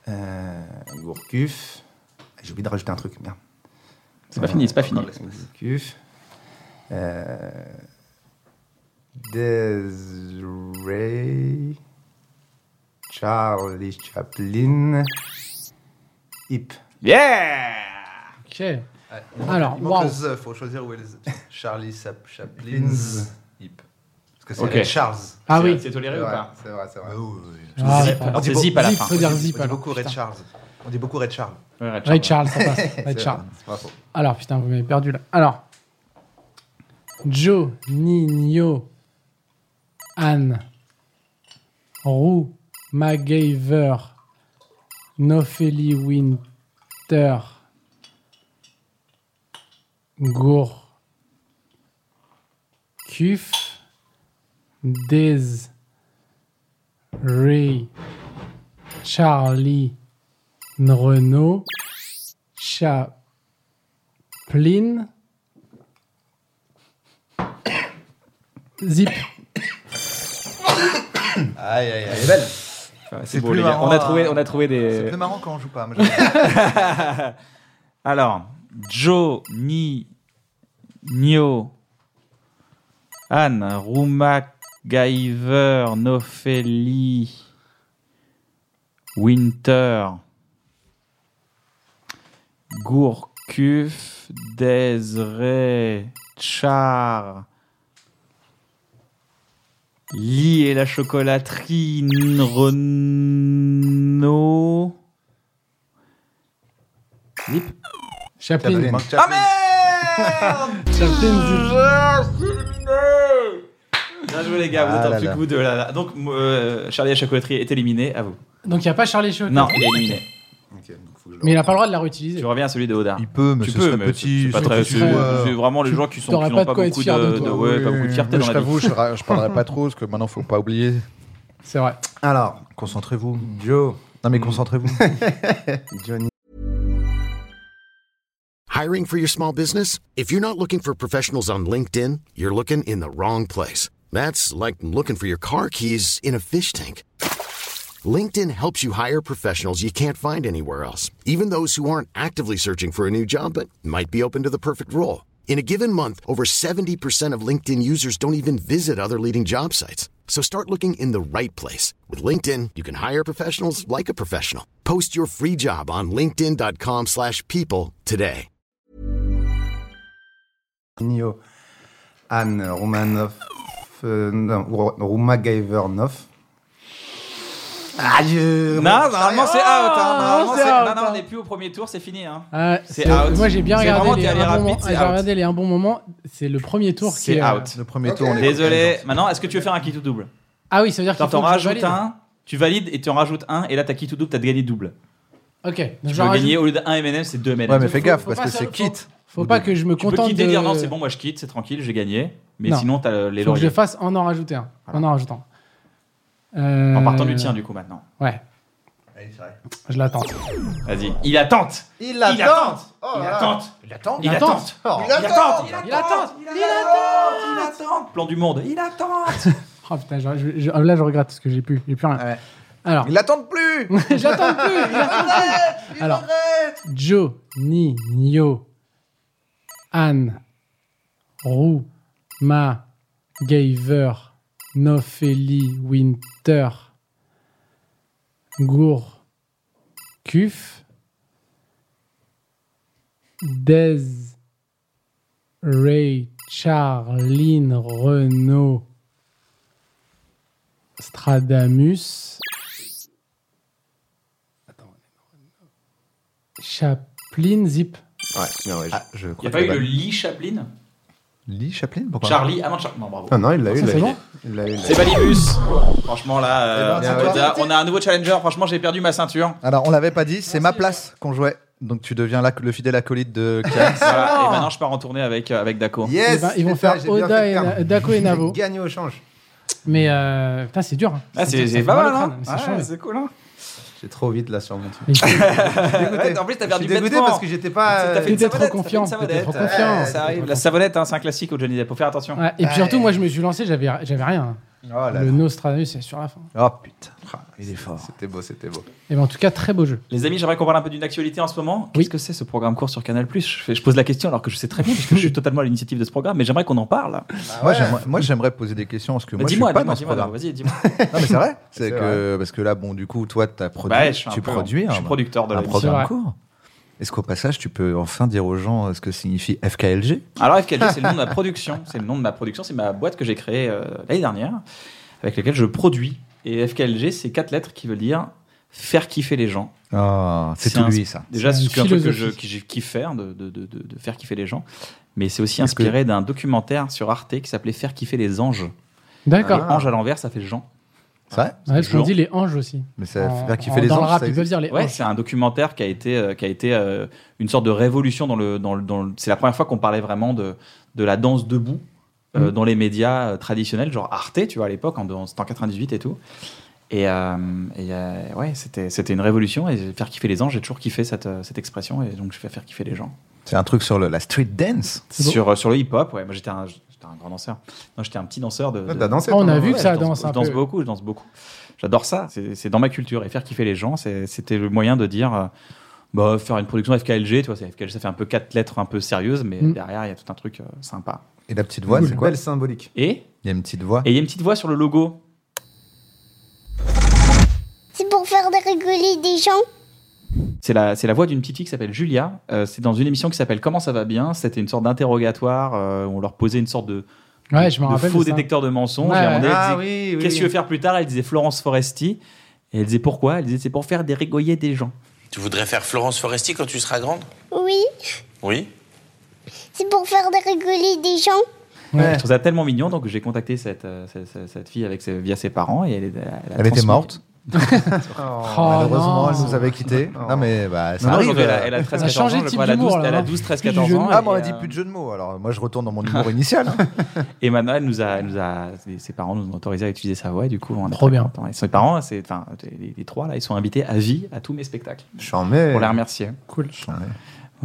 Speaker 4: euh, Gourcuff. J'ai oublié de rajouter un truc, merde.
Speaker 2: C'est pas fini, c'est pas fini.
Speaker 4: Gourcuff. Euh, Desiree, Charlie Chaplin, Hip.
Speaker 2: Yeah
Speaker 3: Ok. Alors,
Speaker 1: Ah, Il manque
Speaker 3: waouh.
Speaker 1: le Z, faut choisir où est le Z. Charlie Sap- Chaplin's Hip. Parce que c'est
Speaker 2: Ok.
Speaker 1: Ray Charles.
Speaker 3: Ah
Speaker 2: C'est-
Speaker 3: oui.
Speaker 2: C'est toléré
Speaker 4: C'est
Speaker 2: ou
Speaker 4: vrai,
Speaker 2: pas
Speaker 4: c'est vrai, c'est vrai.
Speaker 3: Ah,
Speaker 2: Zip.
Speaker 3: ouais.
Speaker 2: On dit zip à la
Speaker 3: Zip,
Speaker 2: fin.
Speaker 3: faut dire
Speaker 1: On
Speaker 3: zip.
Speaker 1: dit
Speaker 3: alors.
Speaker 1: beaucoup Ray
Speaker 3: Putain.
Speaker 1: Charles. On dit beaucoup Ray Charles.
Speaker 2: Ouais, Red
Speaker 3: Ray
Speaker 2: Charles.
Speaker 3: Charles, ça passe. Ray Charles.
Speaker 4: C'est pas faux.
Speaker 3: Alors, putain, vous m'avez perdu là. Alors, Joe, Nino, Anne, Roux, MacGyver, Nofeli Winter, Gour, Kuf, Dez, Ray, Charlie, Renault, Chat. Plin. Zip.
Speaker 1: Aïe, aïe, aïe. Elle est belle.
Speaker 2: Ouais, C'est
Speaker 1: C'est
Speaker 2: beau,
Speaker 1: plus
Speaker 2: les gars.
Speaker 1: marrant,
Speaker 2: On a trouvé,
Speaker 1: hein.
Speaker 2: on a trouvé
Speaker 1: C'est
Speaker 2: des.
Speaker 1: plus marrant quand on joue pas. moi,
Speaker 2: Alors, Joe, Ni, Nio, Anne, Rouma, Guyver, Nofeli, Winter, Gourcuff, Desiree, Char, Lee et la chocolaterie, Renault. Zip.
Speaker 3: Chaplin.
Speaker 1: j'aime. Ah, mais
Speaker 3: Chaplin, zip.
Speaker 2: Bien joué les gars, vous
Speaker 1: Ah
Speaker 2: êtes
Speaker 1: là
Speaker 2: un plus
Speaker 1: là.
Speaker 2: que vous deux oh là. là. Donc euh, Charlie à chocolaterie est éliminé, à vous.
Speaker 3: Donc il n'y a pas Charlie Show.
Speaker 2: Non, il est éliminé.
Speaker 4: Ok, donc faut que je le
Speaker 3: Mais il n'a pas le droit de la réutiliser.
Speaker 2: Tu reviens à celui de Oda.
Speaker 1: Il peut, mais
Speaker 2: tu
Speaker 1: ce
Speaker 2: peux,
Speaker 1: serait
Speaker 2: mais
Speaker 1: petit.
Speaker 2: c'est pas
Speaker 1: ce
Speaker 2: très.
Speaker 1: serait
Speaker 2: C'est
Speaker 1: petit.
Speaker 2: c'est vraiment les gens qui sont
Speaker 3: t'auras
Speaker 2: qui
Speaker 3: pas
Speaker 2: n'ont
Speaker 3: de
Speaker 2: pas,
Speaker 3: quoi être
Speaker 2: beaucoup
Speaker 3: fier de
Speaker 2: de,
Speaker 3: toi.
Speaker 2: ouais, pas beaucoup de fierté
Speaker 1: Moi,
Speaker 2: dans
Speaker 1: je
Speaker 2: la vie.
Speaker 1: t'avoue, je, ra- je parlerai pas trop, parce que maintenant, faut pas oublier.
Speaker 3: C'est vrai.
Speaker 4: Alors,
Speaker 1: Concentrez-vous.
Speaker 4: Joe,
Speaker 1: Non, mais concentrez-vous.
Speaker 4: Johnny
Speaker 7: Hiring for your small business? If you're not looking for professionals on LinkedIn, you're looking in the wrong place. That's like looking for your car keys in a fish tank. LinkedIn helps you hire professionals you can't find anywhere else, even those who aren't actively searching for a new job but might be open to the perfect role. In a given month, over 70% of LinkedIn users don't even visit other leading job sites. So start looking in the right place. With LinkedIn, you can hire professionals like a professional. Post your free job on linkedin.com/people slash people today.
Speaker 4: Nio, Anne Roumanoff, euh, non, Rou- Roumagaever 9. Aïe
Speaker 2: Non, normalement c'est out. hein. Normalement,
Speaker 3: c'est
Speaker 2: c'est-
Speaker 3: out,
Speaker 2: non, non,
Speaker 3: hein.
Speaker 2: on n'est plus au premier tour, c'est fini. hein.
Speaker 3: Ah,
Speaker 2: C'est
Speaker 3: c'est-
Speaker 2: out.
Speaker 3: Moi j'ai bien
Speaker 2: C'est
Speaker 3: regardé
Speaker 2: vraiment,
Speaker 3: les
Speaker 2: t'es allé
Speaker 3: un bon
Speaker 2: rapide,
Speaker 3: moment.
Speaker 2: c'est
Speaker 3: J'ai
Speaker 2: out.
Speaker 3: regardé les un bon moment. C'est le premier tour qui
Speaker 2: C'est
Speaker 3: est. euh,
Speaker 2: out.
Speaker 1: Le premier tour, on est
Speaker 2: Désolé. Maintenant, est-ce que tu veux faire un qui tout double
Speaker 3: Ah oui, ça veut dire qu'il
Speaker 2: Genre
Speaker 3: faut
Speaker 2: t'en
Speaker 3: que je
Speaker 2: rajoutes
Speaker 3: valide.
Speaker 2: un, tu valides et tu en rajoutes un, et là t'as qui tout double, t'as gagné double.
Speaker 3: Ok. donc
Speaker 2: Tu
Speaker 3: j'en
Speaker 2: peux
Speaker 3: rajoute-
Speaker 2: gagner, au lieu d'un M&M, c'est deux M&M.
Speaker 1: Ouais, mais
Speaker 3: Donc,
Speaker 1: fais
Speaker 3: faut-
Speaker 1: gaffe,
Speaker 3: faut
Speaker 1: parce
Speaker 3: pas
Speaker 1: que
Speaker 3: se-
Speaker 1: c'est
Speaker 3: faut-
Speaker 1: quitte.
Speaker 3: Faut pas que je me
Speaker 2: Tu peux
Speaker 3: contente
Speaker 2: quitter
Speaker 3: de.
Speaker 2: dire non, c'est bon, moi je quitte, c'est tranquille, j'ai gagné. Mais
Speaker 3: Non.
Speaker 2: sinon, t'as les
Speaker 3: Faut que je
Speaker 2: lauriers.
Speaker 3: le fasse en en rajoutant. En en rajoutant.
Speaker 2: En
Speaker 3: Euh,
Speaker 2: partant du tien, du coup, maintenant.
Speaker 3: Ouais,
Speaker 1: Il
Speaker 3: je l'attends.
Speaker 2: Vas-y. Il attente
Speaker 4: Il
Speaker 2: l'attend.
Speaker 4: l'attente Oh
Speaker 2: Il
Speaker 4: là là.
Speaker 2: attente
Speaker 1: Il attend.
Speaker 2: Il
Speaker 3: attend.
Speaker 2: attente
Speaker 4: Oh.
Speaker 2: Il attente Il
Speaker 3: Il attend
Speaker 2: Il attente Il attente Plan du monde, il attente
Speaker 3: Oh putain, je- je- je- là je regrette ce que j'ai pu. J'ai plus rien.
Speaker 1: Ouais.
Speaker 3: Alors,
Speaker 1: Il l'attend plus.
Speaker 3: j'attends plus. j'attends plus. Alors, Joe, Ni, Nio, Anne, Roux, Ma, Gaver, Nofeli, Winter, Gour, Kuf, Dez, Ray, Charline, Renault, Stradamus. Chaplin, Zip.
Speaker 4: Ouais, non, ouais, je-
Speaker 1: Ah, je
Speaker 2: Il n'y
Speaker 1: crois
Speaker 2: a pas eu
Speaker 1: que
Speaker 2: le Lee Chaplin
Speaker 1: Lee Chaplin pourquoi
Speaker 2: Charlie Ah non, Char- non, bravo.
Speaker 4: Non, non, il l'a eu, bah, il
Speaker 3: Ça,
Speaker 4: l'a
Speaker 3: c'est
Speaker 4: eu.
Speaker 3: bon
Speaker 4: Il l'a eu, il l'a eu.
Speaker 2: C'est Balibus Franchement, là, euh,
Speaker 4: Eh ben,
Speaker 2: on,
Speaker 4: c'est
Speaker 2: a,
Speaker 4: toi.
Speaker 2: on a un nouveau challenger. Franchement, j'ai perdu ma ceinture.
Speaker 1: Alors on l'avait pas dit, c'est
Speaker 3: Merci,
Speaker 1: ma
Speaker 3: ouais.
Speaker 1: place qu'on jouait. Donc tu deviens là le fidèle acolyte de Karim.
Speaker 2: Voilà. Et maintenant, je pars en tournée avec, euh, avec Daco.
Speaker 4: Yes
Speaker 3: Eh ben, Eh ils vont
Speaker 4: c'est ça,
Speaker 3: faire
Speaker 4: j'ai bien
Speaker 3: Oda
Speaker 4: fait
Speaker 3: et
Speaker 4: le terme.
Speaker 3: Na- Daco et Navo.
Speaker 4: J'ai gagné au change.
Speaker 3: Mais euh, putain, c'est dur. hein.
Speaker 2: Ah,
Speaker 3: dur,
Speaker 2: c'est
Speaker 3: ça
Speaker 2: c'est
Speaker 3: fait
Speaker 2: pas
Speaker 3: mal au
Speaker 2: mal, hein
Speaker 3: crâne, mais
Speaker 2: Ouais,
Speaker 3: c'est chaud,
Speaker 2: C'est cool, hein
Speaker 4: J'ai trop vite là sur mon truc.
Speaker 3: mais- mais-
Speaker 2: Ouais, En plus, t'as
Speaker 4: Je
Speaker 2: perdu
Speaker 4: suis dégoûté
Speaker 2: bêtement.
Speaker 4: parce que j'étais pas.
Speaker 2: T'as fait
Speaker 1: euh,
Speaker 2: une
Speaker 3: T'étais
Speaker 2: savonnette, t'as
Speaker 3: trop
Speaker 2: fait une
Speaker 3: confiant,
Speaker 2: savonnette.
Speaker 3: t'étais trop
Speaker 2: Ouais,
Speaker 3: confiant.
Speaker 2: Ça arrive. La savonnette, hein, c'est un classique au Johnny Depp. Faut faire attention.
Speaker 3: Ouais, et puis surtout, moi, je me suis lancé, j'avais j'avais rien.
Speaker 1: Oh, là là.
Speaker 3: Le Nostradamus, c'est sur la fin.
Speaker 1: Oh, putain.
Speaker 2: Ah,
Speaker 4: Il est fort. C'était beau, c'était beau.
Speaker 3: Et ben, en tout cas, très beau jeu.
Speaker 2: Les amis, j'aimerais qu'on parle un peu d'une actualité en ce moment.
Speaker 3: Oui.
Speaker 2: Qu'est-ce que c'est ce programme court sur Canal Plus je, fais- je pose la question alors que je sais très bien puisque je suis totalement à l'initiative de ce programme, mais j'aimerais qu'on en parle. Bah,
Speaker 1: Moi, j'aimerais- moi, j'aimerais poser des questions parce que moi je suis
Speaker 2: Ah dis-moi,
Speaker 1: pas
Speaker 2: dis-moi,
Speaker 1: dans ce
Speaker 2: dis-moi,
Speaker 1: programme.
Speaker 2: vas-y, dis-moi.
Speaker 1: Non mais c'est vrai, c'est
Speaker 4: C'est
Speaker 1: que parce que là bon du coup toi t'as produit,
Speaker 2: Bah, je suis un
Speaker 1: tu
Speaker 2: peu-
Speaker 1: produis
Speaker 2: Je suis
Speaker 1: un-
Speaker 2: producteur de
Speaker 1: un
Speaker 2: la
Speaker 1: programme
Speaker 3: vrai.
Speaker 1: court. Est-ce qu'au passage tu peux enfin dire aux gens euh, ce que signifie FKLG
Speaker 2: Alors FKG, c'est le nom de ma production. C'est le nom de ma production. C'est ma boîte que j'ai créée euh, l'année dernière, avec laquelle je produis. Et FKLG, c'est quatre lettres qui veulent dire faire kiffer les gens.
Speaker 1: Ah, c'est
Speaker 2: C'est
Speaker 1: tout
Speaker 2: un-
Speaker 1: lui ça.
Speaker 2: Déjà,
Speaker 3: C'est
Speaker 2: c'est
Speaker 3: une
Speaker 2: un truc que je-
Speaker 3: philosophie.
Speaker 2: que j'ai kiffé faire, de, de- de- de- de faire kiffer les gens. Mais c'est aussi
Speaker 1: Est-ce que-
Speaker 2: inspiré d'un documentaire sur Arte qui s'appelait Faire kiffer les anges. Et
Speaker 3: D'accord.
Speaker 2: ange à l'envers, ça fait Jean.
Speaker 1: C'est vrai
Speaker 3: Ouais, parce qu'on
Speaker 2: Jean.
Speaker 3: dit les anges aussi.
Speaker 1: Mais ça
Speaker 3: En-
Speaker 1: fait
Speaker 3: en-
Speaker 1: kiffer les
Speaker 3: dans le
Speaker 1: anges,
Speaker 3: rap,
Speaker 1: ça
Speaker 3: ils peuvent
Speaker 1: existe.
Speaker 3: dire les
Speaker 2: Ouais,
Speaker 3: anges.
Speaker 2: c'est un documentaire qui a été, euh, qui a été euh, une sorte de révolution dans le. Dans le, dans le- c'est la première fois qu'on parlait vraiment de, de la danse debout euh,
Speaker 3: Mhm.
Speaker 2: dans les médias euh, traditionnels, genre Arte, tu vois, à l'époque, en, en- c'était en 98 et tout. Et, euh, et, euh, ouais, c'était, c'était une révolution. Et faire kiffer les anges, j'ai toujours kiffé cette, euh, cette expression. Et donc, je fais faire kiffer les gens.
Speaker 1: C'est un truc sur le- la street dance.
Speaker 3: C'est beau.
Speaker 2: Sur, euh, sur le hip-hop, ouais, moi j'étais un, j'étais un grand danseur. Non, j'étais un petit danseur de.
Speaker 4: Ouais,
Speaker 2: de-
Speaker 4: Ah, T'as dansé
Speaker 3: Ah, On
Speaker 4: toi,
Speaker 3: a
Speaker 4: non
Speaker 3: vu
Speaker 2: Ouais,
Speaker 3: que ça
Speaker 2: je danse,
Speaker 3: danse un
Speaker 2: je danse
Speaker 3: peu.
Speaker 2: beaucoup, je danse beaucoup. J'adore ça, c'est c'est dans ma culture. Et faire kiffer les gens, c'est- c'était le moyen de dire, euh, bah, faire une production FKLG, tu vois, c'est FKLG, ça fait un peu quatre lettres un peu sérieuses, mais
Speaker 3: Mm.
Speaker 2: derrière, il y a tout un truc euh, sympa.
Speaker 1: Et la petite voix, c'est
Speaker 4: Une
Speaker 1: quoi
Speaker 4: belle symbolique.
Speaker 2: Et et
Speaker 1: Il y a une petite voix.
Speaker 2: il y a une petite voix sur le logo.
Speaker 8: C'est pour faire de rigoler des gens.
Speaker 2: C'est la, c'est la voix d'une petite fille qui s'appelle Julia. Euh, c'est dans une émission qui s'appelle Comment ça va bien. C'était une sorte d'interrogatoire euh, où on leur posait une sorte de,
Speaker 3: Ouais, je me
Speaker 2: de
Speaker 3: rappelle.
Speaker 2: faux
Speaker 3: de ça.
Speaker 2: détecteur de mensonges.
Speaker 3: Ouais,
Speaker 2: et
Speaker 3: ouais.
Speaker 2: on disait,
Speaker 4: Ah oui,
Speaker 2: Qu'est-ce que tu veux faire plus tard Elle disait Florence Foresti. Et elle disait pourquoi Elle disait c'est pour faire des rigoyer des gens.
Speaker 9: Tu voudrais faire Florence Foresti quand tu seras grande
Speaker 8: Oui,
Speaker 9: Oui.
Speaker 8: c'est pour faire de rigoler des gens.
Speaker 3: Ouais.
Speaker 2: Je trouve ça tellement mignon, donc j'ai contacté cette, euh, cette, cette- cette fille avec ses- via ses parents et elle, est- elle a
Speaker 1: Elle était
Speaker 2: transmis-
Speaker 1: morte.
Speaker 3: Oh,
Speaker 1: Malheureusement,
Speaker 3: non.
Speaker 1: elle nous avait quittés.
Speaker 4: Oh.
Speaker 1: Non mais bah ça
Speaker 2: Non,
Speaker 3: Ah
Speaker 2: non,
Speaker 1: arrive.
Speaker 2: aujourd'hui, elle a, elle a 13
Speaker 3: On a
Speaker 2: 14
Speaker 3: changé
Speaker 2: ans,
Speaker 3: de
Speaker 2: je
Speaker 3: type
Speaker 2: crois, elle a
Speaker 3: d'humour,
Speaker 2: 12, elle a
Speaker 3: là.
Speaker 2: 12 13
Speaker 3: Plus de
Speaker 2: 14
Speaker 3: jeu de
Speaker 2: ans.
Speaker 3: mots.
Speaker 1: Ah, moi, on
Speaker 2: et,
Speaker 1: a dit
Speaker 2: euh,
Speaker 1: plus de jeu de mots. Alors, moi, je retourne dans mon humour initial. hein.
Speaker 2: Et maintenant, elle nous a, elle nous a, ses- ses parents nous ont autorisé à utiliser sa voix, et du coup, on est
Speaker 3: Trop
Speaker 2: très
Speaker 3: bien.
Speaker 2: contents. Et ses parents, c'est, enfin, les, les trois là, ils sont invités à vie à tous mes spectacles
Speaker 4: J'en mets.
Speaker 2: pour les remercier.
Speaker 3: Cool.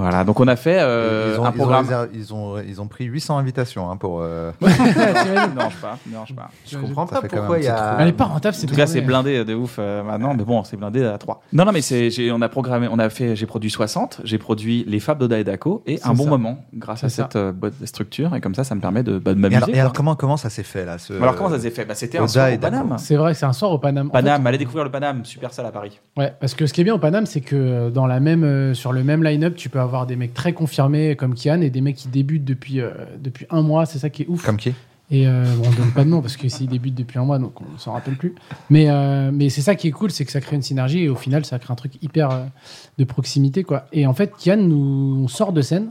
Speaker 2: Voilà, donc on a fait euh,
Speaker 1: ils, ont, ils
Speaker 2: un
Speaker 1: ont
Speaker 2: programme.
Speaker 1: réservé- ils, ont, ils ont pris 800 invitations hein, pour. euh,
Speaker 2: Ne me dérange pas, ne me dérange pas.
Speaker 4: Je comprends
Speaker 1: Ça
Speaker 4: pas
Speaker 1: fait quand
Speaker 4: pourquoi
Speaker 1: même
Speaker 4: il y
Speaker 1: un
Speaker 4: a.
Speaker 3: Ah, Elle est pas rentable,
Speaker 2: En
Speaker 3: c'est
Speaker 2: tout cas, c'est blindé de ouf euh, maintenant, mais bon, c'est blindé à 3. Non, non, mais c'est, j'ai- on a programmé, on a fait, j'ai produit 60, j'ai produit les Fab d'Oda et Daco et un bon
Speaker 3: ça.
Speaker 2: moment grâce à
Speaker 3: C'est ça.
Speaker 2: cette euh, boîte de structure et comme ça, ça me permet de, bah, de
Speaker 1: Et
Speaker 2: m'amuser.
Speaker 1: alors, et alors,
Speaker 2: quoi.
Speaker 1: comment, comment ça s'est fait là ce...
Speaker 2: Alors, comment ça s'est fait bah, C'était un
Speaker 1: Oda
Speaker 2: soir
Speaker 1: et
Speaker 2: au Paname.
Speaker 3: C'est vrai que c'est un soir au Paname. En fait,
Speaker 2: Paname, allez découvrir le Paname, super salle à Paris.
Speaker 3: Ouais, parce que ce qui est bien au Paname, c'est que euh, dans la même, euh, sur le même line-up, tu peux avoir des mecs très confirmés comme Kian et des mecs qui débutent depuis, euh, depuis un mois. C'est ça qui est ouf.
Speaker 1: Comme qui
Speaker 3: Et euh, bon, on donne pas de nom parce que s'ils débutent depuis un mois, donc on s'en rappelle plus. Mais, euh, mais c'est ça qui est cool, c'est que ça crée une synergie et au final, ça crée un truc hyper euh, de proximité. quoi. Et en fait, Kian, nous, on sort de scène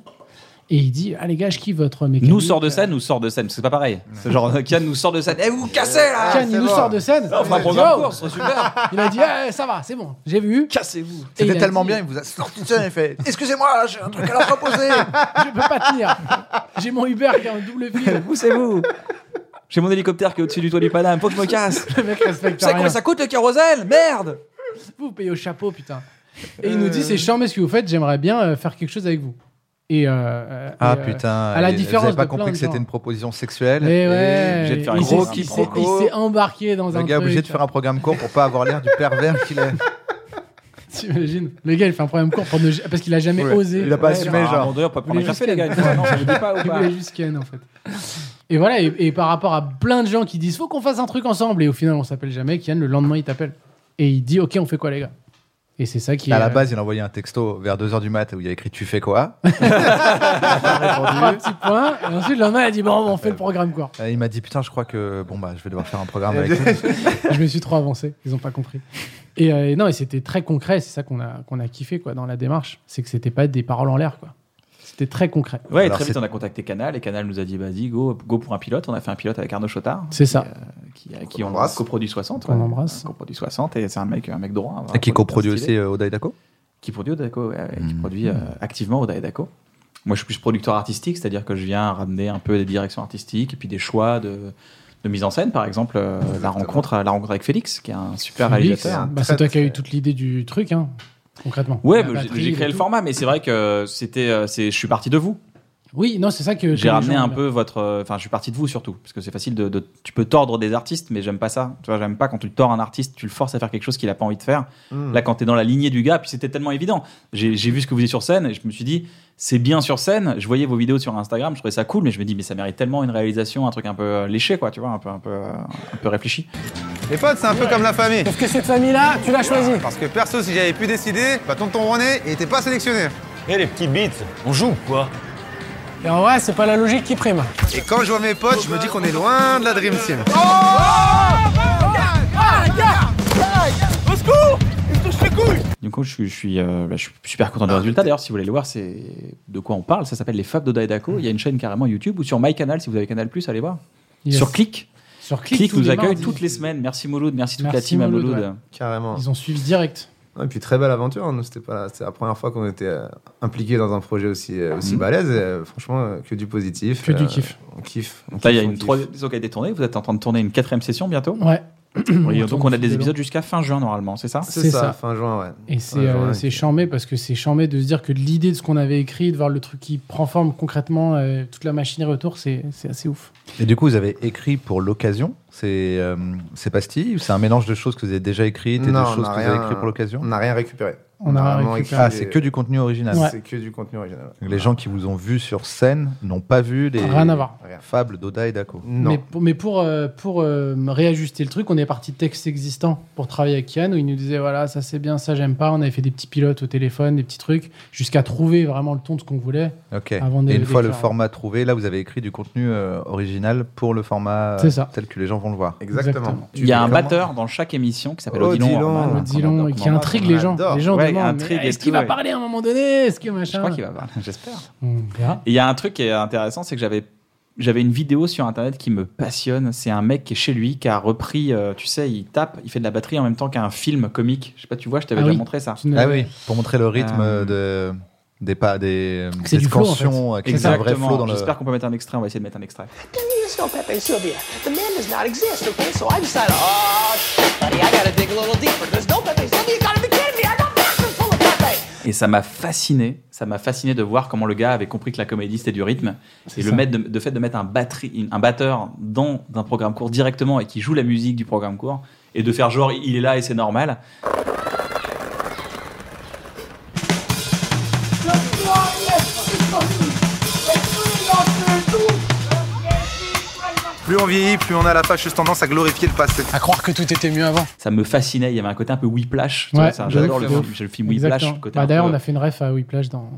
Speaker 3: Et il dit Ah les gars, je kiffe votre mécanique.
Speaker 2: Nous sort de scène ou sort de scène Parce que c'est pas pareil. C'est genre, euh, Kian nous sort de scène. Eh, vous vous cassez là
Speaker 3: Kian,
Speaker 4: Ah,
Speaker 3: il
Speaker 4: c'est
Speaker 3: nous
Speaker 4: bon.
Speaker 3: sort de scène.
Speaker 2: On
Speaker 3: Il
Speaker 2: fera
Speaker 3: a
Speaker 2: un
Speaker 3: dit,
Speaker 2: programme
Speaker 3: Oh
Speaker 2: course, super
Speaker 3: Il a dit Eh, Ça va, c'est bon, j'ai vu.
Speaker 2: Cassez-vous
Speaker 3: Et il
Speaker 1: C'était
Speaker 3: a
Speaker 1: tellement
Speaker 3: dit-
Speaker 1: bien, il vous a sorti de scène, il fait Excusez-moi, j'ai un truc à leur proposer
Speaker 3: Je peux pas tenir. J'ai mon Uber qui est en double fil.
Speaker 2: Poussez-vous J'ai mon hélicoptère qui est au-dessus du toit du Paname, faut que je me casse
Speaker 3: Le mec respecte
Speaker 2: Tu sais
Speaker 3: rien.
Speaker 2: combien ça coûte le kérosène Merde
Speaker 3: Vous, vous payez au chapeau, putain. Et il nous dit C'est chiant, mais ce que vous faites, j'aimerais bien euh, faire quelque chose avec vous. Et. euh, euh,
Speaker 1: Ah
Speaker 3: et, euh,
Speaker 1: putain,
Speaker 3: à la
Speaker 1: et-
Speaker 3: différence
Speaker 1: j'avais pas
Speaker 3: de plein
Speaker 1: compris
Speaker 3: de
Speaker 1: que c'était
Speaker 3: gens.
Speaker 1: une proposition sexuelle.
Speaker 3: Mais ouais,
Speaker 2: obligé de faire
Speaker 3: il
Speaker 2: un
Speaker 3: s'est-
Speaker 2: gros
Speaker 3: il s'est-
Speaker 1: quiproquo.
Speaker 3: Il s'est embarqué dans un
Speaker 1: Le gars
Speaker 3: truc.
Speaker 1: obligé de faire un programme court pour pas avoir l'air du pervers qu'il est.
Speaker 3: T'imagines Le gars, il fait un problème court pour ne- parce qu'il a jamais
Speaker 1: Ouais.
Speaker 3: osé.
Speaker 1: Il a pas assumé, genre.
Speaker 2: bon, d'ailleurs, pas prendre un
Speaker 3: voulez
Speaker 2: café, les
Speaker 3: juste
Speaker 2: gars, une fois, non, je vous dis pas ou
Speaker 3: Il
Speaker 2: pas.
Speaker 3: voulait juste Ken, en fait. Et voilà, et, et par rapport à plein de gens qui disent faut qu'on fasse un truc ensemble, et au final on s'appelle jamais, Kian le lendemain il t'appelle. Et il dit ok, on fait quoi les gars Et c'est ça qui.
Speaker 1: Bah, À
Speaker 3: est- euh,
Speaker 1: la base, il a envoyé un texto vers 2h du mat où il y a écrit Tu fais quoi
Speaker 3: Trois petits points, et ensuite le lendemain il a dit bon, on fait le programme quoi.
Speaker 1: Et Il m'a dit Putain, je crois que bon, bah, je vais devoir faire un programme avec.
Speaker 3: Je me suis trop avancé, ils ont pas compris. Et euh, non, et c'était très concret, c'est ça qu'on a, qu'on a kiffé quoi dans la démarche, c'est que c'était pas des paroles en l'air quoi. C'était très concret.
Speaker 2: Ouais,
Speaker 1: Alors,
Speaker 2: très vite,
Speaker 1: c'est-
Speaker 2: on a contacté Canal et Canal nous a dit vas-y, go, go pour un pilote. On a fait un pilote avec Arnaud Chotard,
Speaker 3: C'est ça.
Speaker 2: qui, qui on
Speaker 4: embrasse.
Speaker 2: coproduit 60.
Speaker 3: Qu'on
Speaker 2: ouais.
Speaker 3: embrasse.
Speaker 2: Coproduit 60, et c'est un mec, un mec droit. hein, un
Speaker 1: Et qui coproduit
Speaker 2: producteur
Speaker 1: aussi
Speaker 2: stylé.
Speaker 1: euh, Oda Hidako
Speaker 2: Qui produit Odaco, ouais, ouais, qui
Speaker 1: Mm.
Speaker 2: produit euh, activement Oda et Daco. Moi, je suis plus producteur artistique, c'est-à-dire que je viens ramener un peu des directions artistiques et puis des choix de, de mise en scène, par exemple, euh, la, rencontre, à- la rencontre avec Félix, qui est un super
Speaker 3: Félix,
Speaker 2: réalisateur.
Speaker 3: bah, c'est toi qui as eu toute l'idée du truc, hein, concrètement.
Speaker 2: Ouais,
Speaker 3: La
Speaker 2: bah, j'ai-
Speaker 3: batterie,
Speaker 2: j'ai créé le
Speaker 3: tout.
Speaker 2: format, mais c'est vrai que c'était, euh, c'est, je suis parti de vous.
Speaker 3: Oui, non, c'est ça que que
Speaker 2: J'ai
Speaker 3: les
Speaker 2: ramené
Speaker 3: gens
Speaker 2: un
Speaker 3: aiment.
Speaker 2: peu votre. euh, Enfin, je suis parti de vous surtout, parce que c'est facile de, de- Tu peux tordre des artistes, mais j'aime pas ça. Tu vois, j'aime pas quand tu tords un artiste, tu le forces à faire quelque chose qu'il a pas envie de faire. Là, quand t'es dans la lignée du gars, puis c'était tellement évident. J'ai j'ai vu ce que vous faisiez sur scène et je me suis dit, c'est bien sur scène. Je voyais vos vidéos sur Instagram, je trouvais ça cool, mais je me dis, mais ça mérite tellement une réalisation, un truc un peu euh, léché, quoi, tu vois, un peu, un peu, euh, un peu réfléchi.
Speaker 4: Les potes, c'est un peu comme la famille.
Speaker 10: Parce que cette famille-là, tu l'as choisie.
Speaker 4: Parce que perso, si j'avais pu décider, bah, tonton René, il était pas sélectionné.
Speaker 9: Et les petits beats, on joue ou quoi
Speaker 10: Et en vrai, c'est pas la logique qui prime.
Speaker 4: Et quand je vois mes potes, je me dis qu'on est loin de la Dream Team.
Speaker 2: Du coup, je, suis- je suis, euh, bah, je suis super content du résultat. D'ailleurs, si vous voulez le voir, c'est de quoi on parle. Ça s'appelle Les Fables de Daidako. Il y a une chaîne carrément YouTube ou sur MyCanal, si vous avez Canal, allez voir.
Speaker 3: Yes.
Speaker 2: Sur Click.
Speaker 3: Sur Click,
Speaker 2: Click
Speaker 3: tous
Speaker 2: nous
Speaker 3: les
Speaker 2: accueille
Speaker 3: mardis.
Speaker 2: toutes les semaines. Merci Mouloud, merci toute la
Speaker 3: Merci
Speaker 2: team à
Speaker 3: Mouloud,
Speaker 2: Mouloud.
Speaker 3: ouais.
Speaker 4: Carrément.
Speaker 3: Ils ont suivi direct.
Speaker 4: Ouais, Et puis très belle aventure, hein. Nous, c'était pas la- c'était la première fois qu'on était euh, impliqué dans un projet aussi, euh, aussi balèze. Et, euh, franchement, euh, que du positif.
Speaker 3: Que du
Speaker 4: Euh,
Speaker 3: kiff.
Speaker 4: On kiffe. on
Speaker 2: Là, il y a
Speaker 4: kiffe, on
Speaker 2: une
Speaker 4: kiffe.
Speaker 2: troisième épisode qui a été tournée. Vous êtes en train de tourner une quatrième session bientôt.
Speaker 3: Ouais.
Speaker 2: Oui, donc, on a des
Speaker 3: Tourne
Speaker 2: épisodes jusqu'à fin juin normalement, c'est ça
Speaker 4: C'est
Speaker 3: C'est
Speaker 4: ça,
Speaker 3: ça.
Speaker 4: fin juin, ouais.
Speaker 3: Et c'est
Speaker 4: Ouais,
Speaker 3: euh,
Speaker 4: ouais.
Speaker 3: c'est charmé parce que c'est charmé de se dire que de l'idée de ce qu'on avait écrit, de voir le truc qui prend forme concrètement, euh, toute la machinerie autour, c'est c'est assez ouf.
Speaker 1: Et du coup, vous avez écrit pour l'occasion ces, euh, ces pastilles ou C'est un mélange de choses que vous avez déjà écrites et
Speaker 4: Non,
Speaker 1: de
Speaker 4: on
Speaker 1: choses
Speaker 4: a
Speaker 1: que vous avez
Speaker 4: rien-
Speaker 1: écrites pour l'occasion
Speaker 4: On n'a rien récupéré.
Speaker 3: On a
Speaker 4: vraiment
Speaker 3: récupéré.
Speaker 1: Ah,
Speaker 4: des-
Speaker 1: c'est que du contenu original.
Speaker 3: Ouais.
Speaker 4: C'est que du contenu original. ouais.
Speaker 1: Les gens qui vous ont vu sur scène n'ont pas vu les
Speaker 3: Rien à voir.
Speaker 4: Rien.
Speaker 1: fables d'Oda et Dako.
Speaker 4: Non.
Speaker 3: Mais pour, mais pour, euh, pour euh, réajuster le truc, on est parti de textes existants pour travailler avec Kian, où il nous disait voilà, ça c'est bien, ça j'aime pas. On avait fait des petits pilotes au téléphone, des petits trucs, jusqu'à trouver vraiment le ton de ce qu'on voulait.
Speaker 2: Ah,
Speaker 1: Ok.
Speaker 3: Avant de
Speaker 1: et une
Speaker 3: les
Speaker 1: fois le
Speaker 3: faire.
Speaker 1: format trouvé, là, vous avez écrit du contenu euh, original pour le format euh,
Speaker 3: C'est ça.
Speaker 1: tel que les gens vont le voir.
Speaker 4: Exactement.
Speaker 3: Exactement.
Speaker 2: Il y a un
Speaker 4: Comment-
Speaker 2: batteur dans chaque émission qui s'appelle
Speaker 4: Oh,
Speaker 2: Odilon.
Speaker 4: Odilon.
Speaker 2: Orman, qu'on
Speaker 3: Odilon,
Speaker 2: adore, qu'on
Speaker 3: qui
Speaker 2: embrasse.
Speaker 3: intrigue
Speaker 4: on
Speaker 3: les gens.
Speaker 4: adore.
Speaker 3: Les gens
Speaker 2: Ouais,
Speaker 3: demandent
Speaker 2: intrigue
Speaker 3: mais
Speaker 2: et
Speaker 3: est-ce qu'il
Speaker 2: tout,
Speaker 3: va
Speaker 2: ouais.
Speaker 3: parler à un moment donné Est-ce que machin
Speaker 2: Je crois qu'il va avoir, j'espère.
Speaker 3: On verra.
Speaker 2: Et il y a un truc qui est intéressant, c'est que j'avais j'avais une vidéo sur internet qui me passionne. C'est un mec qui est chez lui, qui a repris, euh, tu sais, il tape, il fait de la batterie en même temps qu'un film comique. Je sais pas, tu vois, je t'avais
Speaker 3: Ah
Speaker 2: déjà
Speaker 3: oui.
Speaker 2: montré ça.
Speaker 3: Tu ne-
Speaker 1: Ah oui, pour montrer le rythme
Speaker 2: Euh,
Speaker 1: de, des pas, des,
Speaker 3: Que c'est
Speaker 1: des
Speaker 3: du flow, en
Speaker 1: tensions, euh, que c'est un vrai flow dans
Speaker 2: Exactement.
Speaker 1: le.
Speaker 2: J'espère qu'on peut mettre un extrait. On va essayer de mettre un extrait.
Speaker 10: There's no Pepe Sylvia. The man does not exist, okay? So I decided, oh, shit, buddy, I gotta dig a little deeper. There's no Pepe Sylvia. You gotta be kidding me. I got bathroom full of Pepe.
Speaker 2: Et ça m'a fasciné. Ça m'a fasciné de voir comment le gars avait compris que la comédie c'était du rythme.
Speaker 3: C'est
Speaker 2: Et le
Speaker 3: ça.
Speaker 2: mettre de, de fait de mettre un, batterie, une- un batteur dans un programme court directement et qui joue la musique du programme court et de faire genre il est là et c'est normal.
Speaker 4: Plus on vieillit, plus on a la fâcheuse tendance à glorifier le passé.
Speaker 10: À croire que tout était mieux avant.
Speaker 2: Ça me fascinait. Il y avait un côté un peu whiplash. tu
Speaker 3: Ouais,
Speaker 2: vois, ça, J'adore le
Speaker 4: exactement.
Speaker 2: film, le film Whiplash.
Speaker 3: Exactement.
Speaker 2: le côté
Speaker 3: Bah,
Speaker 2: un
Speaker 3: D'ailleurs,
Speaker 2: peu-
Speaker 3: on a fait une ref à Whiplash dans,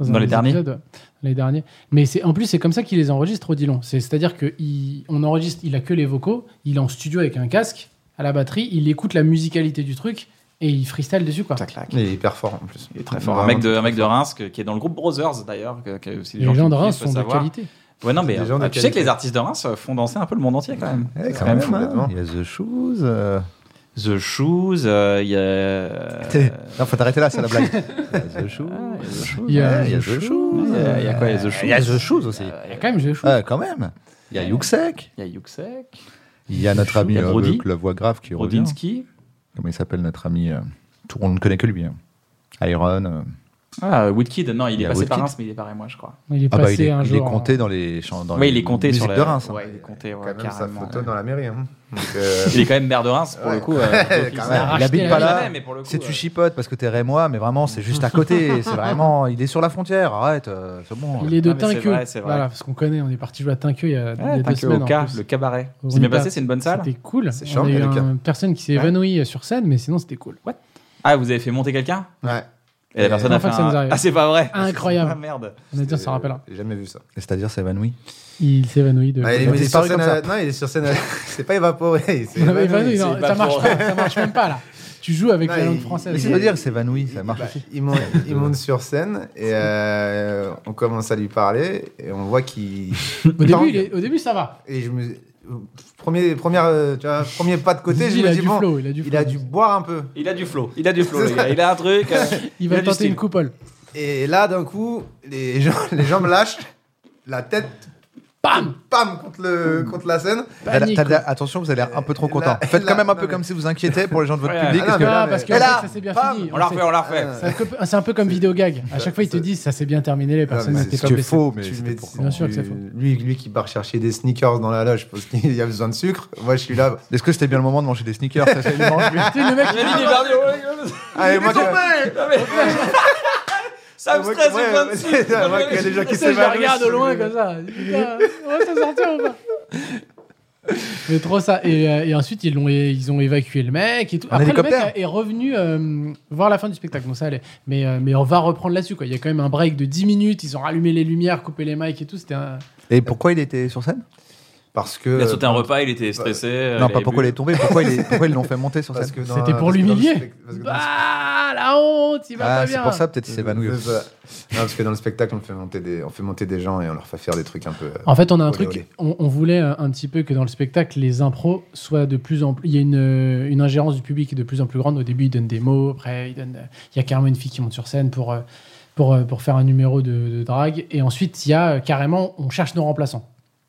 Speaker 3: un
Speaker 2: Dans les
Speaker 3: des
Speaker 2: derniers.
Speaker 3: épisodes, ouais. Dans les derniers. Mais c'est en plus, c'est comme ça qu'il les enregistre, Odilon. C'est- C'est-à-dire qu'on enregistre, il a que les vocaux, il est en studio avec un casque, à la batterie, il écoute la musicalité du truc et il freestyle dessus, quoi.
Speaker 2: Ça claque.
Speaker 4: Il est hyper fort en plus.
Speaker 2: Il est très fort. Un mec de, un mec de Reims que- qui est dans le groupe Brothers d'ailleurs. que- que si
Speaker 3: Les gens
Speaker 2: qui
Speaker 3: de Reims
Speaker 2: kiffent,
Speaker 3: sont de
Speaker 2: savoir.
Speaker 3: qualité.
Speaker 2: Ouais, non, mais
Speaker 4: Des gens de
Speaker 2: euh, tu sais que
Speaker 4: qualité.
Speaker 2: les artistes de Reims euh, font danser un peu le monde entier quand même.
Speaker 4: Ouais,
Speaker 1: Eh, Quand
Speaker 4: quand même,
Speaker 1: même, hein.
Speaker 4: complètement.
Speaker 1: il y a The Shoes. euh,
Speaker 2: The Shoes, euh, il y
Speaker 4: Euh.
Speaker 1: t'es-
Speaker 2: a.
Speaker 1: Non, faut t'arrêter là, c'est la blague. Il y a The Shoes.
Speaker 3: Il y a
Speaker 1: ouais, il y a
Speaker 3: The
Speaker 1: The
Speaker 3: Shoes.
Speaker 1: Shoes.
Speaker 2: Il y a- il y a quoi, il y a The
Speaker 1: Il y a
Speaker 2: Shoes.
Speaker 1: The Shoes aussi.
Speaker 3: Il y a quand même, j'ai chaud.
Speaker 1: Ah, quand même. Il y a Yuxek.
Speaker 2: Il y a Yuxek,
Speaker 1: Il y a notre
Speaker 2: Shoes. Il
Speaker 1: ami
Speaker 2: y a
Speaker 1: euh,
Speaker 2: Brody.
Speaker 1: le- la voix grave qui revient.
Speaker 2: Rodinski.
Speaker 1: Comment il s'appelle notre ami euh, tout- On ne connaît que lui. hein. Iron. euh.
Speaker 2: Ah, Woodkid, non, il
Speaker 1: Il y
Speaker 2: est
Speaker 1: a
Speaker 2: passé par
Speaker 1: Woodkid.
Speaker 2: Reims, mais il est pareil, moi, je crois.
Speaker 3: Il est
Speaker 1: Ah bah, il
Speaker 3: passé
Speaker 1: est,
Speaker 3: un
Speaker 1: il est
Speaker 3: jour. hein. en-
Speaker 1: compté dans les chants. dans
Speaker 2: Oui,
Speaker 1: les
Speaker 2: il est compté
Speaker 1: musiques
Speaker 2: sur la.
Speaker 1: de Reims. hein.
Speaker 2: Ouais, il est compté, ouais,
Speaker 4: Quand même, sa
Speaker 2: carrément.
Speaker 4: photo dans la mairie. hein. Donc, euh,
Speaker 2: Il est quand même maire de Reims, pour le coup. euh, d'office.
Speaker 4: quand
Speaker 1: Ouais,
Speaker 4: même.
Speaker 1: il
Speaker 3: Racheter
Speaker 1: habite
Speaker 3: la
Speaker 1: pas
Speaker 3: ville.
Speaker 1: là.
Speaker 2: Ouais, mais pour le coup,
Speaker 1: C'est tu
Speaker 2: euh,
Speaker 1: chipotes parce que t'es rémois, mais vraiment, c'est juste à côté. c'est vraiment, il est sur la frontière. Arrête, euh, c'est bon.
Speaker 3: Il est de
Speaker 2: Ah, mais c'est
Speaker 3: Tinqueux.
Speaker 2: vrai, c'est vrai.
Speaker 3: Voilà, parce qu'on connaît, on est parti jouer à Tinqueux il y a, il y a
Speaker 2: Ouais,
Speaker 3: deux
Speaker 2: t'inquiète,
Speaker 3: semaines.
Speaker 2: au
Speaker 3: en
Speaker 2: cas,
Speaker 3: plus.
Speaker 2: le cabaret.
Speaker 3: Au
Speaker 2: C'est bien
Speaker 3: Rita.
Speaker 2: passé, c'est une bonne salle.
Speaker 3: C'était cool.
Speaker 4: C'est
Speaker 3: on
Speaker 4: chiant,
Speaker 3: a eu
Speaker 4: le cas.
Speaker 3: une personne qui s'est
Speaker 2: Ouais.
Speaker 3: évanouie sur scène, mais sinon c'était cool.
Speaker 2: Ah, vous avez fait monter quelqu'un
Speaker 4: Ouais.
Speaker 2: Et
Speaker 1: Euh,
Speaker 2: la
Speaker 4: Et
Speaker 2: personne a fait.
Speaker 3: enfin que ça nous
Speaker 2: un-
Speaker 3: arrive.
Speaker 2: Ah, c'est pas vrai
Speaker 3: Incroyable.
Speaker 2: Ah, merde.
Speaker 3: On a dit, on s'en rappellera.
Speaker 4: Euh, J'ai jamais vu ça.
Speaker 1: C'est-à-dire s'évanouit.
Speaker 3: Il s'évanouit de.
Speaker 4: Ah, il,
Speaker 1: Il a
Speaker 4: est sur
Speaker 1: disparu
Speaker 4: scène
Speaker 1: comme ça.
Speaker 4: à- Non, il est sur scène. à- C'est pas évaporé. il s'est
Speaker 3: Non, mais
Speaker 4: évanoui,
Speaker 3: évanouie,
Speaker 4: il s'est
Speaker 3: non, ça
Speaker 4: évaporé.
Speaker 3: marche pas, ça marche même pas là. Tu joues avec
Speaker 4: Non,
Speaker 3: la langue
Speaker 4: il-
Speaker 3: française.
Speaker 1: Mais c'est
Speaker 4: il-
Speaker 1: pas dire s'évanouit, ça
Speaker 4: Bah,
Speaker 1: marche aussi.
Speaker 4: il, monte, il monte sur scène et euh, on commence à lui parler et on voit qu'il.
Speaker 3: Au début, il est- au début, ça va.
Speaker 4: Et je me. Premier, première, euh, tu vois, premier pas de côté, je
Speaker 3: il,
Speaker 4: me
Speaker 3: a
Speaker 4: dis
Speaker 3: du
Speaker 4: bon,
Speaker 3: flow, il a du flow.
Speaker 4: il a dû boire un peu.
Speaker 2: Il a du flow. Il a du flow, le gars. Il a un truc. euh,
Speaker 3: Il va
Speaker 2: a du
Speaker 3: tenter
Speaker 2: style.
Speaker 3: une coupole.
Speaker 4: Et là, d'un coup, les, gens, les jambes lâchent, la tête,
Speaker 3: Bam
Speaker 4: pam, contre, le, contre la scène.
Speaker 1: T'as l'air-
Speaker 3: Panique,
Speaker 1: t'as
Speaker 3: quoi.
Speaker 1: l'air- attention, vous avez l'air un peu trop
Speaker 4: Là-
Speaker 1: content. Faites
Speaker 4: là-
Speaker 1: quand même un
Speaker 4: non,
Speaker 1: peu
Speaker 4: mais-
Speaker 1: comme si vous inquiétez pour les gens de votre
Speaker 2: Ouais,
Speaker 1: public.
Speaker 4: ah,
Speaker 1: parce
Speaker 4: non,
Speaker 1: que-
Speaker 3: Ah, parce que
Speaker 1: Et
Speaker 3: en fait,
Speaker 1: là,
Speaker 3: ça s'est bien
Speaker 1: bam,
Speaker 3: fini.
Speaker 2: On la
Speaker 3: sait-
Speaker 2: refait, on la refait.
Speaker 4: Ah.
Speaker 3: C'est un peu- c'est un peu comme vidéo gag. À chaque fois, ils te
Speaker 4: c'est-
Speaker 3: disent ça s'est bien terminé, les personnes
Speaker 4: mais
Speaker 3: n'étaient
Speaker 4: c'est
Speaker 3: pas
Speaker 1: ce que
Speaker 3: blessées.
Speaker 1: faut, mais
Speaker 4: Tu
Speaker 1: c'était
Speaker 4: mets-
Speaker 1: pour-
Speaker 3: Bien sûr que c'est faux.
Speaker 4: lui, lui qui part chercher des sneakers dans la loge parce qu'il y a besoin de sucre. Moi, je suis là.
Speaker 1: Est-ce que c'était bien le moment de manger des sneakers Ça, ça, il mange bien.
Speaker 3: Tu sais, le mec, il
Speaker 2: Il
Speaker 3: dit,
Speaker 2: est perdu, oh, les gars.
Speaker 4: Allez, Ah, moi, que-
Speaker 2: Non, mais- Ça me
Speaker 4: Moi,
Speaker 2: stresse,
Speaker 4: ouais,
Speaker 2: je viens de
Speaker 4: ouais,
Speaker 2: suivre.
Speaker 4: c'est ça, moi, qu'il y a des gens qui
Speaker 3: Tu sais, je la
Speaker 4: s'évanouissent.
Speaker 3: regarde au loin comme ça. Putain, On va s'en sortir ou pas Mais trop ça. Et, euh, et ensuite, ils, l'ont, é- ils ont évacué le mec et tout.
Speaker 1: En
Speaker 3: Après, le mec
Speaker 1: hélicoptère
Speaker 3: a- est revenu euh, voir la fin du spectacle. Donc ça allait. Mais, euh, mais on va reprendre là-dessus. Quoi. Il y a quand même un break de 10 minutes. Ils ont rallumé les lumières, coupé les mics et tout. C'était un...
Speaker 1: Et pourquoi il était sur scène
Speaker 4: Parce que.
Speaker 2: Il a sauté un repas, il était stressé. euh,
Speaker 1: Non,
Speaker 2: il
Speaker 1: pas
Speaker 2: a
Speaker 1: pourquoi il
Speaker 2: bu.
Speaker 1: est tombé, pourquoi il est- pourquoi ils l'ont fait monter sur
Speaker 4: parce
Speaker 1: scène Ah,
Speaker 4: que dans-
Speaker 3: C'était pour
Speaker 4: parce que dans le
Speaker 3: l'humilier.
Speaker 4: spec- parce que dans le
Speaker 3: Ah, la honte, il va
Speaker 1: Ah,
Speaker 3: pas
Speaker 1: Bah c'est hein.
Speaker 3: bien.
Speaker 1: pour ça peut-être il s'évanouit.
Speaker 4: C'est ça. Non, parce que dans le spectacle, on fait monter des, on fait monter des gens et on leur fait faire des trucs un peu. euh,
Speaker 3: En fait, on a un
Speaker 4: Olé,
Speaker 3: truc,
Speaker 4: olé.
Speaker 3: on, on voulait euh, un petit peu que dans le spectacle, les impros soient de plus en plus. Il y a une, euh, une ingérence du public de plus en plus grande. Au début, ils donnent des mots, après, ils donnent, euh, il y a carrément une fille qui monte sur scène pour, euh, pour, euh, pour faire un numéro de, de drague. Et ensuite, il y a euh, carrément, on cherche nos remplaçants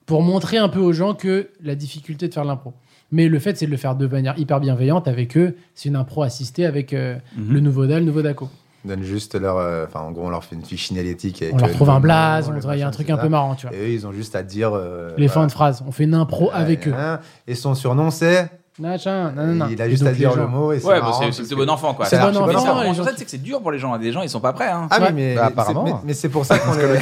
Speaker 3: pour montrer un peu aux gens que la difficulté de faire de l'impro. Mais le fait, c'est de le faire de manière hyper bienveillante avec eux. C'est une impro assistée avec euh,
Speaker 2: Mhm.
Speaker 3: le nouveau DA, le nouveau DACO.
Speaker 4: On donne juste leur, euh, enfin, en gros, on leur fait une fiche signalétique. Avec
Speaker 3: On leur
Speaker 4: euh,
Speaker 3: trouve un
Speaker 4: le
Speaker 3: blaze,
Speaker 4: nom, le
Speaker 3: on- il y a un
Speaker 4: machin,
Speaker 3: truc
Speaker 4: etc.
Speaker 3: un peu marrant, tu vois.
Speaker 4: Et eux, ils ont juste à dire. euh,
Speaker 3: Les
Speaker 4: voilà.
Speaker 3: fins de phrase, on fait une impro avec eux.
Speaker 4: Hein, Et son surnom, c'est.
Speaker 3: Machin, nanana.
Speaker 4: Il
Speaker 3: Et
Speaker 4: a juste
Speaker 3: donc,
Speaker 4: à
Speaker 3: les
Speaker 4: dire le
Speaker 3: gens-
Speaker 4: mot et c'est
Speaker 2: Ouais, bah,
Speaker 4: marrant
Speaker 2: c'est-
Speaker 4: parce
Speaker 2: c'est
Speaker 4: que-
Speaker 2: bon enfant, quoi.
Speaker 3: C'est
Speaker 4: Ça
Speaker 3: bon
Speaker 4: marche pas
Speaker 3: enfant,
Speaker 4: bien.
Speaker 3: et
Speaker 2: En
Speaker 3: je-
Speaker 2: fait, c'est que c'est dur pour les gens. Il y a des gens, ils sont pas prêts. hein.
Speaker 4: Ah
Speaker 3: Ouais.
Speaker 4: oui, mais
Speaker 1: Bah, apparemment.
Speaker 4: c'est- mais- Mais c'est pour ça qu'on le-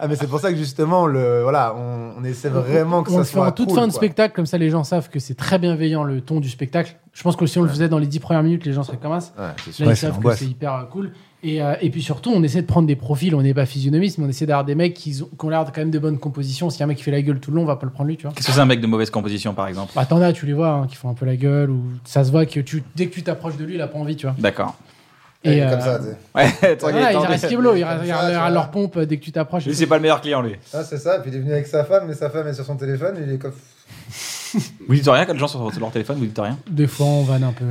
Speaker 4: Ah mais c'est pour ça que justement le voilà, on, on essaie vraiment que
Speaker 3: on
Speaker 4: ça
Speaker 3: le fait
Speaker 4: soit
Speaker 3: en toute
Speaker 4: cool,
Speaker 3: fin de
Speaker 4: quoi.
Speaker 3: spectacle, comme ça les gens savent que c'est très bienveillant le ton du spectacle. Je pense que si on le faisait dans les dix premières minutes, les gens seraient comme ça.
Speaker 4: Ouais, c'est sûr.
Speaker 3: Là,
Speaker 1: Ouais,
Speaker 3: ils
Speaker 1: c'est
Speaker 3: savent que
Speaker 1: l'angoisse.
Speaker 3: c'est hyper euh, cool. Et, euh, et puis surtout, on essaie de prendre des profils, on n'est pas physionomiste, mais on essaie d'avoir des mecs qui, ont- qui ont l'air de quand même de bonne composition. S'il y a un mec qui fait la gueule tout le long, on va pas le prendre lui, tu vois.
Speaker 2: Qu'est-ce que c'est un mec de mauvaise composition, par exemple
Speaker 3: Bah, t'en as, tu les vois, hein, qui font un peu la gueule, ou ça se voit que tu, dès que tu t'approches de lui, il a pas envie, tu vois.
Speaker 2: D'accord.
Speaker 4: Et
Speaker 3: Et, euh,
Speaker 4: comme ça, tu sais.
Speaker 2: Ouais, toi, il est
Speaker 3: voilà, Ah, il
Speaker 2: tendu.
Speaker 3: reste kiblo, il reste-
Speaker 4: Comme
Speaker 3: il
Speaker 4: ça,
Speaker 3: regarde
Speaker 4: Ah, tu vois.
Speaker 3: à leur pompe euh, dès que tu t'approches. et
Speaker 2: Lui,
Speaker 3: tout.
Speaker 2: c'est pas le meilleur client, lui.
Speaker 4: Ah, c'est ça, puis il est venu avec sa femme, mais sa femme est sur son téléphone, il est comme
Speaker 2: Vous dites rien quand les gens sont sur leur téléphone, vous dites rien.
Speaker 3: Des fois, on vanne un peu.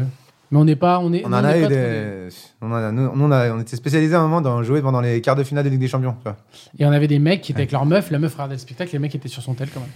Speaker 3: Mais on n'est pas. On, est,
Speaker 4: On en a
Speaker 3: est
Speaker 4: eu
Speaker 3: pas trop
Speaker 4: des. On, en a, nous, nous, on, a- on était spécialisés à un moment dans jouer pendant les quarts de finale de Ligue des Champions. tu vois.
Speaker 3: Et on avait des mecs qui étaient avec leur meuf, la meuf regardait le spectacle, les mecs étaient sur son tel quand même.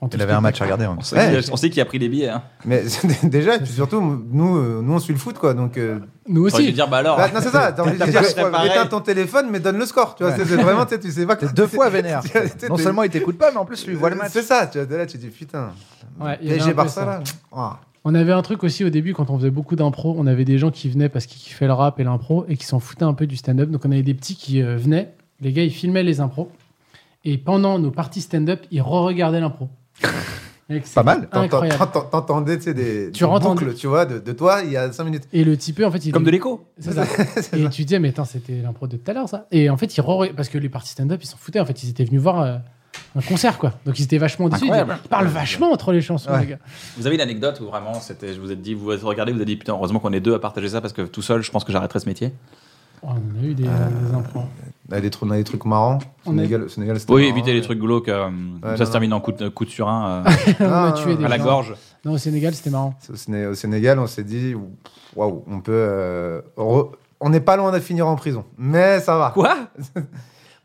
Speaker 3: En tout
Speaker 1: Il avait un
Speaker 3: spectacle.
Speaker 1: match à regarder. hein.
Speaker 2: On sait,
Speaker 4: Ouais.
Speaker 2: qui, on sait qui a pris les billets. Hein.
Speaker 4: Mais c'est- déjà, et puis surtout, nous, euh, nous, on suit le foot, quoi. Donc. euh,
Speaker 3: Nous
Speaker 2: J'aurais dû
Speaker 3: aussi.
Speaker 2: dire, bah alors.
Speaker 4: bah, non, c'est ça, t'as envie de
Speaker 2: T'as
Speaker 4: dire,
Speaker 2: pas fait pareil.
Speaker 4: éteins ton téléphone, mais donne le score. Tu vois, c'est c'est vraiment, tu sais, tu sais pas.
Speaker 1: T'es deux fois vénère.
Speaker 4: Tu vois, t'es-
Speaker 1: non
Speaker 4: t'es-
Speaker 1: seulement il t'écoute pas, mais en plus tu lui vois le match.
Speaker 4: C'est ça, tu vois, de là, tu te dis, putain.
Speaker 3: Ouais, il y avait un
Speaker 4: PSG
Speaker 3: peu
Speaker 4: Barça,
Speaker 3: ça.
Speaker 4: là. Ah.
Speaker 3: On avait un truc aussi au début quand on faisait beaucoup d'impro, on avait des gens qui venaient parce qu'ils kiffaient le rap et l'impro et qui s'en foutaient un peu du stand-up. Donc on avait des petits qui euh, venaient, les gars ils filmaient les impros et pendant nos parties stand-up ils re-regardaient l'impro. Mec, c'est
Speaker 1: Pas mal.
Speaker 4: T'entends-
Speaker 3: Incroyable.
Speaker 4: t'entends- T'entendais, tu sais, des,
Speaker 3: Tu
Speaker 4: des
Speaker 3: entends-
Speaker 4: boucles, tu vois, de, de toi, il y a 5 minutes.
Speaker 3: Et le type en fait il
Speaker 2: Comme de l'écho.
Speaker 3: C'est ça. et tu disais, mais attends, c'était l'impro de tout à l'heure, ça. Et en fait, ils re- parce que les parties stand-up, ils s'en foutaient. En fait, ils étaient venus voir euh, un concert, quoi. Donc ils étaient vachement déçus. Ils,
Speaker 2: Incroyable.
Speaker 3: ils parlent vachement entre les chansons,
Speaker 1: Ouais.
Speaker 3: les gars.
Speaker 2: Vous avez une anecdote où vraiment, c'était, je vous ai dit, vous vous regardez, vous avez dit, putain, heureusement qu'on est deux à partager ça parce que tout seul, je pense que j'arrêterais ce métier.
Speaker 3: Oh, on a eu
Speaker 4: Euh.
Speaker 3: des, des impros.
Speaker 4: On a des, trucs- on a des trucs marrants.
Speaker 3: On a-
Speaker 4: Sénégal, Sénégal, c'était
Speaker 2: Oui,
Speaker 4: marrant.
Speaker 2: évitez les trucs glauques. euh, ça
Speaker 4: non,
Speaker 2: se termine en coup de, coup de surin euh,
Speaker 3: on a
Speaker 4: Ah,
Speaker 3: tué des
Speaker 2: à la
Speaker 3: gens.
Speaker 2: gorge.
Speaker 3: Non, au Sénégal, c'était marrant.
Speaker 4: Au Séné- Au Sénégal, on s'est dit, waouh, on peut. euh, re- On n'est pas loin de finir en prison, mais ça va.
Speaker 2: Quoi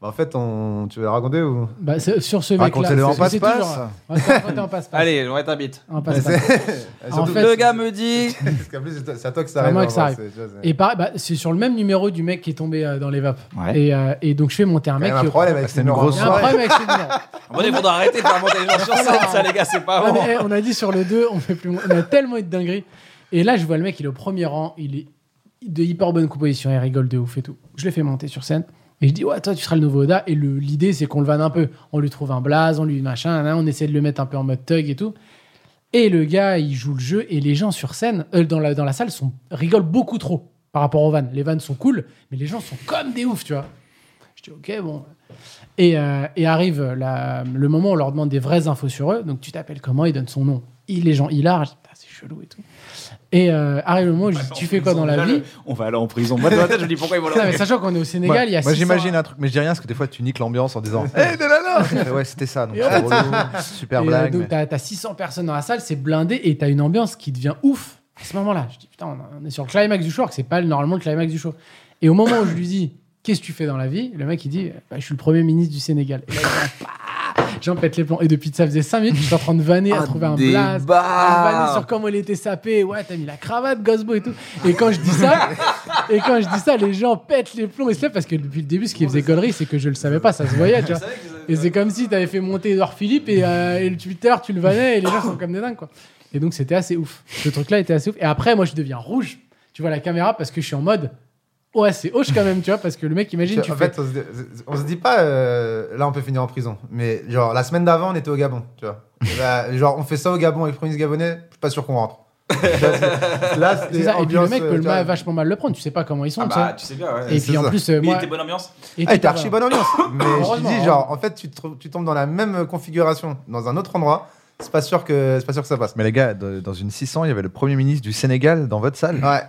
Speaker 4: Bah, en fait, on... tu veux la raconter ou
Speaker 3: Bah, c'est- sur ce mec-là.
Speaker 4: Racontez-le en
Speaker 3: c'est- c'est
Speaker 4: passe-passe.
Speaker 3: toujours, euh, racontez en passe-passe.
Speaker 2: Allez, on va t'habite.
Speaker 3: En
Speaker 4: Mais
Speaker 3: passe-passe.
Speaker 4: c'est- Surtout-
Speaker 3: En fait-
Speaker 2: Le gars me dit.
Speaker 4: parce qu'en plus, c'est à- c'est à toi que ça
Speaker 3: C'est à
Speaker 4: arrive.
Speaker 3: moi
Speaker 4: en
Speaker 3: que ça
Speaker 4: vrai,
Speaker 3: arrive.
Speaker 4: c'est- tu vois, c'est-
Speaker 3: Et pareil, bah, c'est sur le même numéro du mec qui est tombé euh, dans les vapes.
Speaker 2: Ouais.
Speaker 3: Et, euh, et donc je fais monter un
Speaker 4: Il y
Speaker 3: mec.
Speaker 4: a un
Speaker 3: qui-
Speaker 4: problème avec
Speaker 1: c'est
Speaker 4: ces
Speaker 1: une
Speaker 4: neurones.
Speaker 1: grosse
Speaker 3: Il y a un problème avec ce numéro.
Speaker 2: Ah, Bon, il faudra arrêter de faire monter les gens sur scène, ça, les gars, c'est pas
Speaker 3: Non,
Speaker 2: bon.
Speaker 3: mais, eh, on a dit sur le 2, on, fait plus... on a tellement eu de dingueries. Et là, je vois le mec, il est au premier rang, il est de hyper bonne composition, il rigole de ouf et tout. Je le fais monter sur scène. Et je dis, ouais, toi, tu seras le nouveau Oda. Et le- l'idée, c'est qu'on le vanne un peu. On lui trouve un blaze, on lui machin, nan, nan, on essaie de le mettre un peu en mode thug et tout. Et le gars, il joue le jeu. Et les gens sur scène, euh, dans, la, dans la salle, sont, rigolent beaucoup trop par rapport aux vannes. Les vannes sont cool, mais les gens sont comme des oufs, tu vois. Je dis, ok, bon. Et, euh, et arrive la- le moment où on leur demande des vraies infos sur eux. Donc tu t'appelles comment Ils donnent son nom. Il, les gens, ils largent. Putain, C'est chelou et tout. Et euh, arrive le moment où je dis, tu fais quoi dans la vie
Speaker 2: On va aller en prison. Moi, dans la tête, je me dis pourquoi ils vont
Speaker 3: Putain, mais
Speaker 2: là.
Speaker 3: Sachant qu'on est au Sénégal, il y a
Speaker 1: Moi,
Speaker 3: 600
Speaker 1: j'imagine un truc, mais je dis rien parce que des fois, tu niques l'ambiance en disant Hé, de
Speaker 4: Eh,
Speaker 1: Ouais, c'était ça. Donc,
Speaker 3: Et
Speaker 1: c'est relou, super
Speaker 3: Et, euh,
Speaker 1: blague.
Speaker 3: donc,
Speaker 1: mais-
Speaker 3: t'as- t'as 600 personnes dans la salle, c'est blindé et t'as une ambiance qui devient ouf à ce moment-là. Je dis, putain, on a- on est sur le climax du show, alors que c'est pas normalement le climax du show. Et au moment où je lui dis, qu'est-ce que tu fais dans la vie Le mec, il dit, Bah, je suis le premier ministre du Sénégal. Et là, il fait, Bah J'en pète les plans. Et depuis que ça faisait 5 minutes, je suis en train de vanner à trouver un blaze. à me vanner sur comment il était sapé. Ouais, t'as mis la cravate, Gosbo et tout. Et quand je dis ça, et quand je dis ça, les gens pètent les plombs. Ils se lèvent parce que depuis le début, ce qui faisait gaulerie, c'est que je le savais pas, ça se voyait, tu vois. Et c'est comme si t'avais fait monter Edouard Philippe et, euh, et le Twitter, tu le vannais et les gens sont comme des dingues, quoi. Et donc, c'était assez ouf. Ce truc-là était assez ouf. Et après, moi, je deviens rouge. Tu vois la caméra parce que je suis en mode. Ouais, c'est hoche quand même, tu vois, parce que le mec, imagine, tu
Speaker 4: en
Speaker 3: fais.
Speaker 4: fait, on se, dit- on se dit pas, euh, là on peut finir en prison. Mais genre, la semaine d'avant, on était au Gabon, tu vois. Et bah, genre, on fait ça au Gabon avec le premier ministre gabonais, je suis pas sûr qu'on rentre. là,
Speaker 3: C'est
Speaker 4: c'était
Speaker 3: ça. Et puis le
Speaker 4: ambiance,
Speaker 3: mec
Speaker 4: euh,
Speaker 3: peut
Speaker 4: tu vois.
Speaker 3: ma- vachement mal le prendre. Tu sais pas comment ils sont,
Speaker 2: Ah
Speaker 3: tu
Speaker 2: bah,
Speaker 3: sais.
Speaker 2: tu sais bien, ouais.
Speaker 3: Et
Speaker 4: c'est
Speaker 3: puis en
Speaker 4: ça.
Speaker 3: plus, euh,
Speaker 2: Mais il
Speaker 3: moi.
Speaker 2: était bonne ambiance.
Speaker 3: et
Speaker 4: Ah, il
Speaker 3: t'es
Speaker 4: était archi bonne ambiance. Mais je te
Speaker 3: Heureusement, hein.
Speaker 4: dis, genre, en fait, tu, te- tu tombes dans la même configuration dans un autre endroit, c'est pas sûr que, c'est pas sûr que ça passe.
Speaker 1: Mais les gars, de- dans une 600, il y avait le premier ministre du Sénégal dans votre salle.
Speaker 4: Ouais.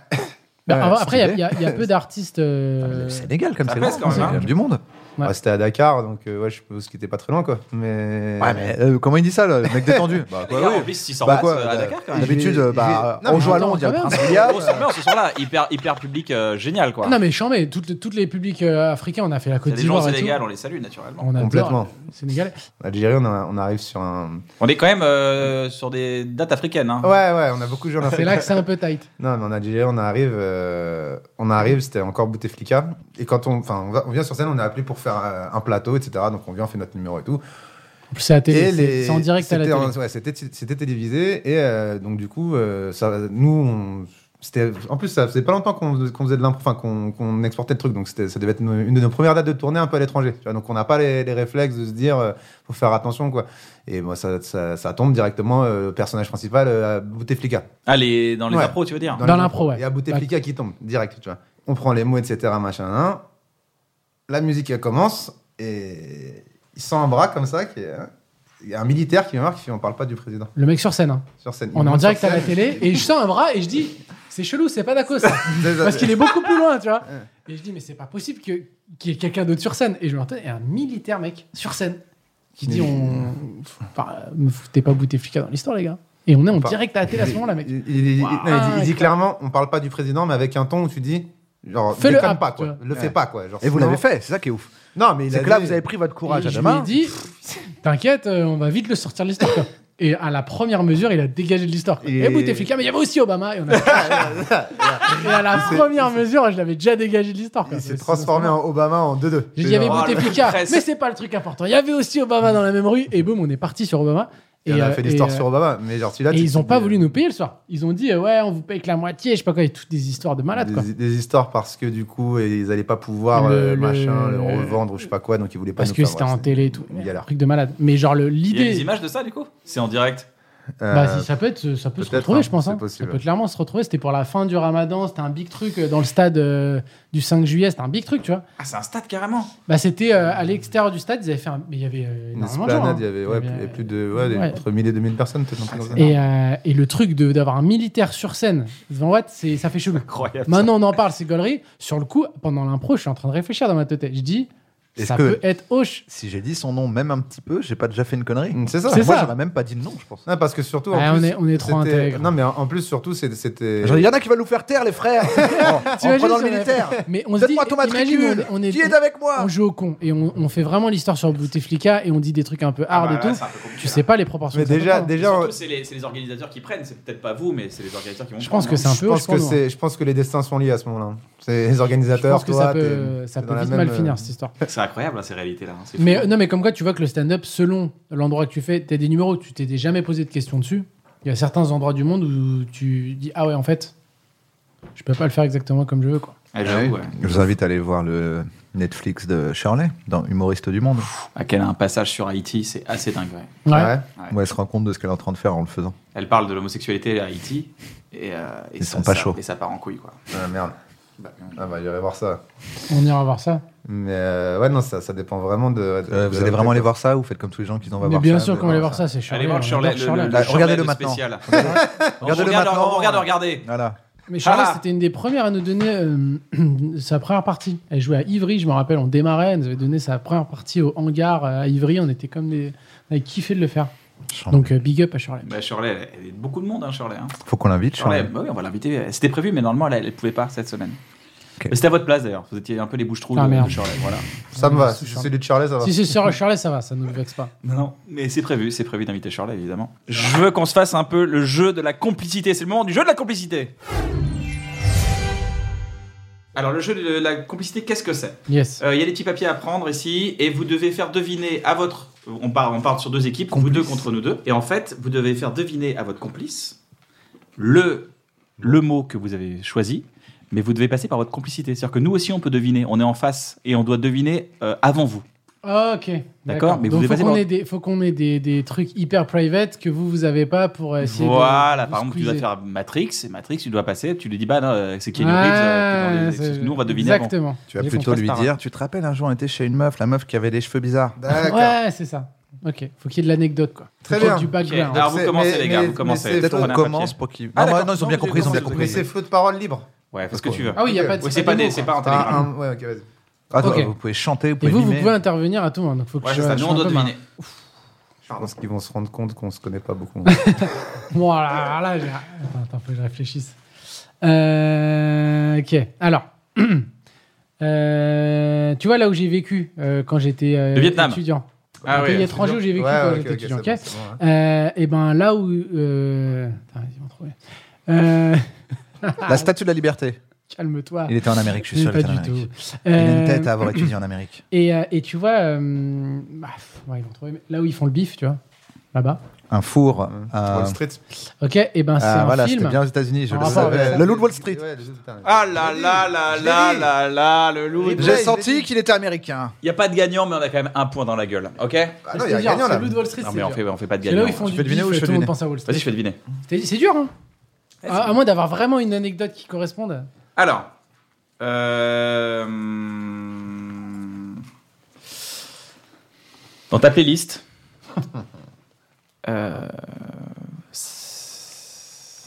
Speaker 3: Bah,
Speaker 1: Ouais,
Speaker 3: avant-
Speaker 1: c'est
Speaker 3: après, il y a-
Speaker 1: vrai.
Speaker 3: il y, a- il y a peu d'artistes. euh,
Speaker 1: Le Sénégal, comme
Speaker 2: ça
Speaker 1: Ah, c'est
Speaker 2: pèse
Speaker 1: grand,
Speaker 2: quand même,
Speaker 1: c'est
Speaker 2: hein.
Speaker 1: quand même du monde.
Speaker 3: Ouais.
Speaker 4: Bah, c'était à Dakar, donc euh, ouais, je suppose qu'il était pas très loin, quoi. Mais.
Speaker 1: Ouais, mais euh, comment il dit ça, le mec détendu Bah,
Speaker 2: Les
Speaker 1: quoi,
Speaker 2: gars,
Speaker 1: oui.
Speaker 2: En plus, s'ils s'en
Speaker 1: Bah,
Speaker 2: passent
Speaker 1: quoi,
Speaker 2: euh,
Speaker 1: bah,
Speaker 2: à Dakar, quand même.
Speaker 1: D'habitude,
Speaker 4: Je vais-
Speaker 1: euh, bah,
Speaker 4: je vais- non,
Speaker 1: on joue
Speaker 3: mais
Speaker 1: à Londres, il y a le
Speaker 3: attends,
Speaker 1: prince
Speaker 3: quand
Speaker 1: William.
Speaker 2: Grosse ambiance ce soir-là, hyper, hyper public euh, génial quoi.
Speaker 3: Non, mais chant, mais toutes, les- toutes les publics euh, africains, on a fait la
Speaker 2: C'est
Speaker 3: Côte
Speaker 2: des gens au
Speaker 3: d'Ivoire. et tout.
Speaker 2: Sénégal, on les salue naturellement.
Speaker 3: On adore
Speaker 4: Complètement.
Speaker 3: le Sénégal.
Speaker 4: En Algérie, on, a- on arrive sur un.
Speaker 2: On est quand même euh, sur des dates africaines. Hein.
Speaker 4: Ouais, ouais, on a beaucoup joué en
Speaker 3: C'est
Speaker 4: Afrique.
Speaker 3: là que c'est un peu tight.
Speaker 4: Non, mais en Algérie, on arrive, euh, on arrive, c'était encore Bouteflika. Et quand on, enfin, on, va- on vient sur scène, on est appelé pour faire euh, un plateau, etc. Donc on vient, on fait notre numéro et tout.
Speaker 3: En plus, c'est à la
Speaker 4: et
Speaker 3: télé. c'est- C'est en direct à la
Speaker 4: c'était
Speaker 3: télé.
Speaker 4: en- ouais, c'était c'était télévisé et euh, donc du coup, euh, ça, nous, on- c'était, en plus, ça faisait pas longtemps qu'on qu'on faisait de l'impro, enfin qu'on qu'on exportait le truc. Donc c'était, ça devait être une, une de nos premières dates de tournée un peu à l'étranger. tu vois. donc on n'a pas les, les réflexes de se dire, euh, faut faire attention quoi. Et moi, ça, ça, ça tombe directement euh, au personnage principal, euh, à Bouteflika.
Speaker 2: Ah, les, dans les
Speaker 4: Ouais.
Speaker 2: appros, tu veux dire
Speaker 3: Dans
Speaker 4: les
Speaker 3: l'impro,
Speaker 4: impros.
Speaker 3: ouais.
Speaker 4: Et à Bouteflika qui tombe, direct, tu vois. On prend les mots, etc., machin, hein. La musique, elle commence, et il sent un bras comme ça, qui est- hein. Il y a un militaire qui vient voir, qui fait, on parle pas du président,
Speaker 3: Le mec sur scène. hein.
Speaker 4: sur scène.
Speaker 3: On
Speaker 4: Il
Speaker 3: est en
Speaker 4: monte
Speaker 3: direct
Speaker 4: sur
Speaker 3: à la
Speaker 4: scène.
Speaker 3: télé et je sens un bras et je dis c'est chelou, c'est pas d'accord ça.
Speaker 4: C'est ça,
Speaker 3: Parce
Speaker 4: c'est-
Speaker 3: qu'il est beaucoup plus loin, tu vois.
Speaker 4: Ouais.
Speaker 3: Et je dis mais c'est pas possible que- qu'il y ait quelqu'un d'autre sur scène. Et je me retourne, et un militaire mec sur scène qui dit
Speaker 4: Mais-
Speaker 3: on. Enfin, euh, me foutez pas Bouteflika dans l'histoire, les gars. Et on est en
Speaker 4: Enfin,
Speaker 3: direct à la télé à ce moment-là, mec. Ah,
Speaker 4: Il, il- il-
Speaker 3: Waouh,
Speaker 4: non, il dit- il dit,
Speaker 3: incroyable.
Speaker 4: clairement, on parle pas du président, mais avec un ton où tu dis, genre,
Speaker 3: Fais-le
Speaker 4: déconne
Speaker 3: up,
Speaker 4: pas,
Speaker 3: tu
Speaker 4: quoi.
Speaker 3: vois.
Speaker 4: Le fais pas, quoi. Genre,
Speaker 1: Et vous
Speaker 4: sinon-
Speaker 1: l'avez fait, c'est ça qui est ouf.
Speaker 4: Non, mais il
Speaker 1: C'est
Speaker 4: a
Speaker 1: que là,
Speaker 4: dit-
Speaker 1: vous avez pris votre courage
Speaker 3: Et
Speaker 1: à
Speaker 3: je
Speaker 1: la
Speaker 3: lui ai
Speaker 1: main.
Speaker 3: dit t'inquiète, euh, on va vite le sortir de l'histoire. quoi. Et à la première mesure, il a dégagé de l'histoire. quoi.
Speaker 4: Et-
Speaker 3: Et, Bouteflika, mais il y avait aussi Obama. Et, on a- Et à la première mesure, je l'avais déjà dégagé de l'histoire. quoi.
Speaker 4: Il s'est
Speaker 3: Ah, C'est-
Speaker 4: transformé en Obama en 2-2.
Speaker 3: J'ai dit, il y avait
Speaker 2: Oh, le
Speaker 3: Bouteflika,
Speaker 2: stress.
Speaker 3: mais c'est pas le truc important. Il y avait aussi Obama dans la même rue, et boum, on est parti sur Obama.
Speaker 4: Et, on a
Speaker 3: euh,
Speaker 4: fait l'histoire
Speaker 3: et, euh,
Speaker 4: sur Obama, mais genre,
Speaker 3: Et
Speaker 4: celui-là, tu
Speaker 3: ils
Speaker 4: te
Speaker 3: ont pas
Speaker 4: dis- euh,
Speaker 3: voulu nous payer le soir. Ils ont dit, euh, ouais, on vous paye que la moitié, je sais pas quoi, et toutes des histoires de malades,
Speaker 4: des,
Speaker 3: quoi.
Speaker 4: des histoires parce que du coup ils allaient pas pouvoir
Speaker 3: Le-
Speaker 4: euh,
Speaker 3: le-
Speaker 4: machin le
Speaker 3: le-
Speaker 4: revendre ou je sais pas quoi donc ils voulaient pas
Speaker 3: Parce
Speaker 4: nous
Speaker 3: que
Speaker 4: faire,
Speaker 3: c'était
Speaker 4: ouais,
Speaker 3: en télé et tout.
Speaker 4: une galère.
Speaker 3: Un truc de malade. Mais genre, le-
Speaker 2: Il y a des
Speaker 3: l'idée.
Speaker 2: images de ça du coup C'est en direct
Speaker 4: Euh,
Speaker 3: Bah, si, ça peut, être, ça peut se
Speaker 4: peut-être,
Speaker 3: retrouver,
Speaker 4: hein,
Speaker 3: je pense.
Speaker 4: c'est
Speaker 3: hein. Ça
Speaker 4: possible.
Speaker 3: peut clairement se retrouver. C'était pour la fin du ramadan. C'était un big truc euh, dans le stade euh, du 5 juillet. C'était un big truc, tu vois.
Speaker 2: Ah, c'est un stade carrément.
Speaker 3: Bah, c'était euh, à l'extérieur du stade. Ils avaient fait un. Mais il y avait euh,
Speaker 4: une
Speaker 3: énormément de gens.
Speaker 4: esplanade,
Speaker 3: hein.
Speaker 4: il y avait ouais,
Speaker 3: Il y avait,
Speaker 4: plus- plus de ouais, des-
Speaker 3: ouais.
Speaker 4: entre 1000 et 2000 personnes, peut-être un truc comme ça.
Speaker 3: Et, euh, et le truc de- d'avoir un militaire sur scène devant Watt, c'est- ça fait chelou.
Speaker 2: Incroyable.
Speaker 3: Maintenant, on en parle, c'est gaulerie. Sur le coup, pendant l'impro, je suis en train de réfléchir dans ma tête. Je dis,
Speaker 1: Est-ce
Speaker 3: ça
Speaker 1: que-
Speaker 3: peut être Hoche.
Speaker 1: Si j'ai dit son nom même un petit peu, j'ai pas déjà fait une connerie.
Speaker 4: Mm, C'est ça.
Speaker 3: C'est
Speaker 1: Moi,
Speaker 3: ça.
Speaker 1: j'aurais même pas dit le nom, je pense.
Speaker 4: Non, parce que surtout.
Speaker 3: Ouais,
Speaker 4: en
Speaker 3: on
Speaker 4: plus,
Speaker 3: est- on est trop
Speaker 4: c'était-
Speaker 3: intègre.
Speaker 4: Non, mais en en plus, surtout, c'est- c'était.
Speaker 1: J'aurais dit, Il y en a qui va nous faire taire, les frères
Speaker 4: Ah,
Speaker 1: en,
Speaker 3: Tu
Speaker 1: en prenant le
Speaker 3: imagines si on avait fait-
Speaker 1: militaire
Speaker 3: Mais on se dit,
Speaker 1: Donne-moi ton
Speaker 3: imagine,
Speaker 1: matricule
Speaker 3: on est, on est-
Speaker 1: Qui est
Speaker 3: on-
Speaker 1: avec moi
Speaker 3: on joue au con et on, on fait vraiment l'histoire sur Bouteflika et on dit des trucs un peu
Speaker 2: Ah,
Speaker 3: hard
Speaker 2: bah,
Speaker 3: et tout. Tu sais pas les proportions.
Speaker 4: Mais
Speaker 3: que ça hein. peut
Speaker 4: déjà,
Speaker 3: prendre.
Speaker 4: déjà,
Speaker 2: Surtout, c'est les, c'est les organisateurs qui prennent. C'est peut-être pas vous, mais c'est les organisateurs qui vont
Speaker 3: je pense que
Speaker 2: prendre,
Speaker 3: c'est un
Speaker 4: je
Speaker 3: peu Hoche
Speaker 4: pense
Speaker 3: pour
Speaker 4: que
Speaker 3: nous, hein.
Speaker 4: c'est, je pense que les destins sont liés à ce moment-là. C'est les
Speaker 3: Je
Speaker 4: organisateurs.
Speaker 3: pense que
Speaker 4: toi,
Speaker 3: ça
Speaker 4: t'es-
Speaker 3: peut, ça
Speaker 4: t'es
Speaker 3: peut
Speaker 4: dans la
Speaker 3: vite
Speaker 4: même,
Speaker 3: mal
Speaker 4: euh,
Speaker 3: finir cette histoire.
Speaker 2: hein. C'est incroyable hein, ces réalités-là. hein, c'est fou.
Speaker 3: Mais euh, non, mais comme quoi, tu vois que le stand-up, selon l'endroit que tu fais, t'as des numéros où tu t'es jamais posé de questions dessus. Il y a certains endroits du monde où tu dis ah ouais en fait, je peux pas le faire exactement comme je veux quoi.
Speaker 2: Ah, j'avoue, ouais.
Speaker 1: Je vous invite à aller voir le Netflix de Shirley, dans Humoriste du Monde,
Speaker 2: Ah, qu'elle a un passage sur Haïti, c'est assez dingue. ouais.
Speaker 3: Ouais.
Speaker 4: Ouais.
Speaker 1: où elle se rend compte de ce qu'elle est en train de faire en le faisant.
Speaker 2: Elle parle de l'homosexualité à Haïti et, euh, et
Speaker 1: Ils
Speaker 2: ça,
Speaker 1: sont pas
Speaker 2: ça-
Speaker 1: chauds.
Speaker 2: Et ça part en couille quoi.
Speaker 4: Ah, merde. Ah bah j'irai voir ça.
Speaker 3: On ira voir ça.
Speaker 4: Mais euh, ouais non ça, ça dépend vraiment de. de-
Speaker 1: Euh,
Speaker 4: de-
Speaker 1: vous allez vraiment aller voir ça ou faites comme tous les gens qui disent on va
Speaker 3: Mais
Speaker 1: voir
Speaker 3: bien
Speaker 1: ça,
Speaker 3: sûr
Speaker 1: mais
Speaker 3: qu'on va aller voir ça, c'est Shirley.
Speaker 2: Allez voir le
Speaker 3: Ah on
Speaker 2: Shirley,
Speaker 3: adore Shirley.
Speaker 2: le, le
Speaker 1: Là,
Speaker 2: Shirley
Speaker 1: Bah, regardez-le
Speaker 2: de
Speaker 1: maintenant.
Speaker 2: spécial. On
Speaker 1: Regardez-le
Speaker 2: regarde,
Speaker 1: maintenant.
Speaker 2: on regarde, regardez.
Speaker 1: Voilà.
Speaker 3: Mais Charlotte,
Speaker 2: Ah
Speaker 3: c'était une des premières à nous donner euh, sa première partie. Elle jouait à Ivry, je me rappelle, on démarrait, elle nous avait donné sa première partie au hangar euh, à Ivry, on était comme des. On avait kiffé de le faire.
Speaker 1: Chant.
Speaker 3: Donc euh, big up à Charlotte.
Speaker 2: Bah, Shirley, elle- elle est beaucoup de monde, hein, Shirley. hein.
Speaker 1: Faut qu'on l'invite,
Speaker 2: Shirley,
Speaker 1: Shirley.
Speaker 2: bah oui, on va l'inviter. C'était prévu, mais normalement, elle ne pouvait pas cette semaine.
Speaker 1: Ok.
Speaker 2: Mais C'était à votre place d'ailleurs. Vous étiez un peu les bouches-trous
Speaker 3: Ah,
Speaker 2: de,
Speaker 3: merde.
Speaker 2: de Shirley. Voilà.
Speaker 4: Ça me va.
Speaker 3: Si,
Speaker 4: Si c'est celui de Charlie ça va.
Speaker 3: si c'est sur Charlotte, ça va, ça ne nous vexe pas.
Speaker 2: Non, non, mais c'est prévu, c'est prévu d'inviter Shirley évidemment. Je veux qu'on se fasse un peu le jeu de la complicité. C'est le moment du jeu de la complicité. Alors, le jeu de la complicité, qu'est-ce que c'est
Speaker 3: Yes.
Speaker 2: Euh, Il y a des petits papiers à prendre ici, et vous devez faire deviner à votre. On part, on part sur deux équipes,
Speaker 1: Complice.
Speaker 2: vous deux contre nous deux. Et en fait, vous devez faire deviner à votre complice le, le mot que vous avez choisi, mais vous devez passer par votre complicité. C'est-à-dire que nous aussi, on peut deviner. On est en face, et on doit deviner euh, avant vous.
Speaker 3: Ok.
Speaker 2: mais vous
Speaker 3: Donc, faut
Speaker 2: dépassez
Speaker 3: qu'on
Speaker 2: pas-
Speaker 3: ait, des, faut qu'on ait des, des trucs hyper private que vous, vous avez pas pour essayer de-
Speaker 2: voilà,
Speaker 3: de.
Speaker 2: par exemple, tu dois
Speaker 3: squeezer.
Speaker 2: faire Matrix, et Matrix, tu dois passer, tu lui dis, bah non, euh, c'est Keanu
Speaker 3: Ah,
Speaker 2: Reeves. euh, qui est dans les-
Speaker 3: c'est-
Speaker 2: Nous, on va deviner avant.
Speaker 3: Exactement.
Speaker 1: Tu vas
Speaker 3: J'ai
Speaker 1: plutôt
Speaker 3: compris.
Speaker 1: lui
Speaker 2: par là.
Speaker 1: dire tu te rappelles un jour on était chez une meuf, la meuf qui avait les cheveux bizarres.
Speaker 4: D'accord.
Speaker 3: Ouais, c'est ça. Ok. Faut qu'il y ait de l'anecdote, quoi.
Speaker 4: Très
Speaker 3: Faut qu'il y ait
Speaker 4: bien.
Speaker 3: Du background.
Speaker 2: Ok, Alors, vous
Speaker 4: C'est-
Speaker 2: commencez,
Speaker 4: mais-
Speaker 2: les gars,
Speaker 4: mais-
Speaker 2: vous commencez.
Speaker 4: mais c'est-
Speaker 1: Peut-être
Speaker 2: Prenez un
Speaker 1: on
Speaker 2: papier.
Speaker 1: commence pour qu'ils.
Speaker 2: Ah,
Speaker 1: non,
Speaker 2: d'accord.
Speaker 1: non, ils ont
Speaker 2: Non,
Speaker 1: bien
Speaker 2: vous avez
Speaker 1: compris, ils ont bien
Speaker 2: compris,
Speaker 4: Mais
Speaker 1: compris.
Speaker 4: c'est flot de parole libre.
Speaker 2: Ouais, parce que tu veux.
Speaker 3: Ah oui, il n'y a
Speaker 4: Ok.
Speaker 3: pas de.
Speaker 2: Ouais, c'est pas
Speaker 3: de
Speaker 2: des,
Speaker 3: mots,
Speaker 2: c'est
Speaker 3: quoi.
Speaker 2: pas un
Speaker 4: Ah,
Speaker 2: télégramme.
Speaker 4: un- ouais ok vas-y.
Speaker 1: Ah,
Speaker 3: Ok.
Speaker 1: Vous pouvez chanter, vous
Speaker 3: Et
Speaker 1: pouvez
Speaker 3: vous, vous
Speaker 1: mimer.
Speaker 3: pouvez intervenir à tout moment, donc faut que
Speaker 2: Ouais,
Speaker 3: je,
Speaker 2: c'est ça,
Speaker 3: je
Speaker 2: nous,
Speaker 3: sois
Speaker 2: on
Speaker 3: un
Speaker 2: doit
Speaker 3: peu
Speaker 2: deviner.
Speaker 4: Je pense qu'ils vont se rendre compte qu'on se connaît pas beaucoup.
Speaker 3: malin. Bon, alors là, j'ai- attends, attends, faut que je réfléchisse. Euh, ok, alors. Euh, tu vois là où j'ai vécu euh, quand j'étais euh,
Speaker 2: Le Vietnam.
Speaker 3: étudiant.
Speaker 2: Ah
Speaker 3: Un
Speaker 2: oui,
Speaker 3: pays étranger où j'ai vécu
Speaker 4: Ouais,
Speaker 3: quand
Speaker 4: ok,
Speaker 3: j'étais
Speaker 4: ok,
Speaker 3: étudiant.
Speaker 4: c'est bon,
Speaker 3: ok
Speaker 4: c'est bon, ouais.
Speaker 3: Euh, et ben là où. euh, Attends, ils vont trouver. Euh,
Speaker 1: La statue de la liberté.
Speaker 3: Calme-toi.
Speaker 1: Il était en Amérique, je suis sûr.
Speaker 3: pas
Speaker 1: Il était en
Speaker 3: du
Speaker 1: Amérique.
Speaker 3: tout.
Speaker 1: Il a une
Speaker 3: Euh,
Speaker 1: tête à avoir étudié en Amérique.
Speaker 3: Et, euh, et tu vois, euh, bah, pff, ouais, ils vont trouver. mais Là où ils font le bif, tu vois, là-bas.
Speaker 1: Un four.
Speaker 2: Mm.
Speaker 1: un-
Speaker 4: Wall Street.
Speaker 3: Ok, et ben c'est
Speaker 1: Ah,
Speaker 3: un
Speaker 1: voilà,
Speaker 3: film.
Speaker 1: c'était bien aux États-Unis, je
Speaker 3: En
Speaker 1: le
Speaker 3: rapport avec
Speaker 1: savais.
Speaker 3: ça.
Speaker 1: Ah, Le loup de Wall Street.
Speaker 4: Ouais, le loup de Wall Street.
Speaker 2: Ah là là là
Speaker 4: Je l'ai
Speaker 2: là
Speaker 4: dit.
Speaker 2: là là, le loup.
Speaker 4: Je l'ai
Speaker 2: Il
Speaker 4: dit.
Speaker 1: J'ai
Speaker 4: Ouais, il
Speaker 1: senti
Speaker 4: était-
Speaker 1: qu'il était américain.
Speaker 2: n'y a pas de gagnant, mais on a quand même un point dans la gueule, ok
Speaker 4: Ah non il y a gagnant là.
Speaker 3: Celui de Wall Street,
Speaker 2: Non,
Speaker 3: c'est
Speaker 2: mais on
Speaker 3: dur.
Speaker 2: fait, on fait pas de
Speaker 3: C'est là
Speaker 2: gagnant.
Speaker 3: où ils font
Speaker 1: Tu
Speaker 3: du
Speaker 1: fais
Speaker 3: bif,
Speaker 1: deviner ou je
Speaker 3: tout
Speaker 1: fais
Speaker 3: le monde
Speaker 1: deviner
Speaker 3: pense à Wall Street.
Speaker 2: Vas-y, je fais deviner.
Speaker 3: C'est c'est dur, hein
Speaker 2: Vas-y.
Speaker 3: à, à moins d'avoir vraiment une anecdote qui corresponde.
Speaker 2: Alors. euh, hum, Dans ta playlist. euh,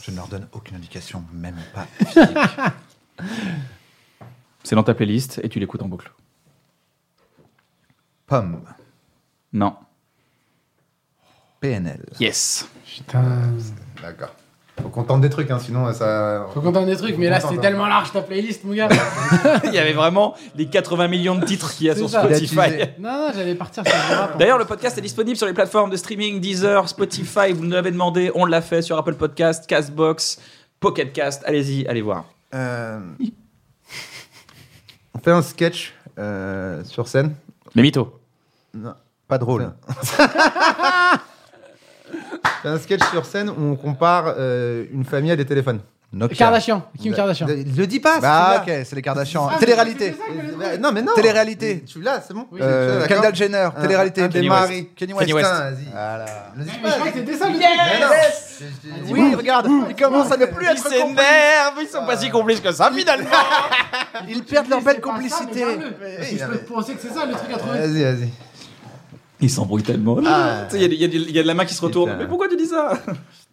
Speaker 1: Je ne leur donne aucune indication, même pas.
Speaker 2: C'est dans ta playlist et tu l'écoutes en boucle.
Speaker 1: Pomme.
Speaker 2: Non.
Speaker 1: PNL.
Speaker 2: Yes.
Speaker 3: Putain.
Speaker 4: D'accord. Faut qu'on tente des trucs hein, sinon ça.
Speaker 3: Faut qu'on tente des trucs, mais là, c'était
Speaker 4: Attends,
Speaker 3: tellement large ta playlist, mon gars.
Speaker 2: Il y avait vraiment les 80 millions de titres qu'il y a
Speaker 3: C'est
Speaker 2: sur
Speaker 3: ça.
Speaker 1: Il a
Speaker 2: Spotify.
Speaker 1: teasé.
Speaker 3: non, non, j'allais partir sur le rap.
Speaker 2: D'ailleurs, le podcast est disponible sur les plateformes de streaming Deezer, Spotify. Vous nous l'avez demandé, on l'a fait sur Apple Podcast, Castbox, Pocket Cast. Allez-y, allez voir.
Speaker 4: Euh, On fait un sketch euh, sur scène.
Speaker 2: Les mythos.
Speaker 1: Pas drôle.
Speaker 4: On fait un sketch sur scène où on compare euh, une famille à des téléphones.
Speaker 1: Nokia.
Speaker 3: Kardashian, Kim Kardashian.
Speaker 4: Le dis pas,
Speaker 1: Bah
Speaker 4: celui-là.
Speaker 1: ok, c'est les Kardashian.
Speaker 3: Ah, mais
Speaker 1: Télé-réalité.
Speaker 3: c'est ça que j'allais
Speaker 4: Non, mais non.
Speaker 1: Télé-réalité.
Speaker 4: Tu l'as, c'est bon.
Speaker 1: Euh,
Speaker 4: Tu l'as, d'accord
Speaker 1: Kendall Jenner,
Speaker 4: Un-
Speaker 1: télé-réalité.
Speaker 4: un des
Speaker 2: Kanye West.
Speaker 4: maris.
Speaker 1: Kenny West.
Speaker 2: Kanye West.
Speaker 4: Putain, vas-y.
Speaker 1: Voilà.
Speaker 4: Le dis
Speaker 3: Mais
Speaker 4: pas,
Speaker 3: je crois que
Speaker 4: dis-
Speaker 3: c'était ça le
Speaker 4: Mais non. Je- je- je-
Speaker 1: Oui, regarde, ils commencent à ne plus
Speaker 2: Ils
Speaker 1: être complices.
Speaker 2: s'énervent, ils sont pas si complices que ça finalement.
Speaker 1: Ils perdent leur belle complicité.
Speaker 4: Oui,
Speaker 3: Je peux penser que c'est ça le truc à trouver.
Speaker 4: Vas-y, vas-y.
Speaker 2: Ils s'embrouillent tellement.
Speaker 4: Ah.
Speaker 2: Tu sais, Il y, a des- il y a des- il y a de la main qui se retourne.
Speaker 4: Putain.
Speaker 2: Mais pourquoi tu dis ça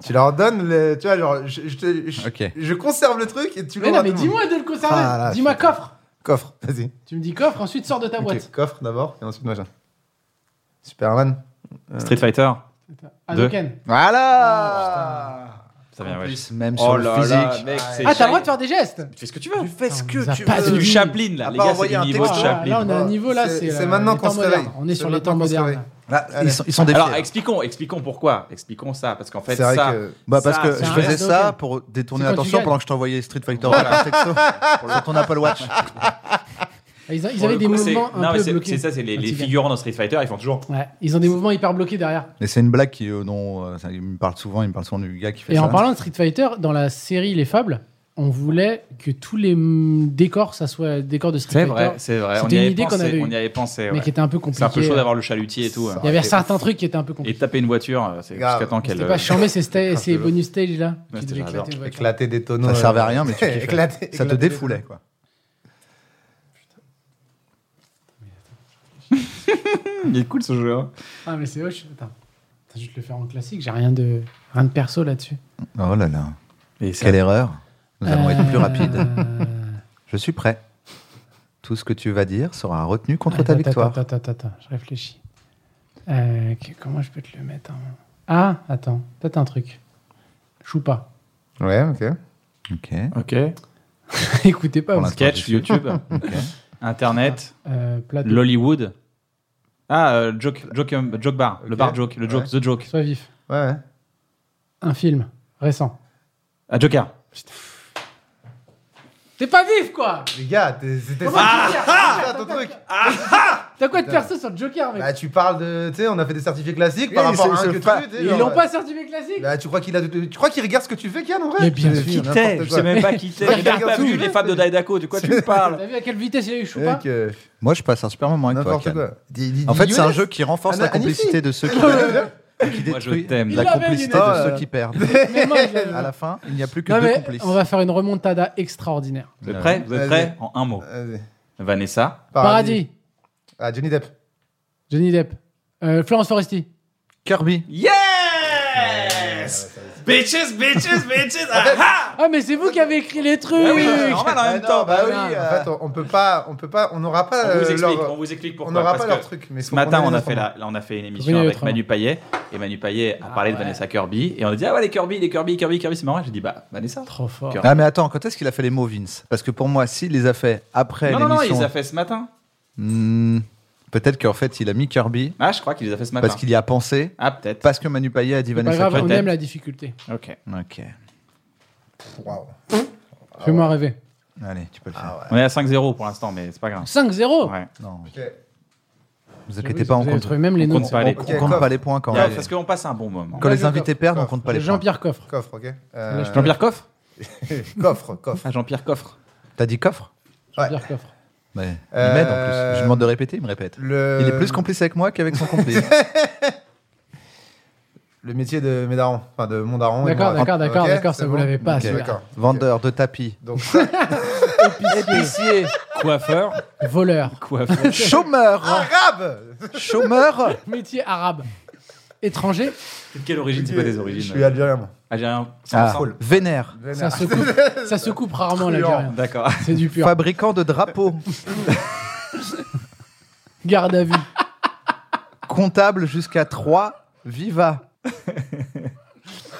Speaker 4: Tu leur donnes le. Tu vois, genre, je, je te- je-
Speaker 1: Ok.
Speaker 4: je conserve le truc et tu
Speaker 3: Mais
Speaker 4: l'envoies.
Speaker 3: non,
Speaker 4: à
Speaker 3: mais
Speaker 4: tout le
Speaker 3: dis-moi de le conserver.
Speaker 4: Ah, là,
Speaker 3: dis-moi coffre.
Speaker 4: monde. Coffre, vas-y.
Speaker 3: Tu me dis coffre, ensuite sors de ta
Speaker 4: Ok,
Speaker 3: boîte.
Speaker 4: Coffre d'abord et ensuite machin. Superman.
Speaker 2: Street Fighter.
Speaker 3: Hadoken.
Speaker 1: Voilà.
Speaker 2: Ça vient, ouais.
Speaker 1: Complices, même sur
Speaker 2: Oh
Speaker 1: le
Speaker 2: là
Speaker 1: physique.
Speaker 2: là, mec, c'est
Speaker 3: Ah, t'as le
Speaker 2: génial.
Speaker 3: droit de faire des gestes.
Speaker 2: Tu fais ce que tu veux.
Speaker 1: fais ce
Speaker 3: que tu
Speaker 2: Ah,
Speaker 3: veux.
Speaker 2: c'est du Chaplin
Speaker 1: À
Speaker 2: là, les
Speaker 1: part
Speaker 2: gars, c'est
Speaker 1: envoyer
Speaker 2: du
Speaker 1: un
Speaker 2: niveau de
Speaker 1: texto.
Speaker 3: Ah,
Speaker 2: Chaplin.
Speaker 3: là, on a un niveau là,
Speaker 4: C'est-
Speaker 3: c'est.
Speaker 4: c'est
Speaker 3: euh,
Speaker 4: maintenant
Speaker 3: les
Speaker 4: qu'on
Speaker 3: temps
Speaker 4: se réveille.
Speaker 3: modernes. On est
Speaker 4: C'est
Speaker 3: sur les
Speaker 4: maintenant
Speaker 3: temps
Speaker 4: qu'on se
Speaker 3: modernes.
Speaker 4: réveille.
Speaker 1: Là,
Speaker 4: Allez.
Speaker 1: ils sont, ils sont défiés.
Speaker 2: Alors expliquons, expliquons pourquoi, expliquons ça, parce qu'en fait
Speaker 4: C'est vrai
Speaker 2: ça,
Speaker 4: que-
Speaker 1: Bah parce
Speaker 2: ça,
Speaker 1: que
Speaker 2: c'est
Speaker 1: je
Speaker 2: un
Speaker 1: faisais
Speaker 3: reste
Speaker 1: ça
Speaker 3: auquel.
Speaker 1: pour
Speaker 3: C'est
Speaker 1: détourner
Speaker 3: quand tu
Speaker 1: l'attention
Speaker 3: gagnes.
Speaker 1: pendant que je t'envoyais Street Fighter par texto sur ton Apple Watch.
Speaker 3: Ah, Ils, a- ils
Speaker 2: pour
Speaker 3: avaient
Speaker 2: le
Speaker 3: des
Speaker 2: coup, c'est-
Speaker 3: mouvements
Speaker 2: non,
Speaker 3: un
Speaker 2: mais
Speaker 3: peu
Speaker 2: c'est-
Speaker 3: bloqués.
Speaker 2: C'est ça, c'est les,
Speaker 3: Un
Speaker 2: les
Speaker 3: petit gars.
Speaker 2: figurants dans Street Fighter, ils font toujours.
Speaker 3: Ouais, ils ont des mouvements hyper bloqués derrière.
Speaker 1: Mais c'est une blague qui, euh, dont euh, ça, il me parle souvent, il me parle souvent du gars qui fait
Speaker 3: Et
Speaker 1: ça.
Speaker 3: en parlant de Street Fighter, dans la série Les Fables, on voulait que tous les mm, décors, ça soit des décors de Street
Speaker 2: C'est
Speaker 3: Fighter,
Speaker 2: vrai, c'est vrai. On
Speaker 3: C'était
Speaker 2: y
Speaker 3: une
Speaker 2: avait
Speaker 3: idée qu'on
Speaker 2: pensé.
Speaker 3: avait eue.
Speaker 2: On y avait pensé.
Speaker 3: mais
Speaker 2: ouais.
Speaker 3: qui était un peu
Speaker 2: C'est
Speaker 3: compliqué.
Speaker 2: un peu chaud d'avoir le chalutier et tout. hein.
Speaker 3: Il y avait
Speaker 4: Et-
Speaker 3: certains trucs qui étaient un peu
Speaker 2: Et
Speaker 3: compliqués.
Speaker 2: taper une voiture, euh, c'est
Speaker 4: Grave.
Speaker 2: jusqu'à temps qu'elle.
Speaker 3: C'était pas charmé ces, sta- ces
Speaker 2: le-
Speaker 3: bonus stage là.
Speaker 2: Ouais,
Speaker 3: qui
Speaker 2: c'était
Speaker 3: devaient
Speaker 2: j'adore.
Speaker 3: éclater une voiture.
Speaker 4: Éclater des tonneaux.
Speaker 1: Ça
Speaker 4: euh,
Speaker 1: servait à rien, mais tu kiffais.
Speaker 4: éclater,
Speaker 1: ça te
Speaker 4: éclater des
Speaker 1: défoulait quoi.
Speaker 2: Il est cool ce jeu. hein.
Speaker 3: Ah, mais c'est hoche. Attends. Attends, je vais te le faire en classique, j'ai rien de, rien de perso là-dessus.
Speaker 1: Oh là là,
Speaker 2: Et ça-
Speaker 1: quelle erreur. Nous allons être plus
Speaker 3: Euh,
Speaker 1: rapides. Je suis prêt. Tout ce que tu vas dire sera retenu contre ta
Speaker 3: attends,
Speaker 1: victoire.
Speaker 3: Attends, attends, attends, attends, je réfléchis. Euh, que- comment je peux te le mettre en... Ah, attends, peut-être un truc. Choupa.
Speaker 4: Ouais, ok.
Speaker 1: Ok.
Speaker 2: Ok.
Speaker 3: Écoutez pas,
Speaker 1: Pour
Speaker 3: vous.
Speaker 1: l'instant,
Speaker 2: Sketch,
Speaker 1: je suis-
Speaker 2: YouTube, Internet,
Speaker 3: Euh, plateau.
Speaker 2: l'Hollywood. Ah, euh, joke, joke, euh, joke bar, le
Speaker 4: Ok.
Speaker 2: bar joke, le joke, the joke.
Speaker 3: Sois vif.
Speaker 4: Ouais, ouais.
Speaker 3: Un film récent.
Speaker 2: Ah, Joker.
Speaker 3: T'es pas vif, quoi
Speaker 4: Les gars, t'es- c'était ça.
Speaker 3: Ah
Speaker 4: ça, ton truc.
Speaker 3: T'as quoi de perso sur Joker, mec
Speaker 4: Bah, tu parles de. Tu sais, on a fait des certificats classiques par
Speaker 1: Oui,
Speaker 4: rapport
Speaker 1: c'est-
Speaker 4: à un
Speaker 1: c'est
Speaker 4: que
Speaker 1: pas-
Speaker 4: tu tu sais,
Speaker 3: Ils
Speaker 4: genre,
Speaker 3: l'ont pas sorti mes classiques
Speaker 4: Bah, tu crois qu'il a. Tu crois qu'il regarde ce que tu fais, Kian, en vrai
Speaker 3: Mais bien
Speaker 4: C'est-
Speaker 3: sûr.
Speaker 4: n'importe
Speaker 2: T'es, je
Speaker 4: quoi.
Speaker 2: sais même pas qui t'es.
Speaker 4: Mais
Speaker 2: J'ai même pas
Speaker 4: regarde
Speaker 2: vu
Speaker 4: tout.
Speaker 2: les fables de Daidako, de quoi tu me parles
Speaker 3: T'as vu à quelle vitesse il a eu Choupa
Speaker 4: Mec, euh,
Speaker 1: Moi, je passe un super moment avec toi.
Speaker 4: N'importe
Speaker 1: Ken.
Speaker 4: quoi. Dis- dis-
Speaker 1: En
Speaker 4: dis
Speaker 1: fait, c'est un
Speaker 4: Younes.
Speaker 1: jeu qui renforce
Speaker 4: Anna-
Speaker 1: la complicité de ceux qui qui
Speaker 2: Moi, je
Speaker 1: détruit
Speaker 2: t'aime.
Speaker 3: Il
Speaker 1: la
Speaker 3: l'avait,
Speaker 1: complicité
Speaker 4: Younes.
Speaker 1: de
Speaker 4: Oh,
Speaker 1: ceux
Speaker 4: euh.
Speaker 1: qui perdent.
Speaker 3: Mais moi, je-
Speaker 1: À la fin, il n'y a plus que
Speaker 3: Non,
Speaker 1: deux
Speaker 3: mais
Speaker 1: complices.
Speaker 3: on va faire une remontada extraordinaire.
Speaker 2: Vous êtes prêts Vous êtes prêts En un mot.
Speaker 4: Vas-y.
Speaker 2: Vanessa,
Speaker 3: Paradis,
Speaker 4: Ah, Johnny Depp.
Speaker 3: Johnny Depp, Euh, Florence Foresti.
Speaker 1: Kirby.
Speaker 9: Yes Bitches, bitches, bitches
Speaker 3: Ah, mais c'est vous qui avez écrit les trucs
Speaker 2: Ah oui, c'est normal en
Speaker 4: Ah
Speaker 2: même
Speaker 4: non,
Speaker 2: temps.
Speaker 4: bah oui.
Speaker 3: Voilà.
Speaker 1: euh.
Speaker 4: En fait, on- on peut pas. On peut pas. On n'aura pas.
Speaker 2: On vous
Speaker 4: euh,
Speaker 2: explique, on
Speaker 4: leur-
Speaker 2: vous explique
Speaker 4: On
Speaker 2: pourquoi.
Speaker 4: n'aura
Speaker 2: parce
Speaker 4: pas
Speaker 2: que
Speaker 4: leur truc. mais
Speaker 2: Ce
Speaker 4: faut qu'on ait
Speaker 2: matin, on
Speaker 4: les
Speaker 2: a, fait
Speaker 4: instruments.
Speaker 2: la, là, on a fait une
Speaker 3: Revenez
Speaker 2: émission avec
Speaker 3: autrement.
Speaker 2: Manu Payet. Et Manu Payet a
Speaker 3: Ah
Speaker 2: parlé de
Speaker 3: ouais.
Speaker 2: Vanessa Kirby. Et on a dit Ah ouais, les Kirby, les Kirby, Kirby, Kirby, c'est marrant. J'ai dit Bah, Vanessa.
Speaker 3: Trop fort.
Speaker 1: Ah mais attends, quand est-ce qu'il a fait les mots Vince Parce que pour moi, s'il les a fait après
Speaker 2: Non, non, non, il
Speaker 1: l'émission,
Speaker 2: les a fait ce matin.
Speaker 1: hmm, peut-être qu'en fait il a mis Kirby
Speaker 2: Ah, je crois qu'il les a fait ce matin.
Speaker 1: parce qu'il y a pensé,
Speaker 2: Ah, peut-être.
Speaker 1: parce que Manu Payet a dit
Speaker 3: Pas
Speaker 1: Vanessa.
Speaker 3: grave, on
Speaker 2: peut-être.
Speaker 3: aime la difficulté.
Speaker 2: Ok.
Speaker 1: Kirby. Ok,
Speaker 4: Waouh.
Speaker 3: Fais-moi rêver.
Speaker 1: allez, tu peux le faire.
Speaker 2: On est à 5-0 pour l'instant, mais c'est pas grave.
Speaker 3: 5-0
Speaker 2: Ouais.
Speaker 1: Non,
Speaker 4: Ok.
Speaker 1: vous
Speaker 3: J'avoue,
Speaker 1: inquiétez pas, on
Speaker 3: vous avez
Speaker 1: compte,
Speaker 3: trouvé même les
Speaker 2: On
Speaker 3: noms.
Speaker 2: compte pas les
Speaker 1: on
Speaker 4: Ok,
Speaker 1: compte
Speaker 4: coffre.
Speaker 1: pas les points quand
Speaker 2: Ouais,
Speaker 1: même.
Speaker 2: parce qu'on passe un bon moment.
Speaker 1: Quand les
Speaker 4: Vas-y,
Speaker 1: invités
Speaker 4: coffre,
Speaker 1: perdent, on
Speaker 4: coffre.
Speaker 1: compte pas les points.
Speaker 3: Jean-Pierre Coffre.
Speaker 4: Coffre, ok. Euh,
Speaker 3: Là, je
Speaker 2: Jean-Pierre Coffre
Speaker 4: Coffre, coffre.
Speaker 2: Ah, Jean-Pierre Coffre.
Speaker 1: T'as dit coffre
Speaker 3: Jean-Pierre Coffre.
Speaker 1: Ouais. Il
Speaker 4: Euh,
Speaker 1: m'aide en plus. Je lui demande de répéter, il me répète.
Speaker 4: Le...
Speaker 1: Il est plus complice avec moi qu'avec son complice.
Speaker 4: Le métier de mes darons, enfin de mon daron. et de
Speaker 3: D'accord,
Speaker 4: mon-
Speaker 3: d'accord, d'accord,
Speaker 4: Ok,
Speaker 3: d'accord,
Speaker 4: c'est
Speaker 3: ça vous
Speaker 4: bon
Speaker 3: l'avez pas,
Speaker 4: Ok,
Speaker 3: celui-là.
Speaker 4: D'accord.
Speaker 1: Vendeur de tapis.
Speaker 4: Donc ça,
Speaker 1: Épicier.
Speaker 2: Coiffeur.
Speaker 3: Voleur.
Speaker 2: Coiffeur.
Speaker 4: Ah.
Speaker 1: Chômeur.
Speaker 4: arabe
Speaker 1: Chômeur.
Speaker 3: Métier arabe. Étranger,
Speaker 2: De quelle origine C'est quoi des
Speaker 4: Je suis
Speaker 2: origines
Speaker 4: algérien, moi.
Speaker 2: Algérien. cent
Speaker 1: Ah,
Speaker 2: pour cent.
Speaker 1: Vénère.
Speaker 3: ça se coupe, ça se coupe rarement
Speaker 4: Truand.
Speaker 3: l'Algérien.
Speaker 2: D'accord.
Speaker 3: C'est du pur.
Speaker 1: Fabricant de drapeaux.
Speaker 3: Garde à vue.
Speaker 1: comptable jusqu'à 3, viva.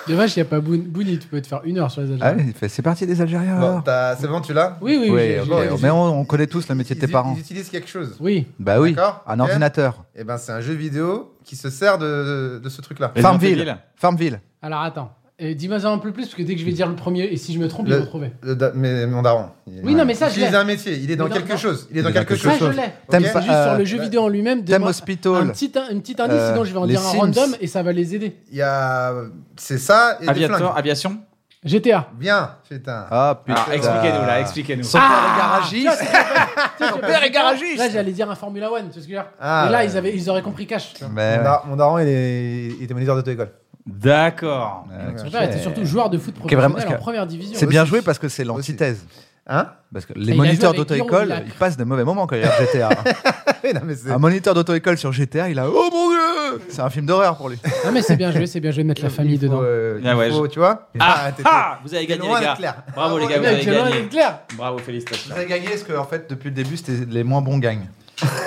Speaker 3: De vache, il n'y a pas Bouni. Bouni, tu peux te faire une heure sur les Algériens.
Speaker 1: c'est parti des Algériens
Speaker 4: Bon, t'as- c'est bon, tu l'as
Speaker 3: Oui, oui,
Speaker 1: Ah Oui,
Speaker 3: oui. j'ai-
Speaker 1: ok,
Speaker 3: j'ai-
Speaker 4: bon,
Speaker 1: mais on, on connaît tous le métier de tes
Speaker 4: Ils-
Speaker 1: parents.
Speaker 4: Ils utilisent quelque chose.
Speaker 3: Oui,
Speaker 1: Bah oui,
Speaker 4: D'accord,
Speaker 1: un
Speaker 4: ok.
Speaker 1: ordinateur.
Speaker 4: Et ben, c'est un jeu vidéo qui se sert de, de ce truc-là.
Speaker 2: Resident
Speaker 1: Farmville.
Speaker 2: Evil.
Speaker 1: Farmville.
Speaker 3: alors attends. Euh, Dis-moi ça un peu plus, parce que dès que je vais dire le premier, et si je me trompe, il
Speaker 4: Le-
Speaker 3: va trouver.
Speaker 4: Le da- mais mon daron. il-
Speaker 3: Oui, non, mais ça,
Speaker 4: il
Speaker 3: je
Speaker 4: utilise
Speaker 3: l'ai.
Speaker 4: un métier. Il est dans
Speaker 3: Mais
Speaker 4: quelque
Speaker 3: non,
Speaker 4: chose. Il est dans quelque
Speaker 3: Ça, je
Speaker 4: chose.
Speaker 3: l'ai.
Speaker 4: Ok.
Speaker 1: T'aimes
Speaker 3: C'est
Speaker 1: pas-
Speaker 3: juste sur
Speaker 1: euh,
Speaker 3: le jeu vidéo en lui-même.
Speaker 1: Thème
Speaker 3: donne-moi Un
Speaker 1: Hospital.
Speaker 3: petit, un petit indice,
Speaker 1: Euh,
Speaker 3: sinon je vais en dire
Speaker 1: les
Speaker 3: un
Speaker 1: Sims.
Speaker 3: random et ça va les aider.
Speaker 4: Il y a, c'est ça et des
Speaker 2: Aviateur,
Speaker 4: flingues.
Speaker 2: aviation.
Speaker 3: GTA.
Speaker 4: Bien, putain.
Speaker 1: Ah putain.
Speaker 9: Alors, expliquez-nous là, expliquez-nous.
Speaker 3: Ah
Speaker 1: Son père est garagiste.
Speaker 3: Ton
Speaker 1: père est garagiste.
Speaker 3: Là, j'allais dire un Formula One, tu vois ce que je veux dire
Speaker 4: Ah,
Speaker 3: Et là,
Speaker 4: ouais.
Speaker 3: ils, avaient, ils auraient compris cash. tu vois.
Speaker 1: Mais Bah
Speaker 4: Mon
Speaker 1: ouais.
Speaker 4: dar- Mon daron, il, est- il était moniteur d'auto-école.
Speaker 2: D'accord.
Speaker 3: Son père était surtout joueur de foot
Speaker 1: Qui est vraiment-
Speaker 3: professionnel en première division.
Speaker 1: Euh, C'est
Speaker 4: Aussi.
Speaker 1: bien joué parce que c'est l'antithèse.
Speaker 4: Hein
Speaker 1: Parce que les
Speaker 3: il a joué
Speaker 1: moniteurs
Speaker 3: avec Guillaume
Speaker 1: d'auto-école,
Speaker 3: Lacre.
Speaker 1: ils passent des mauvais moments quand ils regardent GTA. hein.
Speaker 4: Oui, non, mais c'est-
Speaker 1: Un moniteur d'auto-école sur GTA, il a Oh mon dieu C'est un film d'horreur pour lui.
Speaker 3: Non, mais c'est bien joué, c'est bien joué de mettre la famille
Speaker 4: il faut,
Speaker 3: dedans.
Speaker 4: euh, il
Speaker 2: Ah ouais,
Speaker 4: faut, tu vois
Speaker 2: Ah,
Speaker 4: t'es-
Speaker 2: ah, vous avez
Speaker 4: t'es
Speaker 2: gagné,
Speaker 4: loin
Speaker 2: les
Speaker 4: d'être
Speaker 2: gars.
Speaker 4: clair.
Speaker 2: Bravo, les gars, vous
Speaker 3: Mec,
Speaker 2: avez
Speaker 3: le nom est
Speaker 2: gagné.
Speaker 3: clair.
Speaker 2: Bravo, félicitations.
Speaker 1: J'ai gagné parce que en fait, depuis le début, c'était les moins bons gagnent.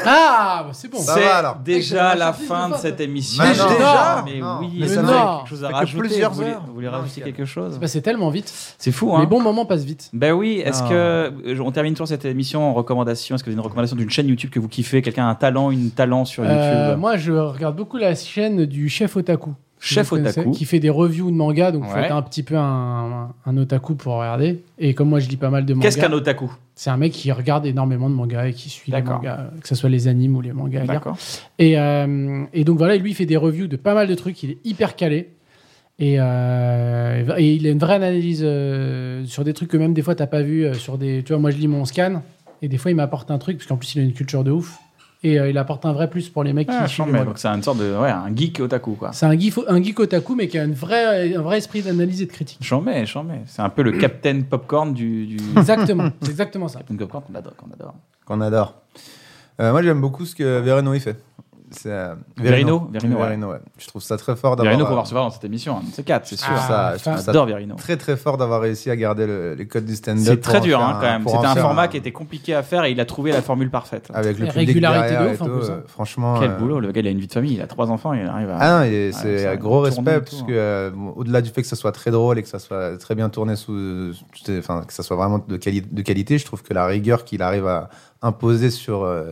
Speaker 3: Ah, bah, c'est bon.
Speaker 4: Ça va, alors.
Speaker 2: C'est déjà
Speaker 3: Excellent,
Speaker 2: la
Speaker 3: sortie,
Speaker 2: fin
Speaker 3: je
Speaker 2: de
Speaker 3: vois.
Speaker 2: cette émission.
Speaker 4: Mais
Speaker 1: non,
Speaker 3: déjà
Speaker 2: Mais
Speaker 4: non,
Speaker 2: oui,
Speaker 3: mais
Speaker 2: vous
Speaker 3: ça
Speaker 2: avez
Speaker 3: fait-
Speaker 2: quelque chose à
Speaker 1: fait que
Speaker 2: rajouter.
Speaker 1: plusieurs
Speaker 2: vous, voulez,
Speaker 1: heures.
Speaker 2: vous voulez rajouter quelque chose
Speaker 3: Bah, C'est passé tellement vite.
Speaker 2: C'est fou, hein
Speaker 3: Les bons moments passent vite.
Speaker 2: Ben oui, est-ce
Speaker 1: Ah.
Speaker 2: que euh, on termine toujours cette émission en recommandation Est-ce que vous avez une recommandation d'une chaîne YouTube que vous kiffez Quelqu'un a un talent, une talent sur YouTube
Speaker 3: Euh,
Speaker 1: hein.
Speaker 3: moi, je regarde beaucoup la chaîne du chef otaku. Si
Speaker 2: Chef
Speaker 3: vous connaissez,
Speaker 2: Otaku.
Speaker 3: Qui fait des reviews de manga, donc il faut
Speaker 2: Ouais.
Speaker 3: être un petit peu un, un otaku pour regarder. Et comme moi, je lis pas mal de mangas.
Speaker 2: Qu'est-ce qu'un otaku
Speaker 3: C'est un mec qui regarde énormément de mangas et qui suit les
Speaker 2: D'accord.
Speaker 3: mangas, euh, que ce soit les animes ou les mangas. à lire. Et, euh, et donc voilà, lui, il fait des reviews de pas mal de trucs. Il est hyper calé. Et, euh, et il a une vraie analyse euh, sur des trucs que même des fois t'as pas vu. euh, sur des, tu vois, moi je lis mon scan et des fois il m'apporte un truc parce qu'en plus il a une culture de ouf et euh, il apporte un vrai plus pour les mecs
Speaker 2: Ah,
Speaker 3: qui suivent
Speaker 2: chambé.
Speaker 3: les mangas.
Speaker 2: Donc c'est une sorte de ouais, un geek otaku quoi.
Speaker 3: C'est un geek, un geek otaku mais qui a une vraie, un vrai esprit d'analyse et de critique.
Speaker 2: Chambé, chambé. C'est un peu le Captain Popcorn du, du...
Speaker 3: Exactement, c'est exactement ça.
Speaker 2: Captain Popcorn qu'on euh, adore, qu'on adore.
Speaker 4: Qu'on adore. Euh, moi, j'aime beaucoup ce que Verino il fait. C'est, euh,
Speaker 2: Verino, Verino, ouais.
Speaker 4: Verino, ouais. Je trouve ça très fort d'avoir.
Speaker 2: Verino qu'on va
Speaker 4: euh,
Speaker 2: recevoir dans cette émission, hein. c'est 4, c'est
Speaker 4: je
Speaker 2: sûr.
Speaker 4: trouve
Speaker 3: Ah,
Speaker 4: ça, je
Speaker 3: ça.
Speaker 4: trouve ça
Speaker 2: J'adore Verino.
Speaker 4: très très fort d'avoir réussi à garder le- les codes du stand-up.
Speaker 2: C'est
Speaker 4: pour
Speaker 2: très
Speaker 4: en
Speaker 2: dur
Speaker 4: faire
Speaker 2: hein, quand même.
Speaker 4: pour
Speaker 2: C'était
Speaker 4: en
Speaker 2: un
Speaker 4: faire Ah
Speaker 2: format qui était compliqué à faire et il a trouvé la formule parfaite.
Speaker 4: Avec le
Speaker 3: La
Speaker 4: public
Speaker 3: régularité
Speaker 4: derrière
Speaker 3: de
Speaker 4: et
Speaker 3: ouf, en
Speaker 4: tout,
Speaker 3: plus, hein.
Speaker 4: euh, franchement.
Speaker 2: Quel
Speaker 4: euh,
Speaker 2: boulot, le gars il a une vie de famille, il a trois enfants, il arrive à.
Speaker 4: Ah non, et c'est
Speaker 2: ça a
Speaker 4: un gros
Speaker 2: tourné
Speaker 4: respect
Speaker 2: et tout, hein.
Speaker 4: parce que euh, bon, au-delà du fait que ça soit très drôle et que ça soit très bien tourné sous, c'est- enfin que ça soit vraiment de, quali- de qualité, je trouve que la rigueur qu'il arrive à imposer sur euh,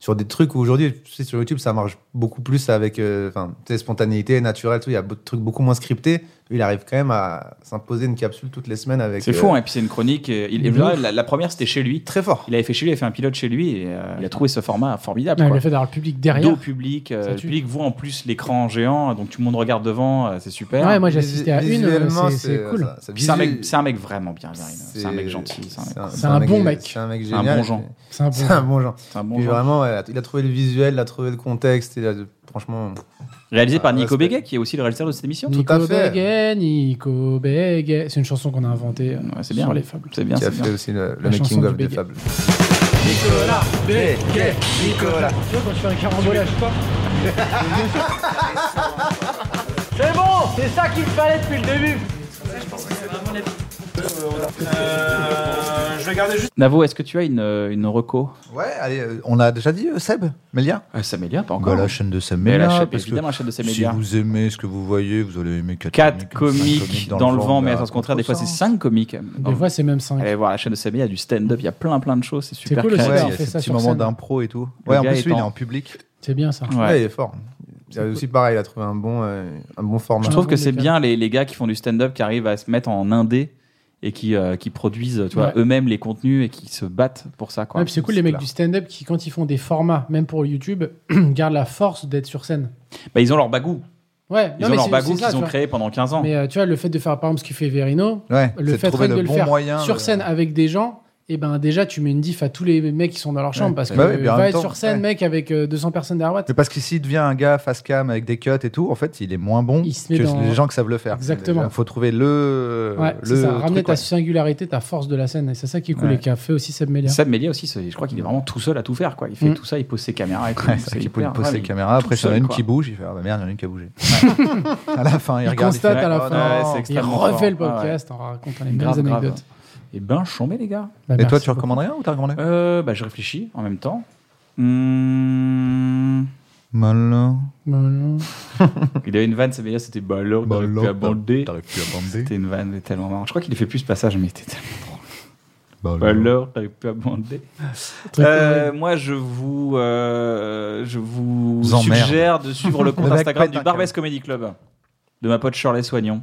Speaker 4: sur des trucs où aujourd'hui, tu sais, sur YouTube, ça marche beaucoup plus avec, euh, enfin, tu sais, spontanéité, naturel, tout. Il y a be- des trucs beaucoup moins scriptés. Lui, Il arrive quand même à s'imposer une capsule toutes les semaines avec.
Speaker 2: C'est
Speaker 4: euh,
Speaker 2: fou, hein. et puis c'est une chronique. euh, il-
Speaker 3: De
Speaker 2: la,
Speaker 3: ouf.
Speaker 2: la- la première c'était chez lui.
Speaker 4: Mmh. Très fort.
Speaker 2: Il avait fait chez lui, il avait fait un pilote chez lui et euh, il a trouvé ce format formidable.
Speaker 3: Ouais,
Speaker 2: quoi.
Speaker 3: le Ah, fait d'avoir le public
Speaker 2: Dos au
Speaker 3: derrière.
Speaker 2: public,
Speaker 3: Ça
Speaker 2: euh, le
Speaker 3: tue.
Speaker 2: public voit en plus l'écran géant, donc tout le monde regarde devant, euh, c'est super.
Speaker 3: Ouais, moi j'ai assisté à une, euh,
Speaker 4: Visuellement,
Speaker 3: c'est- c'est cool.
Speaker 4: ça- ça
Speaker 2: Puis c'est un,
Speaker 4: visu-
Speaker 2: mec- c'est un mec vraiment bien, Verino. C'est un mec gentil, c'est un mec-
Speaker 3: c'est un bon mec.
Speaker 4: C'est un mec
Speaker 2: un
Speaker 4: génial.
Speaker 2: bon genre.
Speaker 3: C'est un bon-
Speaker 4: C'est un bon genre.
Speaker 2: c'est un bon
Speaker 4: Puis
Speaker 2: genre.
Speaker 4: vraiment, ouais, il a trouvé le visuel, il a trouvé le contexte. Il a, franchement,
Speaker 2: Réalisé
Speaker 4: Ah,
Speaker 2: par Nico
Speaker 4: respect.
Speaker 2: Béguet, qui est aussi le réalisateur de cette émission.
Speaker 4: Tout
Speaker 3: Nico
Speaker 4: à fait.
Speaker 3: Begay, Nico Begay. C'est une chanson qu'on a inventée euh,
Speaker 2: Ouais, c'est bien.
Speaker 3: sur les fables.
Speaker 2: C'est bien,
Speaker 4: qui a
Speaker 2: c'est
Speaker 4: fait
Speaker 2: bien.
Speaker 4: aussi le, le
Speaker 3: La chanson
Speaker 4: making
Speaker 3: du
Speaker 4: of des
Speaker 3: Béguet.
Speaker 4: fables.
Speaker 3: Tu vois, quand tu fais un carambolage, pas
Speaker 2: Navo, est-ce que tu as une, euh, une reco
Speaker 1: Ouais, allez, euh, on a déjà dit euh, Seb, Mélia
Speaker 2: Samélia, pas
Speaker 1: Bah,
Speaker 2: encore.
Speaker 1: La chaîne de Seb
Speaker 2: Mais
Speaker 1: Mélia.
Speaker 2: la chaîne-
Speaker 1: parce que
Speaker 2: évidemment, la chaîne de
Speaker 1: si
Speaker 2: Samélia.
Speaker 1: vous aimez ce que vous voyez, vous allez aimer 4,
Speaker 2: 4 comiques dans, le vent, mais
Speaker 1: bah,
Speaker 2: à sens contraire, des fois c'est 5 comiques.
Speaker 3: Des fois, c'est même 5.
Speaker 2: Allez voir la chaîne de Samélia, il y a du stand-up, il y a plein plein de choses, c'est super
Speaker 3: cool aussi,
Speaker 1: Ouais, il
Speaker 2: créatif.
Speaker 3: on
Speaker 1: y a
Speaker 3: fait
Speaker 1: ces
Speaker 3: ça
Speaker 1: petits
Speaker 3: sur
Speaker 1: moments
Speaker 3: scène.
Speaker 1: d'impro et tout.
Speaker 2: Le
Speaker 1: Ouais, en
Speaker 2: gars
Speaker 1: plus,
Speaker 2: est
Speaker 1: lui, il est
Speaker 2: en-
Speaker 1: en public.
Speaker 3: C'est bien ça.
Speaker 2: Ouais.
Speaker 4: Ouais, il est fort. Il a aussi pareil, il a trouvé un bon, euh, un bon format.
Speaker 2: Je trouve que c'est
Speaker 3: Nickel.
Speaker 2: bien les, les gars qui font du stand-up, qui arrivent à se mettre en indé et qui, euh, qui produisent tu vois,
Speaker 3: Ouais.
Speaker 2: eux-mêmes les contenus et qui se battent pour ça. Quoi.
Speaker 3: Ouais, puis c'est cool les mecs
Speaker 2: clair.
Speaker 3: du stand-up qui, quand ils font des formats, même pour YouTube, gardent la force d'être sur scène.
Speaker 2: Bah, ils ont leur bagou.
Speaker 3: Ouais,
Speaker 2: Ils
Speaker 3: non,
Speaker 2: ont
Speaker 3: mais
Speaker 2: leur
Speaker 3: c'est-
Speaker 2: bagou
Speaker 3: c'est ça,
Speaker 2: qu'ils
Speaker 3: tu
Speaker 2: ont
Speaker 3: vois.
Speaker 2: créé pendant 15 ans.
Speaker 3: Mais euh, tu vois, le fait de faire par exemple ce qu'il fait Verino,
Speaker 1: Ouais, c'est
Speaker 3: le
Speaker 1: de
Speaker 3: fait
Speaker 1: trouver
Speaker 3: rien que de
Speaker 1: le
Speaker 3: le
Speaker 1: bon
Speaker 3: faire
Speaker 1: moyen.
Speaker 3: sur
Speaker 1: de-
Speaker 3: scène avec des gens, et ben déjà tu mets une diff à tous les mecs qui sont dans leur chambre parce que
Speaker 1: bah oui,
Speaker 3: euh,
Speaker 1: puis en
Speaker 3: va
Speaker 1: même
Speaker 3: être
Speaker 1: temps,
Speaker 3: sur scène,
Speaker 1: ouais.
Speaker 3: mec, avec euh, 200 personnes derrière
Speaker 1: Mais
Speaker 3: toi.
Speaker 1: parce qu'ici, il devient un gars face cam avec des cuts et tout. En fait, il est moins bon
Speaker 3: Il se met
Speaker 1: que
Speaker 3: dans-
Speaker 1: les gens qui savent le faire.
Speaker 3: Exactement.
Speaker 1: Il faut trouver le.
Speaker 3: Ouais,
Speaker 1: le
Speaker 3: c'est ça. Ramener
Speaker 1: truc,
Speaker 3: ta
Speaker 1: ouais.
Speaker 3: singularité, ta force de la scène, et c'est ça qui est cool
Speaker 2: Ouais.
Speaker 3: et qui a fait aussi Seb Melia.
Speaker 2: Seb Melia aussi, c'est- je crois qu'il est vraiment tout seul à tout faire. Quoi. Il fait
Speaker 3: Mm.
Speaker 2: tout ça, il pose ses caméras et tout.
Speaker 1: Ouais,
Speaker 2: C'est
Speaker 1: c'est vrai qu'il
Speaker 2: hyper-
Speaker 1: pose
Speaker 2: ouais,
Speaker 1: ses
Speaker 2: il-
Speaker 1: caméras. Après,
Speaker 2: tout
Speaker 1: il y en a
Speaker 2: seul,
Speaker 1: une
Speaker 2: quoi.
Speaker 1: qui bouge. Il fait Ah bah merde, il y en a une qui a bougé. à la fin, il, oh
Speaker 3: Il
Speaker 1: regarde.
Speaker 3: constate à la
Speaker 2: Ouais,
Speaker 3: fin.
Speaker 2: ouais, c'est
Speaker 3: il
Speaker 2: extrêmement
Speaker 3: refait
Speaker 2: fort. Ah
Speaker 3: le podcast en racontant les mêmes
Speaker 2: Grave, grave.
Speaker 3: anecdotes.
Speaker 2: Et ben, chambé les gars.
Speaker 3: Bah,
Speaker 1: il fait, Et toi,
Speaker 3: merci
Speaker 1: tu recommandes rien ou t'as recommandé
Speaker 2: Euh, bah, je réfléchis en même temps. Hmm.
Speaker 1: Malin.
Speaker 3: beaucoup. Voilà.
Speaker 2: Il avait une vanne, Seb Melia, c'était bah alors,
Speaker 1: Bah
Speaker 2: t'aurais pu
Speaker 1: alors,
Speaker 2: abonder.
Speaker 1: T'arrives plus à bander.
Speaker 2: C'était une vanne mais tellement marrant. Je crois qu'il a fait plus de passages, mais c'était tellement
Speaker 1: Bah,
Speaker 2: Bah alors, t'avais pu abonder.
Speaker 3: Très
Speaker 2: Euh, moi, je vous, euh, je vous
Speaker 1: Vous emmerde.
Speaker 2: suggère de suivre le compte
Speaker 1: Le mec
Speaker 2: Instagram
Speaker 1: pète
Speaker 2: du
Speaker 1: un
Speaker 2: Barbès Comedy Club de ma pote Shirley Soignon.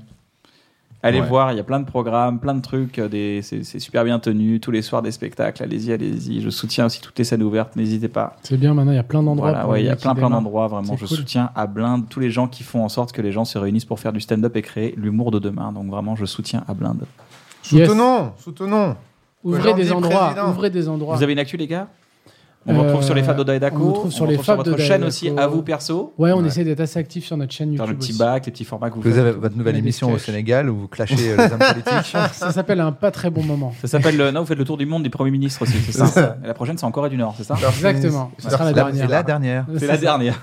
Speaker 2: Allez
Speaker 1: Ouais.
Speaker 2: voir, il y a plein de programmes, plein de trucs, euh, des- c'est c'est super bien tenu, tous les soirs des spectacles, allez-y, allez-y. Je soutiens aussi toutes les scènes ouvertes, n'hésitez pas.
Speaker 3: C'est bien maintenant, il y a plein d'endroits.
Speaker 2: Voilà,
Speaker 3: pour
Speaker 2: ouais, il y
Speaker 3: les
Speaker 2: a
Speaker 3: mecs qui
Speaker 2: plein plein
Speaker 3: démarrent.
Speaker 2: d'endroits vraiment.
Speaker 3: C'est
Speaker 2: Je
Speaker 3: cool.
Speaker 2: soutiens à blinde tous les gens qui font en sorte que les gens se réunissent pour faire du stand-up et créer l'humour de demain. Donc vraiment, je soutiens à blinde.
Speaker 3: Yes.
Speaker 4: Soutenons, soutenons.
Speaker 3: Ouvrez
Speaker 4: Aujourd'hui,
Speaker 3: des endroits.
Speaker 4: président.
Speaker 3: Ouvrez des endroits.
Speaker 2: Vous avez une actu les gars On vous
Speaker 3: Euh,
Speaker 2: retrouve sur les Fab d'Oda et Daco.
Speaker 3: on vous retrouve sur les
Speaker 2: retrouve sur
Speaker 3: Fab
Speaker 2: votre
Speaker 3: d'Oda et
Speaker 2: chaîne
Speaker 3: Daco.
Speaker 2: aussi à vous perso.
Speaker 3: Ouais, on essaie d'être assez actif sur notre chaîne
Speaker 2: Faire
Speaker 3: YouTube.
Speaker 2: le petit
Speaker 3: aussi.
Speaker 2: bac, les petits formats que vous,
Speaker 1: Vous
Speaker 2: faites.
Speaker 1: avez votre nouvelle
Speaker 3: Vous avez
Speaker 1: émission
Speaker 3: des
Speaker 1: au
Speaker 3: sketchs.
Speaker 1: Sénégal où vous clashez euh, les hommes politiques.
Speaker 3: Ah, Ça s'appelle un pas très bon moment.
Speaker 2: Ça s'appelle le... Non, vous faites le tour du monde des premiers ministres aussi, c'est ça. Et la prochaine c'est en Corée du Nord, c'est ça
Speaker 3: Exactement. Ce sera la
Speaker 1: La- C'est
Speaker 3: dernière.
Speaker 1: la dernière.
Speaker 2: C'est la dernière.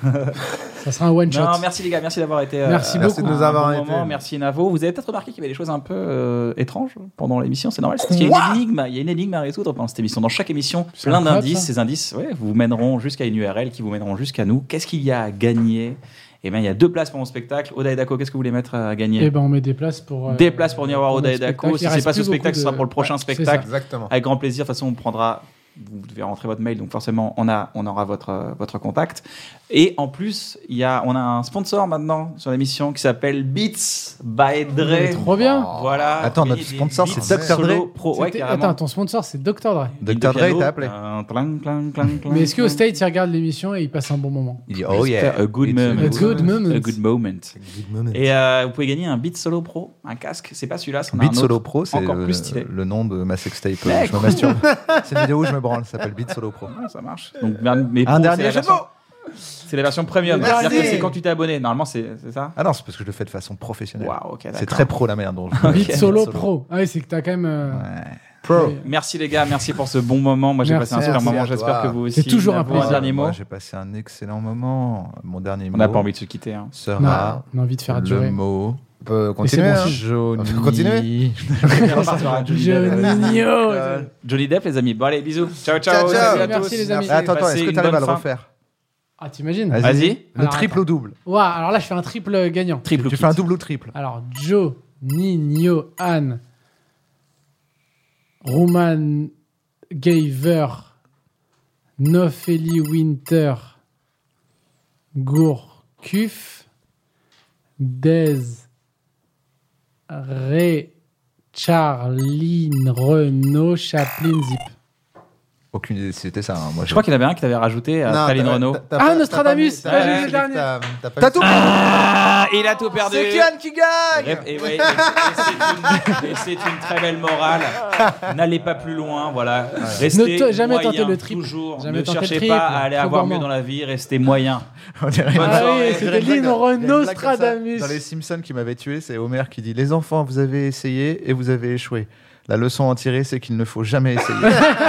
Speaker 3: Ça sera un one shot.
Speaker 2: Non, merci les gars, merci d'avoir été. euh,
Speaker 3: Merci
Speaker 4: Merci
Speaker 3: beaucoup.
Speaker 4: de nous
Speaker 2: un
Speaker 4: avoir
Speaker 2: bon
Speaker 4: été.
Speaker 2: moment. Merci Navo. Vous avez peut-être remarqué qu'il y avait des choses un peu euh, étranges pendant l'émission, c'est normal. c'est Parce qu'il y a une énigme, il y a une énigme à résoudre pendant cette émission. Dans chaque émission,
Speaker 3: C'est
Speaker 2: plein
Speaker 3: incroyable,
Speaker 2: d'indices.
Speaker 3: ça.
Speaker 2: Ces indices, ouais, vous mèneront jusqu'à une URL qui vous mèneront jusqu'à nous. Qu'est-ce qu'il y a à gagner Eh bien, il y a deux places pour mon spectacle. Oda et Dako, qu'est-ce que vous voulez mettre à gagner
Speaker 3: Et ben on met des places pour. euh,
Speaker 2: Des places pour venir voir
Speaker 3: pour
Speaker 2: Oda
Speaker 3: notre
Speaker 2: et Dako.
Speaker 3: spectacle.
Speaker 2: Si
Speaker 3: Il
Speaker 2: c'est
Speaker 3: reste
Speaker 2: pas ce
Speaker 3: plus beaucoup
Speaker 2: spectacle, ce sera
Speaker 3: de-
Speaker 2: pour le prochain
Speaker 3: Ouais, c'est
Speaker 2: spectacle.
Speaker 4: Exactement.
Speaker 2: Avec grand plaisir. De toute façon, on prendra. Vous devez rentrer votre mail, donc forcément, on, a, on aura votre, euh, votre contact. Et en plus, il y a, on a un sponsor maintenant sur l'émission qui s'appelle Beats by
Speaker 3: Mais
Speaker 2: Dre.
Speaker 3: Trop bien.
Speaker 2: Voilà.
Speaker 1: Attends,
Speaker 2: Gagner
Speaker 1: notre
Speaker 2: des
Speaker 1: sponsor,
Speaker 2: beats
Speaker 1: c'est Dr. Dre.
Speaker 2: solo Pro. Oh, Ouais,
Speaker 3: C'était-
Speaker 2: carrément.
Speaker 3: Attends, ton sponsor c'est Dr Dre.
Speaker 2: Beat de
Speaker 1: Dr. Dre
Speaker 2: piano.
Speaker 1: t'a appelé.
Speaker 2: Euh, clang, clang, clang, clang,
Speaker 3: Mais est-ce qu'au
Speaker 2: clang.
Speaker 3: States, ils regardent l'émission et ils passent un bon moment
Speaker 1: Il dit, oh yeah.
Speaker 2: a good
Speaker 1: It's
Speaker 2: moment.
Speaker 3: A good moment.
Speaker 2: A good moment. Et euh, vous pouvez gagner un Beat Solo Pro, un casque. C'est pas celui-là, c'en a un
Speaker 1: Beat
Speaker 2: autre.
Speaker 1: Solo Pro, c'est
Speaker 2: encore
Speaker 1: le,
Speaker 2: plus stylé.
Speaker 1: le nom de ma sextape.
Speaker 2: Mais
Speaker 1: euh, Je me masturbe. c'est une vidéo où je me branle, ça s'appelle Beat Solo Pro.
Speaker 2: Ah, ça marche. Donc, mais
Speaker 1: Un
Speaker 2: pour,
Speaker 1: dernier
Speaker 2: c'est la
Speaker 1: jeu de
Speaker 2: version- C'est la version premium.
Speaker 4: Merci.
Speaker 2: C'est-à-dire que c'est quand tu t'es abonné. Normalement, c'est c'est ça
Speaker 1: Ah non, c'est parce que je le fais de façon professionnelle.
Speaker 2: Waouh, ok,
Speaker 1: c'est
Speaker 2: d'accord.
Speaker 1: très pro la merde. donc je-
Speaker 3: Beat Solo Pro. Ah oui, c'est que t'as quand même. euh,
Speaker 4: Pro.
Speaker 3: oui.
Speaker 2: Merci les gars, merci pour ce bon moment. Moi, j'ai
Speaker 3: Merci.
Speaker 2: passé un super
Speaker 4: Merci
Speaker 2: moment.
Speaker 4: à
Speaker 2: J'espère
Speaker 4: toi.
Speaker 2: que vous aussi.
Speaker 3: C'est toujours un
Speaker 2: Navo,
Speaker 3: plaisir.
Speaker 2: dernier mot.
Speaker 1: Moi, J'ai passé un excellent moment. Mon dernier
Speaker 2: On
Speaker 1: mot
Speaker 2: n'a pas envie de se quitter. hein.
Speaker 3: Non,
Speaker 1: sera
Speaker 3: on a envie de faire
Speaker 1: le
Speaker 3: durer.
Speaker 1: mot
Speaker 4: On peut continuer.
Speaker 3: bon,
Speaker 4: hein.
Speaker 1: Johnny.
Speaker 4: Continuez.
Speaker 2: On partira à Johnny Depp.
Speaker 3: Johnio.
Speaker 2: Euh, Johnny Depp, les amis. Bon, allez, bisous. Ciao, ciao.
Speaker 4: Ciao, ciao.
Speaker 2: Salut à
Speaker 3: Merci,
Speaker 2: tous.
Speaker 3: les amis.
Speaker 1: Ah, Attends, attends,
Speaker 2: Passez
Speaker 1: est-ce que
Speaker 2: une
Speaker 1: t'arrives à
Speaker 2: bonne
Speaker 1: le
Speaker 2: fin.
Speaker 1: refaire
Speaker 3: Ah, t'imagines
Speaker 1: Vas-y.
Speaker 2: Vas-y.
Speaker 1: Le
Speaker 3: Alors,
Speaker 1: triple
Speaker 3: attends.
Speaker 1: ou double
Speaker 3: Ouah, alors là, je fais un triple gagnant.
Speaker 2: Triple
Speaker 1: Tu
Speaker 2: kick.
Speaker 1: fais un double ou triple
Speaker 3: Alors, Joe, Nino, Anne, Roman Gaver, Nofeli Winter, Gourcuff, Dez, Ray, Charline, Renault, Chaplin, Zip.
Speaker 1: Aucune idée, c'était ça. hein, Moi,
Speaker 2: Je crois qu'il y en avait un qui t'avait rajouté à
Speaker 4: Non,
Speaker 2: Staline
Speaker 4: t'as-
Speaker 2: Renault.
Speaker 4: t'as- t'as
Speaker 3: Ah,
Speaker 4: pas- t'as
Speaker 3: Nostradamus.
Speaker 4: pas mis- t'as
Speaker 2: Ouais,
Speaker 4: pas
Speaker 2: j'ai
Speaker 4: mis
Speaker 3: le
Speaker 4: que
Speaker 3: dernier.
Speaker 4: t'as- T'as pas
Speaker 1: T'as
Speaker 4: mis-
Speaker 1: tout
Speaker 2: Ah, il a tout perdu.
Speaker 1: C'est Kian qui gagne
Speaker 2: Bref, et ouais, et c'est- et c'est une, et c'est une très belle morale. N'allez pas plus loin, voilà. Restez
Speaker 3: Ne te- jamais
Speaker 2: moyen,
Speaker 3: tenter le triple.
Speaker 2: Toujours.
Speaker 3: Jamais
Speaker 2: ne
Speaker 3: tenter le
Speaker 2: cherchez
Speaker 3: triple.
Speaker 2: pas à aller
Speaker 3: Trop
Speaker 2: avoir
Speaker 3: gourmand.
Speaker 2: mieux dans la vie. Restez moyen.
Speaker 1: On dirait
Speaker 2: Bonne
Speaker 3: Ah
Speaker 2: soirée.
Speaker 3: oui, c'était
Speaker 1: Il y a une blague
Speaker 3: Lynn
Speaker 1: comme ça.
Speaker 3: Nostradamus.
Speaker 1: Dans les Simpsons qui m'avait tué, c'est Homer qui dit Les enfants, vous avez essayé et vous avez échoué. La leçon à en tirer, c'est qu'il ne faut jamais essayer.